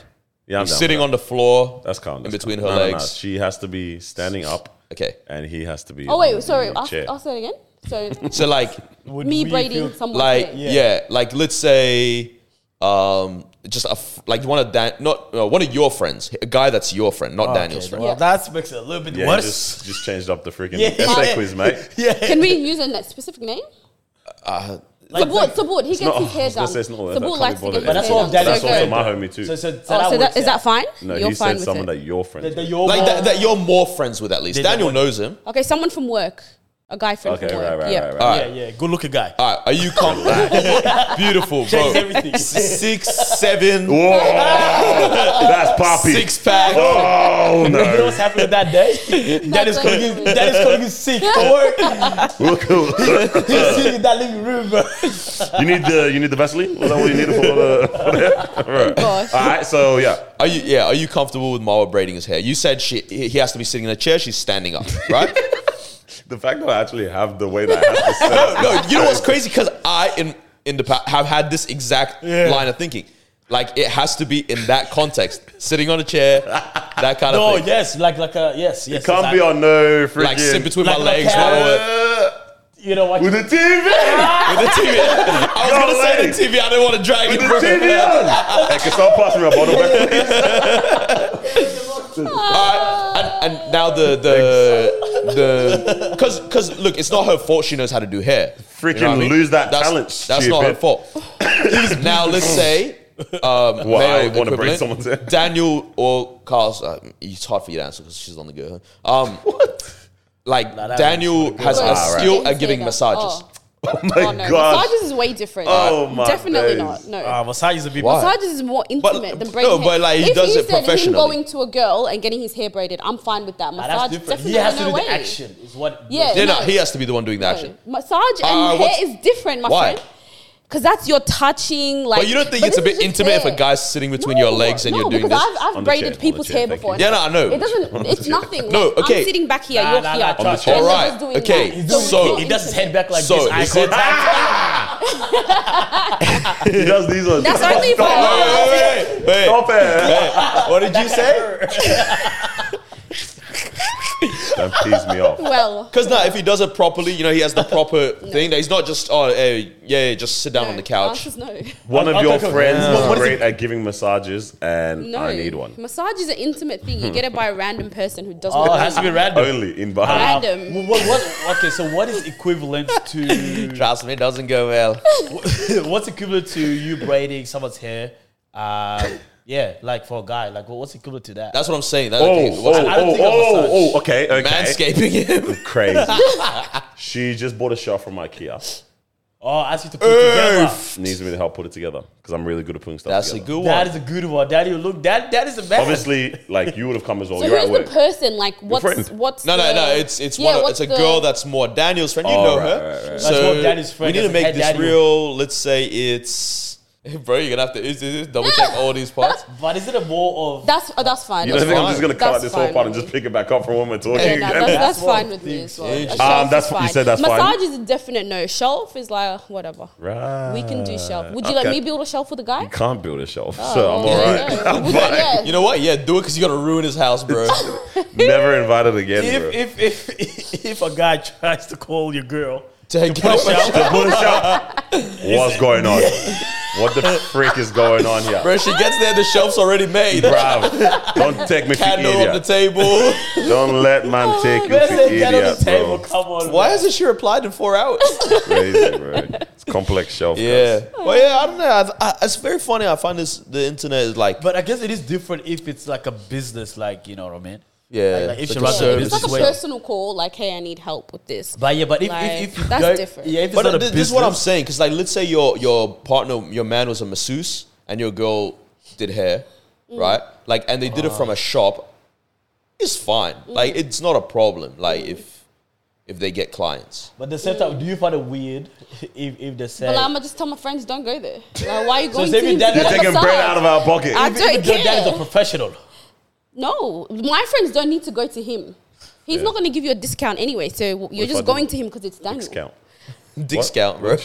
S2: yeah, I'm down.
S1: sitting on the floor.
S2: That's
S1: in
S2: calm. that's
S1: between
S2: calm.
S1: her
S2: No, no, no.
S1: legs.
S2: She has to be standing up,
S1: Okay.
S2: and he has to be.
S3: Oh
S2: on
S3: wait,
S2: the
S3: sorry. Ask,
S2: chair.
S3: ask that again. So
S1: So like,
S4: Would
S3: me
S4: we
S3: braiding
S4: feel-
S3: someone.
S1: like yeah. like let's say, um, just a f- like one of Dan, not uh, one of your friends, a guy that's your friend, not
S4: Oh, Okay,
S1: Daniel's friend.
S4: well,
S3: Yeah.
S4: that makes it a little bit
S2: Yeah, he
S4: worse.
S2: just just changed up the freaking
S4: Yeah.
S2: essay quiz, mate.
S4: yeah.
S3: Can we use a na- specific name?
S4: Like,
S3: Sabut, Sabut, he gets
S2: not-
S3: his
S2: I
S3: hair
S2: was gonna
S3: done.
S2: say Uh, it's not- I
S3: Sabut
S2: can't be
S3: likes to get
S2: bothered.
S3: his
S4: But that's
S3: hair
S4: what
S3: done.
S2: Daniel
S4: Daniel's
S2: That's also
S3: good.
S4: saying.
S2: my homie too.
S4: So, so, so
S3: Oh, so that, is that fine?
S2: No,
S3: You're
S2: he
S3: fine
S2: said
S3: with
S2: someone
S3: it.
S2: that your friend.
S4: The,
S2: is.
S4: your
S1: Like that, that you're more friends with at least.
S4: They don't
S1: Daniel
S4: want-
S1: knows him.
S3: Okay, someone from work, a guy friend
S2: okay,
S3: from work.
S2: right, right,
S3: yeah.
S2: right, right.
S4: yeah, yeah, good looking guy.
S1: All right, are you comfortable? Beautiful, bro.
S4: Checks everything.
S1: Six, seven,
S2: Whoa, that's poppy.
S1: six pack.
S2: Oh
S4: You know
S2: no!
S4: what's happening that day? That is calling you. That is calling you sick for work. He's sitting in that living room, bro.
S2: you need the you need the Vaseline. Was that what you needed for the? For the Alright.
S3: Oh, Gosh.
S2: All right, so yeah,
S1: Are you yeah? Are you comfortable with Marwa braiding his hair? You said she he he has to be sitting in a chair. She's standing up, right?
S2: the fact that I actually have the way that I have to say
S1: no, no. You know what's crazy? Because I in in the past have had this exact line of thinking. Like it has to be in that context, sitting on a chair, that kind
S4: No,
S1: of thing.
S4: yes, like like a yes, yes.
S2: it can't
S4: exactly.
S2: be on no freaking.
S1: Like sit between
S4: Like
S1: my
S4: a
S1: legs.
S4: cat.
S1: my word.
S4: You know what?
S2: Uh, with the TV.
S1: With the TV. I was
S2: No
S1: gonna
S2: way.
S1: say the TV. I didn't want to drag
S2: With
S1: it.
S2: the
S1: bro.
S2: TV on. Hey, can someone pass me a bottle back, please?
S1: Alright, and, and now the the the because because look, it's not her fault. She knows how to do hair.
S2: Freaking
S1: what
S2: lose that
S1: that's,
S2: talent,
S1: That's not her
S2: stupid.
S1: fault. now let's say. Um,
S2: Well, I
S1: male
S2: wanna break
S1: equivalent,
S2: someone's hair.
S1: Daniel or Carl's. Uh, it's hard for you to answer because she's on the go. Um, Like
S4: that
S1: Daniel has a
S3: Work.
S1: skill
S3: Didn't
S1: at
S3: say
S1: uh, giving
S3: that.
S1: massages.
S3: Oh,
S2: Oh my
S3: oh, no.
S2: god!
S3: Massages is way different.
S2: Oh, my
S3: Definitely
S2: days.
S3: not. No.
S4: Ah, Masai is a bit.
S1: Why?
S3: Massages is more intimate than braiding
S1: Oh, no,
S3: hair.
S1: but, like, he
S3: if
S1: does
S3: he
S1: it
S3: said him
S1: professionally.
S3: going to a girl and getting his hair braided, I'm fine with that.
S4: Ah,
S3: Massage,
S4: that's different.
S3: definitely
S4: He has to
S3: no
S4: do
S3: way.
S4: the action. Is what.
S3: Yeah,
S1: Yeah, no,
S3: no.
S1: he has to be the one doing the action.
S3: Massage
S1: Uh,
S3: and
S1: what's-
S3: hair is different, my
S1: Why?
S3: friend. Because that's your touching. Like,
S1: But you don't think it's a
S3: this is
S1: bit
S3: just
S1: intimate if a
S3: hair.
S1: guy's sitting between your legs and
S3: no,
S1: you're doing
S3: because
S1: this?
S3: I've,
S2: On
S3: I've
S2: the
S3: braided
S2: chair, on the
S3: people's
S2: chair,
S3: hair
S2: thank
S3: before.
S2: you.
S1: Yeah, no, I know.
S3: It doesn't. It's nothing.
S1: No,
S3: Like,
S1: okay.
S3: I'm sitting back here.
S4: Nah,
S3: you're
S4: nah,
S3: here.
S4: nah,
S3: And
S4: trust
S3: they're
S4: me.
S3: just
S1: Alright,
S3: doing
S1: okay.
S3: that.
S4: He's
S1: So-
S4: doing
S3: it's
S1: So-
S3: not
S4: he does his
S3: intimate.
S4: head back like
S1: So,
S4: this. Eye
S1: is it-
S4: contact.
S2: He does these ones.
S3: That's only if I-
S1: Wait, wait, wait, wait.
S2: Stop it!
S1: What did you say?
S2: Don't tease me off.
S3: Well,
S1: Because now, if he does it properly, you know, he has the proper thing. That he's not just oh, hey, yeah, yeah, just sit down on the couch.
S3: Answers no.
S2: One of
S4: I'll
S2: your
S4: take a-
S2: friends
S4: Yeah.
S2: is
S4: What is
S2: great at giving massages, and
S3: No.
S2: I need one.
S3: Massage is an intimate thing. You get it by a random person who doesn't.
S4: Oh,
S3: know
S4: it has to
S3: you.
S4: be random.
S2: Only in
S4: Ah,
S2: Bahama.
S3: Random.
S4: wh- What, what, okay, so what is equivalent to
S1: Trust me, it doesn't go well.
S4: what's equivalent to you braiding someone's hair, uh, Yeah, like for a guy, like what- what's equivalent to that?
S1: That's what I'm saying. That,
S2: Oh,
S1: okay,
S2: oh,
S1: what's-
S4: I don't
S2: oh,
S4: think I'm a
S2: oh,
S4: such.
S2: oh, okay, okay.
S1: manscaping him.
S2: Crazy. she just bought a shelf from IKEA.
S4: oh, I asked you to put it together.
S2: Needs me to help put it together because I'm really good at putting stuff
S1: That's a
S2: together.
S1: good
S4: That
S1: one.
S4: is a good one. Daddy, look, that that is the best.
S2: Obviously, like you would have come as well.
S3: So
S2: You're at
S3: who's the
S2: work.
S3: person? Like, what's
S2: friend.
S3: what's
S1: No, no,
S3: the-
S1: no. It's it's
S3: Yeah,
S1: one. Of,
S3: what's
S1: it's a
S3: the-
S1: girl that's more Daniel's friend. You
S2: Oh,
S1: know
S2: right,
S1: her.
S2: right, right.
S1: So
S4: That's more Daniel's friend.
S1: we need to
S4: That's
S1: make
S4: Ed
S1: this
S4: Daniel.
S1: real. Let's say it's. Bro, you're gonna have to is- is- is double check all these parts.
S4: but is it a more of
S3: That's oh, that's fine.
S2: You don't
S3: that's
S2: think I'm
S1: fine.
S2: just gonna cut
S3: That's
S2: out this whole
S3: fine.
S2: part and just pick it back up from when we're talking?
S3: Yeah, no, that's,
S2: again?
S3: that's
S4: That's what
S3: fine
S4: I
S3: with me
S4: think.
S3: as well. A
S1: Um,
S3: shelf
S2: that's
S3: is
S2: what you
S3: fine.
S2: said, that's
S3: Massage
S2: fine.
S3: is a definite no. Shelf is like whatever.
S2: Right.
S3: We can do shelf. Would you let
S2: Okay.
S3: me build a shelf with a guy?
S2: Can't build a shelf, so I'm
S3: well,
S2: all
S3: there you
S2: right.
S3: go.
S2: I'm
S3: Would you-
S2: fine.
S3: yeah.
S1: You know what? Yeah, do it because you gotta ruin his house, bro.
S2: Never invited again, bro.
S4: if, if if if a guy tries to call your girl?
S1: Take out
S4: push out.
S1: the-
S2: What's going on? what the frick is going on here,
S1: Bro, she gets there, the shelf's already made.
S2: Bruv, Don't take me for
S1: Candle on the
S2: idiot.
S1: table.
S2: Don't let man take you
S4: Let's
S2: for
S4: say that on
S2: idiot,
S4: the table.
S2: bro.
S4: Come on.
S1: Why
S4: man.
S1: hasn't she replied in four hours?
S2: Crazy, bro. It's complex shelf. guys.
S1: yeah. Well, yeah, I don't know. I, I, it's very funny. I find this the internet is like,
S4: But I guess it is different if it's like a business, like you know what I mean.
S1: yeah,
S4: like, like, if
S1: it's
S4: she
S1: a
S4: runs a
S1: service.
S3: It's like a
S4: way.
S3: personal call. Like, hey, I need help with this.
S4: But yeah, but if
S3: Like,
S4: if, if you
S3: that's
S4: don't-
S3: different.
S4: Yeah, if it's
S1: But
S4: not a
S1: th-
S4: business,
S1: this is what I'm saying because, like, let's say your your partner, your man was a masseuse, and your girl did hair,
S3: Mm.
S1: right? Like, and they did it from a shop. It's fine.
S3: Mm.
S1: Like, it's not a problem. Like, if if they get clients,
S4: But at the same time, do you find it weird if if they say
S3: But like, I'ma just tell my friends, don't go there. Like, why are you going
S4: say
S3: to?
S4: if your dad-
S2: You're
S4: You're
S2: taking bread out of our pocket.
S3: I
S4: if, if
S3: don't
S4: your dad is a
S3: care.
S4: professional?
S3: No, my friends don't need to go to him. He's not going to give you a discount anyway, so you're
S2: if I
S3: just
S2: do?
S3: going to him because it's Daniel.
S2: Discount.
S1: dicks count, bro.
S3: No,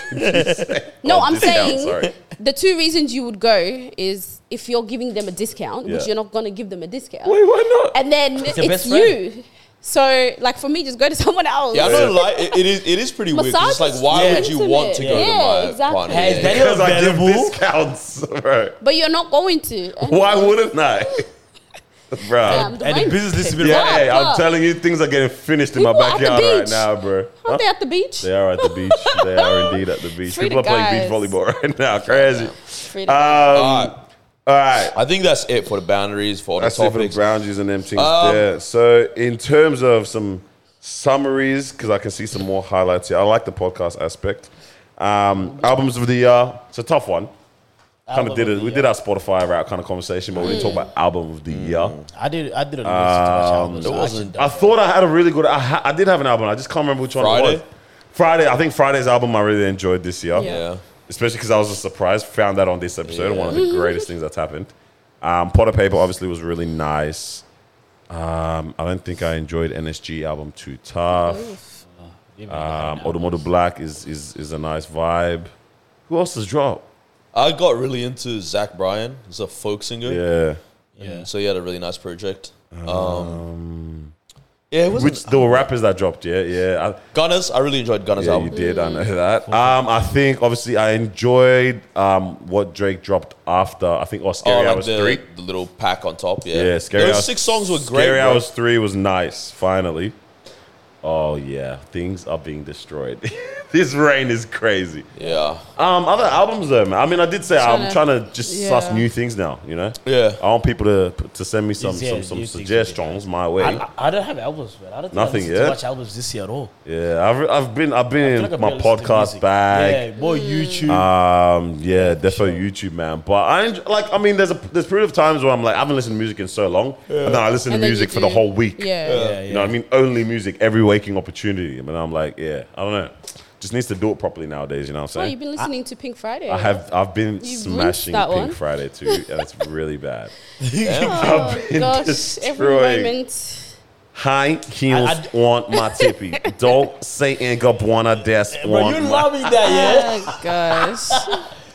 S2: Oh,
S3: I'm
S2: discount,
S3: saying
S2: sorry.
S3: the two reasons you would go is if you're giving them a discount,
S2: Yeah.
S3: which you're not going to give them a discount,
S2: Wait, why not?
S3: and then it's,
S4: your best friend.
S3: you. So, like for me, just go to someone else.
S1: yeah, I don't lie. It, it is it is pretty weird. 'cause It's
S3: Massage
S1: like, why
S4: is
S1: would you want to go
S3: intimate. Yeah,
S1: to my
S3: exactly.
S1: partner?
S4: Hey,
S1: Yeah.
S4: is Daniel
S2: Because I give
S4: available?
S2: discounts, bro.
S3: But you're not going to.
S2: Why wouldn't I, bro?
S3: Damn, the
S4: And the
S3: rain-
S4: business needs to be
S2: Yeah,
S4: right.
S2: hey, I'm
S3: Fuck.
S2: telling you, things are getting finished in my
S3: People at the
S2: backyard right
S3: beach.
S2: now, bro. Huh?
S3: Aren't they at the beach?
S2: They are at the beach. they are indeed at the beach.
S3: Free
S2: People are
S3: the
S2: playing beach
S3: guys.
S2: volleyball right now. Crazy.
S3: Free
S2: Um,
S3: to-
S1: All right.
S2: All right.
S1: I think that's it for the boundaries for all the
S2: That's it for the
S1: topics.
S2: boundaries and them things
S1: Um,
S2: there. So, in terms of some summaries, because I can see some more highlights here. I like the podcast aspect. Um, albums of the year. It's a tough one. Kind
S4: Album
S2: of
S4: of
S2: did it.
S4: the
S2: We
S4: year.
S2: did our Spotify route kind of conversation, but we didn't talk about album of the year.
S4: I did. I didn't listen to
S2: Um,
S4: much albums.
S1: there
S4: I
S1: wasn't-
S4: actually don't.
S2: I thought I had a really good. I, ha- I did have an album. I just can't remember which one it
S1: Friday?
S2: was. Friday. I think Friday's album I really enjoyed this year.
S3: Yeah.
S1: Yeah.
S2: Especially because I was a surprise. Found that on this episode. One of the greatest things that's happened. Um, Pot of Paper obviously was really nice. Um, I don't think I enjoyed NSG album too tough.
S4: Give me that.
S2: Um, Odomodo Black is, is is a nice vibe. Who else has dropped?
S1: I got really into Zach Bryan. He's a folk singer.
S2: Yeah.
S4: Yeah.
S1: So he had a really nice project. Um, yeah, it wasn't
S2: Um, Which there were rappers that dropped. Yeah, yeah. I,
S1: Gunners. I really enjoyed Gunners
S2: Yeah,
S1: album.
S2: you did. I know that. Um, I think obviously I enjoyed um what Drake dropped after. I think oh,
S1: Oh,
S2: Scary
S1: like
S2: Hours
S1: the,
S2: three.
S1: the little pack on top. Yeah,
S2: Yeah, Scary
S1: Those
S2: Hours.
S1: six songs were great.
S2: Scary
S1: bro.
S2: Hours three was nice. Finally. Oh yeah, things are being destroyed. this rain is crazy.
S1: Yeah,
S2: Um, other albums though, man. I mean, I did say I'm
S3: Tryna-
S2: trying to just
S3: yeah.
S2: suss new things now. You know.
S1: Yeah.
S2: I want people to to send me some
S4: Yeah,
S2: some, some
S4: new things would be
S2: suggestions my way.
S4: I, I- I don't have albums, man. I don't think
S2: Nothing
S4: I listen
S2: yet.
S4: to much albums this year at all.
S2: yeah, I've I've been I've been in
S4: Like I've
S2: my
S4: been listening to
S2: podcast
S4: music.
S2: bag.
S4: Yeah, more
S1: Mm.
S4: YouTube.
S2: Um, yeah, definitely YouTube, man. But I enj- like, I mean, there's a there's period of times where I'm like, I haven't listened to music in so long, and then I listen
S3: And
S2: to
S3: then
S2: music
S3: you
S2: for the
S3: do.
S2: whole week.
S3: Yeah.
S4: yeah,
S2: You know what I mean? Only music, every waking opportunity, and I'm like, yeah, I don't know, just needs to do it properly nowadays. You know what
S3: Oh,
S2: I'm saying?
S3: you've been listening to Pink Friday.
S2: I have I've been
S3: rinsed
S2: smashing Pink
S3: that one.
S2: Friday too, and it's really bad.
S3: Oh,
S2: been
S3: gosh, every
S2: destroyed.
S3: moment.
S2: High heels
S4: I- I d-
S2: on my tippy. Don't say inga buona des
S4: Bro, you
S2: on my.
S4: loving that, yeah?
S3: Oh gosh,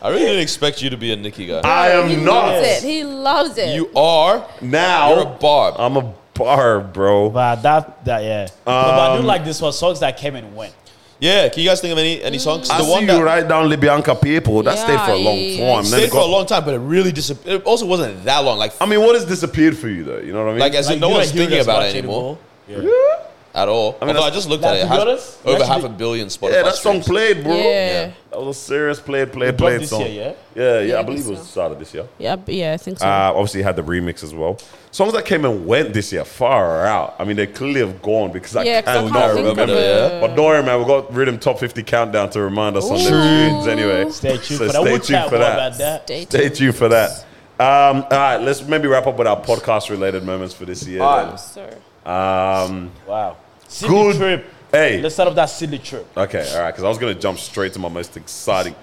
S1: I really didn't expect you to be a Nicki guy.
S2: I
S3: he
S2: am
S3: loves
S2: not
S3: it. He loves it.
S1: you are.
S2: now.
S1: You're a barb.
S2: I'm a bar, bro.
S4: But that, that yeah. No, but I do
S2: Um,
S4: like this one. Songs that came and went.
S1: Yeah, can you guys think of any any songs?
S2: I
S1: the
S2: see
S1: one
S2: you
S1: that
S2: write down Libyanka people. That
S3: Yeah,
S2: stayed for a long
S3: yeah, yeah.
S2: time. Then
S1: stayed
S2: it
S1: for a
S2: got,
S1: long time, but it really disappeared. It also wasn't that long. Like,
S2: I mean, what has disappeared for you though? You know what I mean?
S1: like as in no
S4: you
S1: one's
S4: don't hear
S1: thinking
S4: us
S1: about
S4: much
S1: it anymore.
S4: Yeah.
S1: at all. I
S2: mean,
S1: Although I
S2: that's-
S1: just looked
S4: Nah,
S1: at it,
S4: to
S1: it
S4: be
S1: has
S4: honest,
S1: over
S4: that's
S1: half
S4: the-
S1: a billion Spotify.
S2: Yeah, that song
S1: streams.
S2: played, bro.
S3: Yeah.
S2: That was a serious play, play,
S4: dropped
S2: play
S4: this
S2: song.
S4: year,
S2: yeah, yeah,
S3: Yeah,
S2: I
S3: I
S2: believe it
S3: think
S2: was
S3: so.
S2: started this year.
S3: Yeah, b- yeah, I think so.
S2: Uh, obviously had the remix as well. Songs that came and went this year, far out. I mean, they clearly have gone because I
S3: Yeah, 'cause I
S2: cannot
S3: can't
S1: think of
S2: remember.
S1: it. Yeah.
S2: But don't worry, man, we got Rhythm Top 50 Countdown to remind us on the
S3: Ooh.
S2: tunes anyway.
S4: Stay tuned
S2: So
S4: for that.
S2: stay
S4: We'll
S2: tuned
S4: chat
S2: for
S4: more
S2: that.
S4: about that.
S3: Day
S2: Stay tuned for that. Um, all right, let's maybe wrap up with our podcast-related moments for this year.
S1: All
S2: then.
S1: right.
S3: So,
S2: Um,
S4: Wow. Sydney
S2: Good.
S4: trip.
S2: Hey.
S4: Let's start up that Sydney trip.
S2: okay, all right, because I was going to jump straight to my most exciting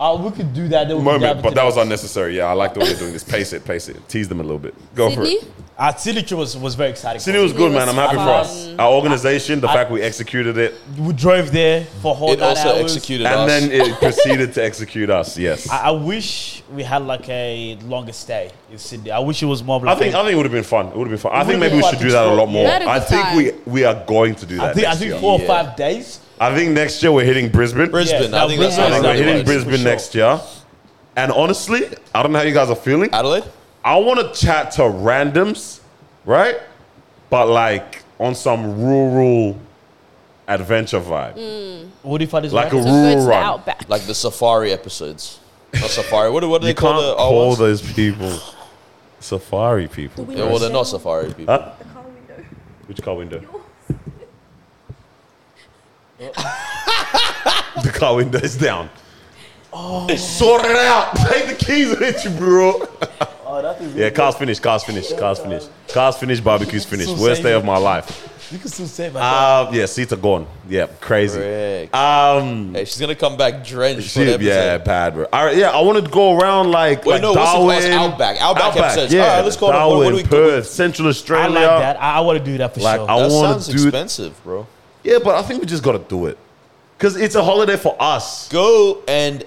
S4: Uh, we could do that. Then we could
S2: moment,
S4: dive
S2: but
S4: into
S2: that
S4: the-
S2: was unnecessary. Yeah, I like the way you're doing this. Pace it, pace it. Tease them a little bit. Go
S3: Sydney?
S2: for it.
S4: Our Sydney Uh, trip was, was very exciting.
S2: Sydney was
S3: Sydney
S2: good, man. I'm
S3: was
S2: happy for us.
S3: fun.
S2: Our organization, the
S4: I-
S2: fact we executed it,
S4: we drove there for a whole
S1: It
S4: nine
S1: also
S4: hours.
S1: executed us.
S2: and then it proceeded to execute us. Yes, I,
S4: I, I wish we had like a longer stay in Sydney. I wish it was more. of Like
S2: think I think it would have been fun. It would have been fun. I think
S4: Would've
S2: maybe
S4: been
S2: we
S4: fun
S2: should
S4: to
S2: do that a
S4: explore.
S2: lot more.
S3: We had a good
S2: I think
S3: time.
S2: we we are going to do that.
S4: I think, I
S2: next
S4: think
S2: year.
S4: four
S1: Yeah.
S4: or five days.
S2: I think next year we're hitting Brisbane.
S1: Brisbane.
S4: Yeah,
S1: I think
S4: now
S1: that's
S4: Brisbane
S2: I
S4: is
S2: think
S4: not
S2: we're
S4: the
S2: hitting
S4: worst.
S2: Brisbane
S4: For sure.
S2: next year. And honestly, I don't know how you guys are feeling.
S1: Adelaide.
S2: I want to chat to randoms, right? But like on some rural adventure vibe,
S4: What if I just
S2: like a
S4: went?
S3: so go to
S2: rural
S3: the
S2: run.
S3: outback.
S1: Like the safari episodes. Not safari. What, do- what do they
S2: You
S1: call the
S2: can't
S1: old
S2: call
S1: ones?
S2: those people safari people.
S1: Yeah, well, they're not safari people.
S2: Huh? Which car window? the car window is down. Oh. Sort it out. Take the keys with you, bro.
S4: Oh, that is
S2: Yeah, car's finished. Car's finished. Car's finished. Car's finished. Barbecue's finished.
S4: So
S2: Worst day
S4: sad.
S2: of my life.
S4: You can still say my
S2: Um, yeah, seats are gone. Yeah, crazy.
S1: Correct.
S2: Um,
S1: Hey, she's gonna come back drenched. for the
S2: shit, yeah,
S1: episode.
S2: bad, bro. All right, yeah, I wanted to go around like,
S1: Wait,
S2: like
S1: no, what's the-
S2: Darwin,
S1: what's Outback? Outback episodes. All right, let's call it- what-
S2: Darwin,
S1: what do we-
S2: Perth, Central
S4: I
S2: Australia.
S4: like that. I, I want to do that for
S2: Like,
S4: sure.
S2: I
S1: That
S2: want
S1: sounds
S2: to do it.
S1: expensive, bro.
S2: Yeah, but I think we just got to do it because it's a holiday for us.
S1: Go and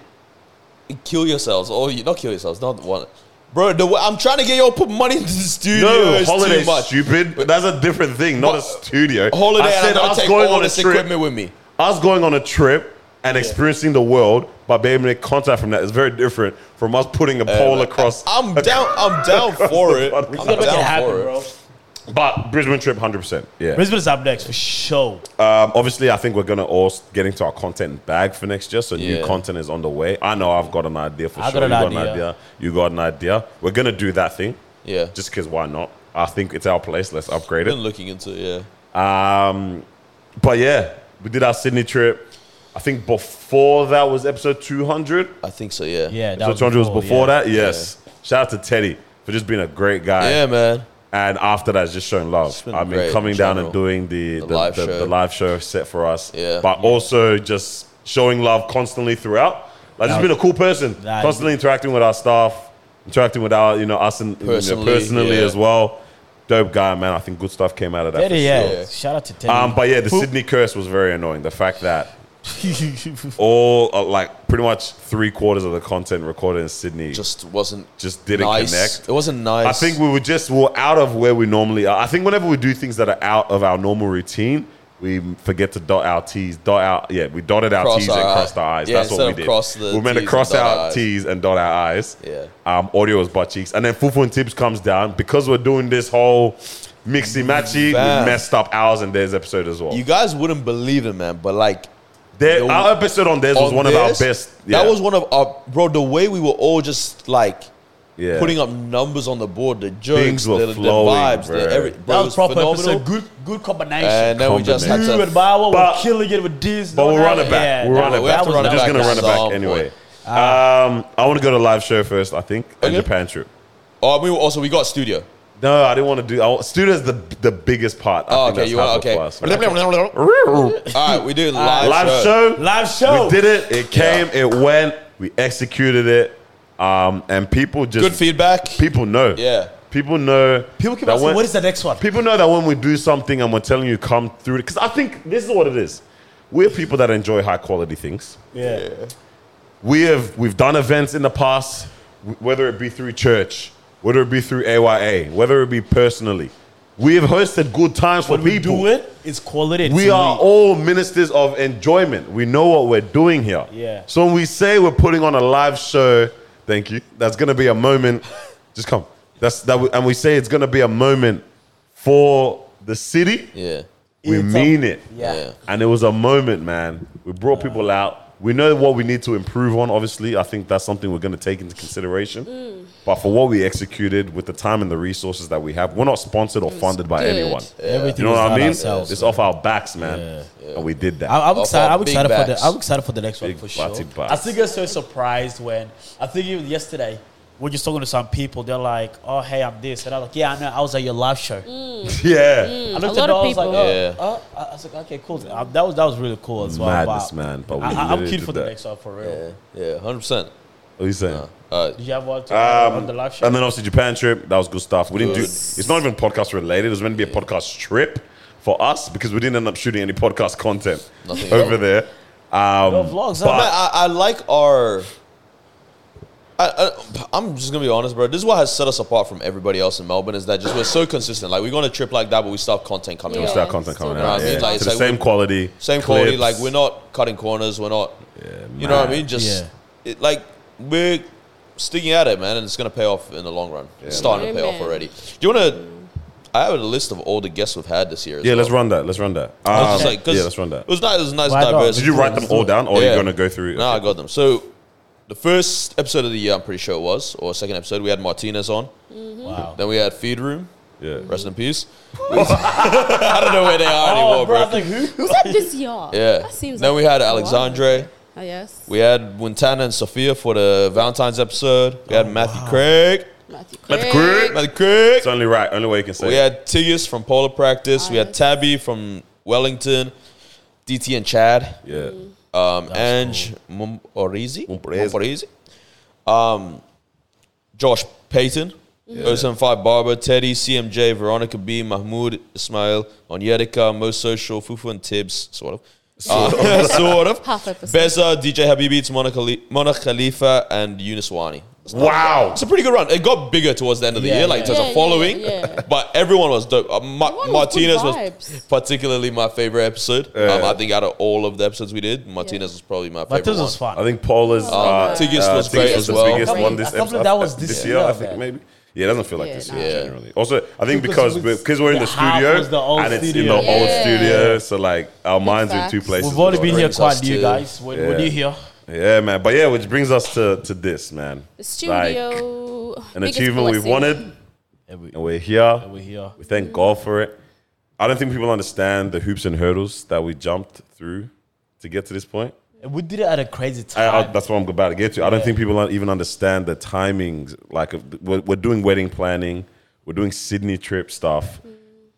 S1: kill yourselves. Or you not kill yourselves. Not one. Bro, the way, I'm trying to get y'all put money into the studio.
S2: No,
S1: it's
S2: holiday,
S1: too much.
S2: stupid. That's a different thing, not a
S1: But-
S2: studio.
S1: Holiday,
S2: I said
S1: and I'm
S2: us
S1: gonna take
S2: going
S1: all
S2: on a
S1: this
S2: trip.
S1: equipment with me.
S2: Us going on a trip and experiencing the world by being in contact from that is very different from us putting a pole across.
S1: Uh, I'm down. I'm down for it. I'm down
S2: bottom.
S4: We're gonna make it happen,
S1: for it.
S4: bro.
S2: but Brisbane trip, hundred percent. Yeah.
S4: Brisbane is up next for sure.
S2: Um, obviously, I think we're gonna all s- get into our content bag for next year, so new
S1: Yeah.
S2: content is on the way. I know I've got an idea for
S4: I
S2: sure.
S4: got an
S2: you got an
S4: idea.
S2: idea. You got an idea. We're gonna do that thing.
S1: Yeah.
S2: Just because why not? I think it's our place. Let's upgrade
S1: Been
S2: it.
S1: looking into it, yeah.
S2: Um, but yeah, we did our Sydney trip. I think before that was episode 200.
S1: I think so, yeah.
S4: Yeah, that
S2: episode 200 was before
S4: yeah.
S2: that. Yes. Shout out to Teddy for just being a great guy.
S1: Yeah, man.
S2: And after that, it's just showing love.
S1: been
S2: I mean,
S1: great
S2: coming
S1: in
S2: down
S1: general.
S2: and doing the the, the,
S1: live
S2: the,
S1: show.
S2: live show set for us,
S1: Yeah.
S2: but also just showing love constantly throughout. Like, just
S4: That-
S2: been a cool person,
S4: that-
S2: constantly interacting with our staff, interacting with our, you know, us and you know, personally,
S1: Personally, yeah.
S2: as well. Dope guy, man. I think good stuff came out of that.
S4: Teddy,
S2: for
S4: yeah.
S2: sure.
S4: Shout out to Teddy.
S2: Um, but yeah, the
S4: Who-
S2: Sydney curse was very annoying. The fact that all uh, like pretty much three quarters of the content recorded in Sydney just,
S1: Just wasn't
S2: didn't
S1: nice.
S2: connect.
S1: It wasn't nice.
S2: I think we were just we are out of where we normally are. I think whenever we do things that are out of our normal routine, we forget to dot our T's, dot out. Yeah, we dotted our
S1: Cross
S2: T's
S1: our
S2: and
S1: I.
S2: crossed our I's.
S1: Yeah,
S2: That's what
S1: instead
S2: we
S1: of
S2: did.
S1: cross the
S2: we meant to
S1: T's
S2: cross
S1: and dot our
S2: our
S1: I's.
S2: T's and dot our I's.
S1: Yeah.
S2: Um, audio was butt cheeks, and then Fufu and Tips comes down because we're doing this whole mixy matchy. We
S1: Fam.
S2: messed up ours and theirs episode as well.
S1: you guys wouldn't believe it, man, but like
S2: Their,
S1: Yo,
S2: our episode on theirs was
S1: on
S2: one of our
S1: this,
S2: best. Yeah.
S1: That was one of our bro, the way we were all just like
S2: Yeah.
S1: putting up numbers on the board, the jokes,
S2: Things were
S1: the, the
S2: flowing,
S1: vibes,
S2: bro.
S1: the every
S2: That
S1: bro,
S4: that
S1: it
S4: was proper
S1: phenomenal.
S4: episode. Good, good combination.
S1: And then we just had
S4: you
S1: to
S4: and Bawa
S2: But-
S4: were killing it with this.
S2: But we'll
S4: that.
S2: run it back.
S4: Yeah,
S2: we'll
S4: that
S2: run it
S4: was-
S1: we
S2: back.
S1: have to
S2: We're
S1: run it
S2: just
S1: back
S2: going to
S1: at
S2: run it
S1: some
S2: back
S1: point.
S2: anyway. um, I want to go to live show first, I think. And
S1: Okay.
S2: Japan trip.
S1: Oh, I mean, also we got studio.
S2: No, I didn't want to do. I, studio's the the biggest part. I
S1: Oh,
S2: think
S1: okay,
S2: that's
S1: you want
S2: happened
S1: okay.
S2: for us,
S1: All
S2: right?
S1: right, we do live,
S2: live show.
S4: Live show.
S2: We did it. It came. It went. We executed it. Um, and people just
S1: Good feedback.
S2: people know.
S1: Yeah.
S2: People know.
S4: People keep
S2: that
S4: asking,
S2: when-
S4: what is the next one?
S2: People know that when we do something and we're telling you come through because I think this is what it is. We're people that enjoy high quality things.
S4: yeah.
S2: We have we've done events in the past, w- whether it be through church, whether it be through AYA, whether it be personally. We have hosted good times for
S4: When we
S2: people.
S4: do it, it's quality.
S2: We
S4: it's
S2: are
S4: elite.
S2: all ministers of enjoyment. We know what we're doing here.
S4: Yeah.
S2: So when we say we're putting on a live show, thank you. That's gonna be a moment. Just come. That's that. we- And we say it's gonna be a moment for the city
S1: Yeah.
S2: We
S4: It's a-
S2: mean it.
S4: Yeah.
S1: Yeah.
S2: And it was a moment, man. We brought people out. We know what we need to improve on, obviously. I think that's something we're going to take into consideration. But for what we executed with the time and the resources that we have, we're not sponsored or funded by
S3: good.
S2: anyone.
S4: Everything
S2: You know
S4: is
S2: what I
S4: about
S2: mean?
S4: ourselves.
S2: It's off our backs, man. And we did that.
S4: I- I'm
S1: Off
S4: excited.
S1: our
S4: I'm
S1: big
S4: excited for
S1: backs.
S4: the. I'm excited for the next one
S2: Big
S4: for sure.
S2: butty backs.
S4: I still get so surprised when I think even yesterday we're just talking to some people. They're like, "Oh, hey, I'm this," and I'm like, "Yeah, I know. I was at your live show."
S2: yeah.
S4: I
S3: A lot
S4: looked at
S3: of
S4: them, I was like,
S3: people.
S4: "Oh,
S1: Yeah.
S4: oh," I I was like, "Okay, cool." Um, that was that was really cool as well.
S2: Madness,
S4: but
S2: man, but we
S4: I, I, am
S2: literally
S4: keen for
S2: did
S4: the
S2: that.
S4: next one for real.
S1: Yeah, hundred percent.
S2: What are you saying?
S1: Uh,
S4: Did you have one to, on the live show?
S2: Um, And then obviously Japan trip, that was good stuff. We didn't do
S1: Good.
S2: it's not even podcast related. It was meant to be a podcast trip for us because we didn't end up shooting any podcast content
S1: Nothing at
S2: over
S1: all.
S2: there.
S4: Your
S2: Um,
S4: vlogs,
S2: but-
S4: huh?
S1: I, I like our. I, I, I'm just gonna be honest, bro. This is what has set us apart from everybody else in Melbourne is that just we're so consistent. Like we go on a trip like that, but we still have content coming.
S3: Yeah.
S1: out.
S2: It's that content
S3: still
S2: coming
S1: good.
S2: out.
S1: You know what I mean?
S2: yeah.
S1: Like,
S2: To
S1: it's
S2: the
S1: like
S2: same
S1: we-
S2: quality.
S1: Same quality.
S2: clips.
S1: Like we're not cutting corners. We're not. you know what I
S2: man.
S1: mean? Just
S4: Yeah.
S1: it, like we're sticking at it, man, and it's gonna pay off in the long run. it's starting to pay off
S3: Amen.
S1: already. Do you want to? I have a list of all the guests we've had this year. as
S2: Yeah, let's
S1: well.
S2: run that. Let's run that.
S1: I was
S2: Um,
S1: just like, 'cause
S2: yeah, let's run that.
S1: It was nice. It was nice,
S4: Why not?
S1: diverse.
S2: Did you write them all down, or are
S1: Yeah.
S2: you gonna go through?
S1: No, I
S2: okay.
S1: got them. So the first episode of the year, I'm pretty sure it was, or second episode, we had Martinez on.
S3: Mm-hmm.
S4: Wow.
S1: Then we had Feed Room.
S2: Yeah.
S3: Mm.
S1: Rest in peace. I don't know where they are anymore,
S4: Oh, bro,
S1: bro.
S4: I was like, who?
S3: Was that this year?
S1: Yeah.
S3: That seems
S1: then
S3: like
S1: we had
S3: a while.
S1: Alexandre.
S3: Oh, yes.
S1: We had Wintana and Sophia for the Valentine's episode. We had Matthew Craig.
S3: Matthew
S2: Matthew
S3: Craig.
S2: Craig.
S1: Matthew Craig.
S2: It's only right. Only way you can say.
S1: We
S2: it.
S1: had Tigus from Polar Practice. We had
S3: Nice.
S1: Tabby from Wellington. DT and Chad.
S2: Yeah.
S1: um, Ange cool. Mumorizi,
S2: Mumporezi.
S1: um, Josh Payton, yeah. 075 Barber, Teddy, CMJ, Veronica B, Mahmoud, Ismail, Onyedika, Most Social, Fufu and Tibbs, sort of. Uh, sort of.
S3: Half episode.
S1: Beza, DJ Habibi, Mona, Khali- Mona Khalifa, and Yunus Wani.
S2: Wow.
S1: It's a pretty good run. It got bigger towards the end of the
S4: Yeah,
S1: year, like in
S4: yeah.
S1: terms
S3: Yeah,
S1: of following.
S3: yeah, yeah.
S1: But everyone was dope. Uh, Ma-
S3: Everyone was good
S1: Martinez was,
S3: vibes.
S1: particularly my favorite episode. um,
S2: Yeah.
S1: I think out of all of the episodes we did, Martinez was probably my favorite.
S4: But this was
S1: one.
S4: fun.
S2: I think Paula's
S1: Oh,
S2: uh,
S1: Tigist
S2: uh,
S1: was
S2: Tigist
S1: great
S2: was
S1: as
S2: the
S1: well.
S2: biggest one this
S4: I can't believe
S2: episode-
S4: that was this year,
S2: I
S4: man.
S2: think maybe. Yeah, it doesn't feel like
S3: Yeah,
S2: this
S3: nah.
S2: year
S1: Yeah.
S2: generally. Also, I think
S4: Because
S2: because
S4: we-
S2: we're, because we're in
S4: the
S2: the
S4: house
S2: studio
S4: was the old
S2: and it's
S4: studio.
S2: in the old
S3: Yeah.
S2: studio, so like our minds are in two
S3: facts.
S2: places.
S4: We've only been here
S1: brings
S4: quite
S1: us
S4: new,
S1: to-
S4: guys. When We're
S2: Yeah.
S4: new here.
S2: Yeah, man. But yeah, which brings us to to this, man.
S3: The
S2: Like,
S3: studio.
S2: an
S3: biggest
S2: achievement we've
S3: blessing.
S2: wanted,
S4: And we-
S2: and we're here.
S4: we're here.
S2: We thank God for it. I don't think people understand the hoops and hurdles that we jumped through to get to this point.
S4: And we did it at a crazy time.
S2: I, I, that's what I'm about to get to. I don't think people un- even understand the timings. Like, of- we're, we're doing wedding planning, we're doing Sydney trip stuff,
S4: Mm.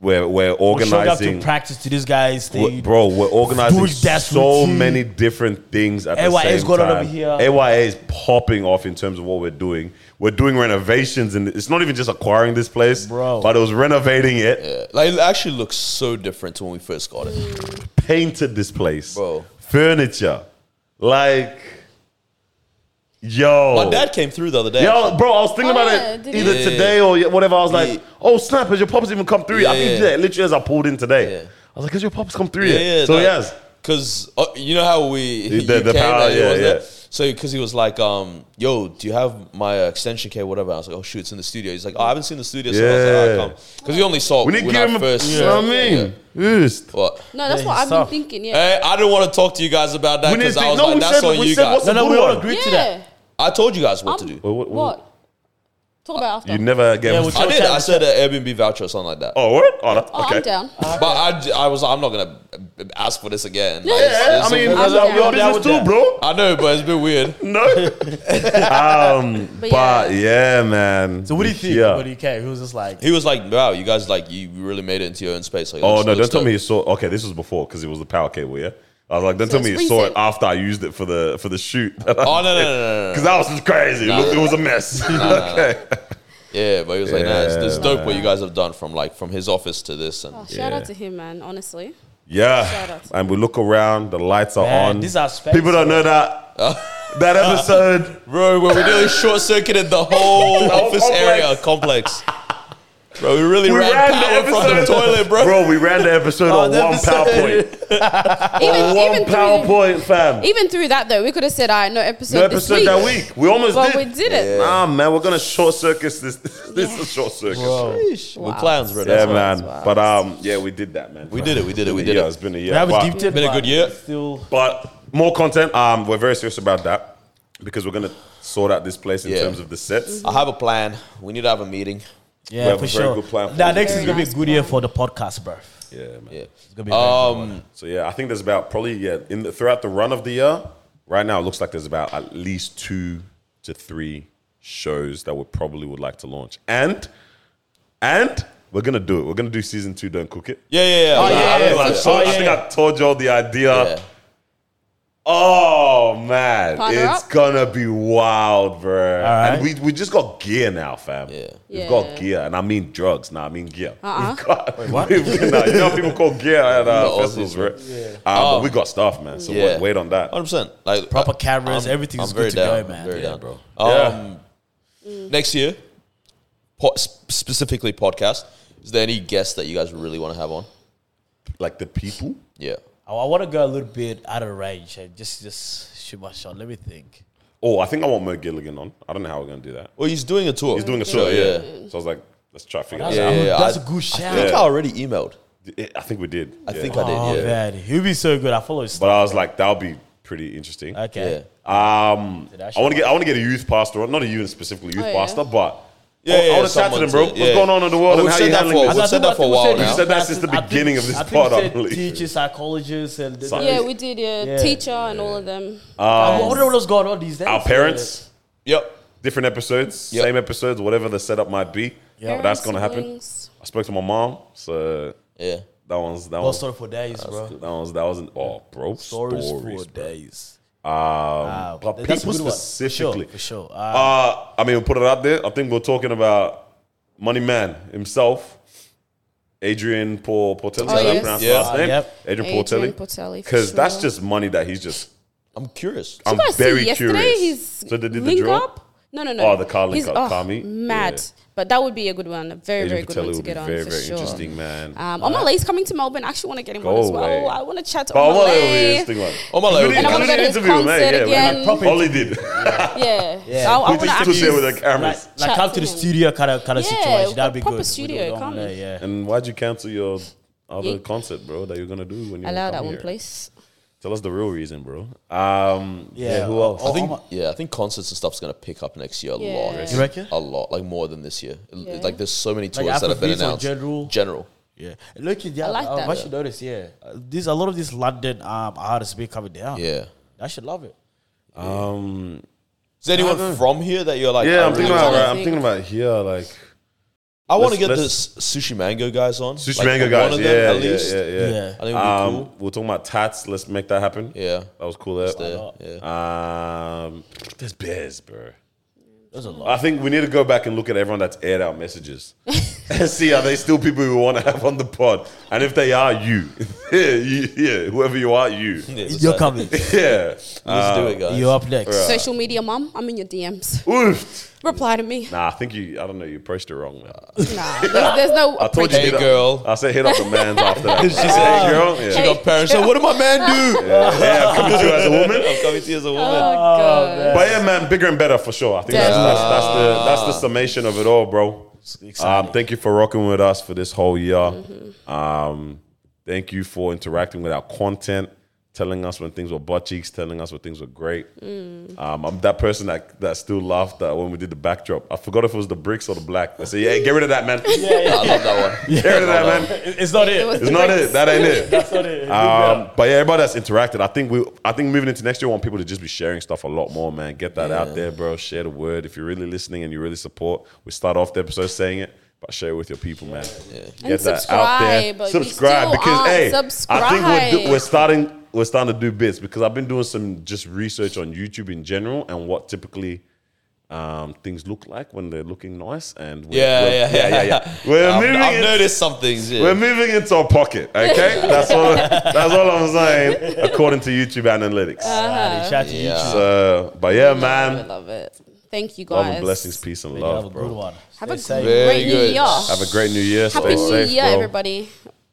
S2: we're, we're
S4: we showed up to
S2: organizing.
S4: practice to this guy's
S2: we're-
S4: thing.
S2: Bro, we're organizing
S4: Bush dance
S2: so
S4: routine.
S2: many different things at the
S4: AYA
S2: same
S4: is going on
S2: time.
S4: over here.
S2: AYA is popping off in terms of what we're doing. We're doing renovations, and it's not even just acquiring this place,
S4: Bro.
S2: but it was renovating it.
S1: Yeah. Like it actually looks so different to when we first got it.
S2: painted this place,
S1: Bro.
S2: Furniture, like, yo,
S1: My dad came through the other day.
S2: yo, bro. I was thinking
S3: Oh,
S2: about
S3: yeah,
S2: it
S3: did
S2: either
S1: he?
S2: today or whatever. I was like,
S1: Yeah.
S2: oh snap, has your pops even come through? yet? I
S1: Yeah,
S2: think he
S1: yeah.
S2: did that literally as I pulled in today.
S1: Yeah.
S2: I was like, has your pops come through yet? so he has.
S1: Because uh, you know how we
S2: The-
S1: you
S2: the
S1: came
S2: power,
S1: and he
S2: yeah,
S1: was
S2: yeah.
S1: there? So because he was like, um, "Yo, do you have my uh, extension cable, whatever?" I was like, "Oh shoot, it's in the studio." He's like, oh, "I haven't seen the studio." So I was like,
S2: Yeah.
S1: "All right, come," because he only saw it
S2: We need to
S1: when
S2: give
S1: I
S2: him a.
S1: first.
S2: You know what I mean? Oost.
S1: What?
S3: No, that's
S4: Yeah,
S3: what
S4: he's
S3: I've
S4: tough.
S3: been thinking. Yeah.
S1: Hey, I didn't want to talk to you guys about that
S2: We need
S1: because
S2: to.
S1: I was
S2: No,
S1: like,
S2: we
S1: "That's
S2: said.
S1: on
S2: We
S1: you
S2: said.
S1: guys."
S2: What's the
S4: No, no,
S2: good
S4: we all
S2: one?
S4: agreed to
S3: yeah.
S4: that.
S1: I told you guys what to
S3: Um,
S1: do.
S2: Wait, what-
S3: What?
S2: what-
S3: Talk about after.
S2: You never get.
S4: Yeah, we'll
S1: I
S4: chill
S1: did.
S4: chat,
S1: I said an Airbnb voucher or something like that.
S2: Oh, what? Oh, that-
S3: oh,
S2: okay.
S3: I'm down.
S1: But I, j- I was like, I'm not gonna ask for this again. Like,
S3: Yeah,
S1: it's-
S2: Yeah,
S1: it's
S2: I mean,
S1: a-
S3: I'm down.
S2: your business
S4: Yeah.
S2: too, bro.
S1: I know, but it's been weird.
S2: No. um,
S3: But
S2: but,
S3: yeah.
S2: yeah. man.
S4: So what do you think?
S2: Yeah.
S4: When he came, he was just like,
S1: He was like, "Wow, you guys like you really made it into your own space." Like,
S2: oh
S1: that's-
S2: no! Don't
S1: that's
S2: tell
S1: dope.
S2: me you saw. Okay, this was before because it was the power cable. Yeah. I was like, don't
S3: So
S2: tell me you
S3: it's
S2: saw it
S3: recent.
S2: after I used it for the for the shoot.
S1: Oh no, no, no, no, no,
S2: Because
S1: no.
S2: that was just crazy. it, looked, it was a mess. okay.
S1: Yeah, but he was like, "Nah, it's, it's
S2: Yeah,
S1: dope what you guys have done from like from his office to this." And
S3: Oh, shout
S2: Yeah.
S3: out to him, man. Honestly, Shout
S2: Yeah.
S3: out.
S2: And we look around. The lights are
S4: Man,
S2: on.
S4: these are space,
S2: People don't know that that episode.
S1: bro, when we nearly short circuited the whole
S2: whole
S1: office
S2: complex.
S1: area complex. Bro, we really ran, power from the toilet, bro.
S2: Bro, we ran the episode on
S4: the
S2: one
S4: episode.
S2: PowerPoint.
S3: even,
S2: Oh, One
S3: even through,
S2: PowerPoint, fam.
S3: even through that though, we could have said, "I no episode
S2: No
S3: this
S2: episode
S3: week."
S2: that week. We almost
S3: but
S2: did.
S3: we didn't.
S2: Nah, man, we're gonna short circuit this. This is a short circuit.
S1: We're clowns, bro.
S2: Yeah,
S1: That's why.
S2: man. But um, yeah, we did that, man.
S1: We did it. We did it. We
S2: yeah,
S1: did
S2: it's
S1: it.
S2: been a year.
S4: We haven't
S2: but,
S4: deeped it,
S1: Been a
S4: but
S1: good year.
S4: Still,
S2: but more content. Um, we're very serious about that because we're gonna sort out this place in
S1: Yeah.
S2: terms of the sets.
S1: I have a plan. We need to have a meeting.
S4: yeah,
S2: have
S4: for
S2: a very
S4: sure.
S2: good plan for
S4: Nah,
S2: this
S4: next is gonna be a good year for the podcast, bro.
S2: Yeah, man.
S1: Yeah.
S4: It's gonna be
S1: Um,
S2: So yeah, I think there's about probably yeah in the, throughout the run of the year. Right now, it looks like there's about at least two to three shows that we probably would like to launch, and and we're gonna do it. We're gonna do season two. Don't cook it.
S1: yeah, yeah, yeah.
S4: Oh, yeah,
S2: I, think
S4: yeah,
S2: I
S4: yeah.
S2: told-
S4: Oh,
S2: I
S4: yeah,
S2: think
S4: yeah.
S2: I told y'all the idea.
S1: Yeah.
S2: Oh man,
S3: Partner
S2: it's
S3: up.
S2: gonna be wild, bro.
S4: right.
S2: And we, we just got gear now, fam.
S1: Yeah.
S2: we've
S3: Yeah.
S2: got gear, and I mean drugs. Nah, I mean gear.
S3: Uh-uh.
S2: We've got we've- nah, you know people call gear at
S1: The
S2: uh,
S1: Aussies,
S2: festivals, right? Yeah. Um,
S1: Oh.
S2: But we got stuff, man. So
S1: Yeah. Um,
S2: wait, wait on that.
S1: Hundred percent. Like
S4: Proper
S1: I-
S4: cameras, everything's
S1: very
S4: good to
S1: down.
S4: go, man.
S1: I'm very
S4: Yeah,
S1: down,
S4: bro.
S1: Um, Next year, po- sp- specifically podcast. Is there any guest that you guys really want to have on?
S2: Like the people.
S1: Yeah.
S4: I, want to go a little bit out of range and just just shoot my shot. Let me think.
S2: Oh, I think I want Mo Gilligan on. I don't know how we're gonna do that.
S1: Well, he's doing a tour.
S2: He's doing a tour, yeah.
S1: yeah.
S2: So I was like, let's try to figure
S4: That's,
S2: that
S1: Yeah,
S4: a,
S1: yeah,
S4: good-
S1: yeah.
S4: that's
S1: I-
S4: a good
S1: I
S4: shout.
S1: think I already emailed.
S2: out. I think we did.
S1: I
S2: yeah.
S1: think I did.
S4: oh
S1: yeah.
S4: man, he'll be so good. I follow his.
S2: But I was like, that'll be pretty interesting.
S1: Yeah.
S4: Okay,
S2: Um,
S4: Did I
S2: I want to get I want to get a youth pastor, on, not a youth specifically youth
S3: Oh, yeah.
S2: pastor, but
S1: Yeah,
S2: I
S1: yeah,
S2: want to chat to them,
S1: someone's
S2: bro.
S1: it,
S2: What's
S1: yeah.
S2: going on in the world
S1: Oh,
S2: and
S1: we've
S2: how
S1: said
S2: you
S1: that
S2: handling
S1: for-
S2: this?
S1: we've said that for a while
S2: You
S1: now.
S2: said that since the
S4: I think-
S2: beginning of this
S4: I think
S2: part,
S4: we
S2: I
S4: said
S2: believe.
S4: Teachers, psychologists, and the,
S2: Science.
S3: Yeah, we did. Yeah,
S4: Yeah.
S3: teacher and all of them.
S2: Uh,
S4: I wonder what was going on these days.
S2: Our parents,
S1: Yep.
S2: different episodes,
S1: Yep.
S2: same episodes, whatever the setup might be. Yeah,
S3: Parents,
S2: but that's gonna happen.
S3: siblings.
S2: I spoke to my mom, so
S1: Yeah.
S2: that one's that
S4: Whole
S2: one's that
S4: story for days, bro.
S2: one's that wasn't oh, bro.
S4: Stories,
S2: Stories,
S4: for
S2: bro.
S4: days.
S2: Um,
S4: Wow.
S2: but
S4: That's a
S2: people
S4: good one. For sure,
S2: specifically.
S4: for sure. Uh,
S2: Uh, I mean, we'll put it out there. I think we're talking about Money Man himself, Adrian Paul Portelli. is that
S3: Oh,
S2: how you
S3: yes.
S2: pronounce
S1: Yeah.
S2: his last name?
S4: Yep.
S2: Adrian
S3: Adrian
S2: Portelli.
S3: Portelli, for
S2: Because that's
S3: sure.
S2: just money that he's just.
S1: I'm curious.
S2: I'm
S3: guys see
S2: very
S3: yesterday
S2: curious.
S3: his
S2: so they did the
S3: link
S2: draw.
S3: up? No, no, no.
S2: Oh, the car link
S3: He's-
S2: up,
S3: oh,
S2: Tommy.
S3: Mad.
S2: Yeah.
S3: But that would be a good one. A very, very
S2: Adrian
S3: good one
S2: Portelli
S3: to
S2: would be
S3: get on
S2: very,
S3: for
S2: very
S3: sure.
S2: interesting, man.
S3: Um, Omale's coming to Melbourne. I actually want to get him
S2: Uh-huh. Go
S3: on as well.
S2: away.
S3: I want to chat to
S2: but Omale will be
S3: Omale.
S2: interesting one.
S1: Omale
S2: We
S1: will
S2: did-
S1: be And Oh, I
S2: we
S1: wanna
S2: did
S3: go to his
S2: interview him,
S3: concert
S2: yeah, yeah,
S3: again.
S2: we-
S4: Like, proper-
S2: Ollie did.
S3: Yeah.
S4: Yeah.
S3: So I, I
S2: We
S3: want to
S2: just stood there with the
S3: actually.
S4: like,
S2: cameras.
S4: like
S3: Chat
S4: come
S3: to
S4: to the
S3: him.
S4: studio kind of kind of
S3: Yeah,
S4: situation. That'd be
S3: proper
S4: good.
S3: studio,
S4: We don't
S3: come.
S4: know, Yeah.
S2: And why'd you cancel your other
S3: Yeah.
S2: concert, bro, that you're going to do when you come
S3: Allow that one,
S2: here?
S3: please.
S2: Tell us the real reason, bro. Um, yeah, who else?
S1: I think yeah, I think concerts and stuff's gonna pick up next year a
S3: Yeah.
S1: lot.
S3: You
S4: reckon?
S1: A lot, like more than this year. L-
S3: Yeah.
S1: Like there's so many tours that
S4: Afrobeats
S1: have been
S4: or
S1: announced.
S4: general?
S1: General.
S4: Yeah, look, yeah,
S3: I like
S4: uh,
S3: that.
S4: I should notice, yeah, uh, there's a lot of these London um artists be coming down.
S1: Yeah.
S4: I should love it.
S2: Um,
S1: Is there anyone from here that you're like?
S2: Uh-huh. yeah,
S1: I
S2: I'm
S1: really
S2: thinking
S1: wanna-
S2: about.
S3: wanna
S2: right, I'm
S3: think-
S2: thinking about here, like
S1: I want to
S2: let's-
S1: get the
S2: let's-
S1: s- sushi mango guys on.
S2: Sushi
S1: Like,
S2: Mango
S1: one
S2: guys.
S1: of
S2: Yeah,
S1: them
S2: yeah,
S1: at least.
S2: yeah, yeah,
S4: Yeah.
S1: I think it'd be
S2: Um,
S1: cool.
S2: we're talking about tats. Let's make that happen.
S1: Yeah.
S2: that was cool. There.
S1: There, yeah.
S2: Um, there's bears, bro.
S4: There's a lot.
S2: I think we need to go back and look at everyone that's aired our messages and see are they still people we want to have on the pod, and if they are, you, yeah, you, yeah, whoever you are, you,
S1: Yeah,
S4: You're
S1: let's-
S4: coming.
S2: yeah.
S1: Let's
S2: Ah.
S1: do it, guys.
S4: You're up next.
S3: Social media, mom. I'm in your DMs.
S2: Uh, Oof.
S3: Reply to me.
S2: Nah, I think you. I don't know. You approached it wrong, man.
S3: Nah, there's, there's no.
S2: I told you,
S1: Hey,
S2: hit up-
S1: girl.
S2: I said hit up the man's after that. she said, hey, girl. Yeah.
S1: She got parents. So what did my man do?
S2: Yeah, I'm coming to you as a woman.
S1: I'm coming to you as a woman.
S3: Oh, God.
S2: But yeah, man, bigger and better for sure. I think that's, that's, that's the that's the summation of it all, bro. Um, thank you for rocking with us for this whole year. Um, thank you for interacting with our content, telling us when things were butt cheeks, telling us when things were great. Um, I'm that person that that still laughed at when we did the backdrop. I forgot if it was the bricks or the black. I said, yeah, get rid of that, man.
S1: I love that one.
S2: Get rid of that, man.
S4: It's not it.
S3: It was
S2: It's
S3: the
S2: not
S3: bricks.
S2: it. That ain't it.
S4: That's not it.
S2: Um, but yeah, everybody that's interacted, I think we, I think moving into next year, I want people to just be sharing stuff a lot more, man. Get that out there, bro. Share the word. If you're really listening and you really support, we start off the episode saying it, but share it with your people, man. Get
S3: And subscribe, but we
S2: Subscribe
S3: still
S2: because
S3: aren't
S2: hey, I think we're,
S3: subscribed.
S2: do, we're starting, we're starting to do bits because I've been doing some just research on YouTube in general and what typically. Um, things look like when they're looking nice, and we're,
S1: Yeah,
S2: we're-
S1: yeah,
S2: yeah, yeah, yeah. We're
S1: I've,
S2: moving
S1: I've
S2: into-
S1: noticed some things. Yeah.
S2: we're moving into a pocket, okay? That's all. That's all I'm saying, according to YouTube analytics.
S4: Shout out to
S1: Yeah.
S4: YouTube.
S2: so, but yeah,
S3: I
S2: man,
S3: love Uh-huh. it. Thank Thank you
S2: Love
S3: guys.
S2: and blessings, peace and
S4: You have a
S2: love,
S4: good
S2: bro.
S4: one.
S3: Have
S4: Stay
S3: a
S4: safe.
S1: Very
S3: great new
S1: good.
S3: year.
S2: Have a great New Year. Stay
S3: Happy New
S2: safe,
S3: Year,
S2: bro.
S3: everybody.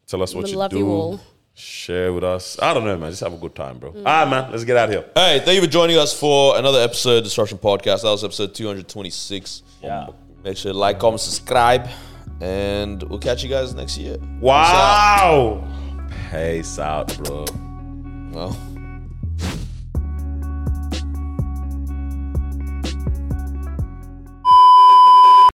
S2: Tell us what you
S3: Love
S2: do.
S3: you all. Mm.
S2: Share with us. I don't know, man. Just have a good time, bro. All right, man. Let's get out of here.
S1: Hey, thank you for joining us for another episode of Disruption Podcast. That was episode 226.
S4: Yeah.
S1: Make sure to like, comment, subscribe, and we'll catch you guys next year.
S2: Wow. Peace out, bro.
S1: Well.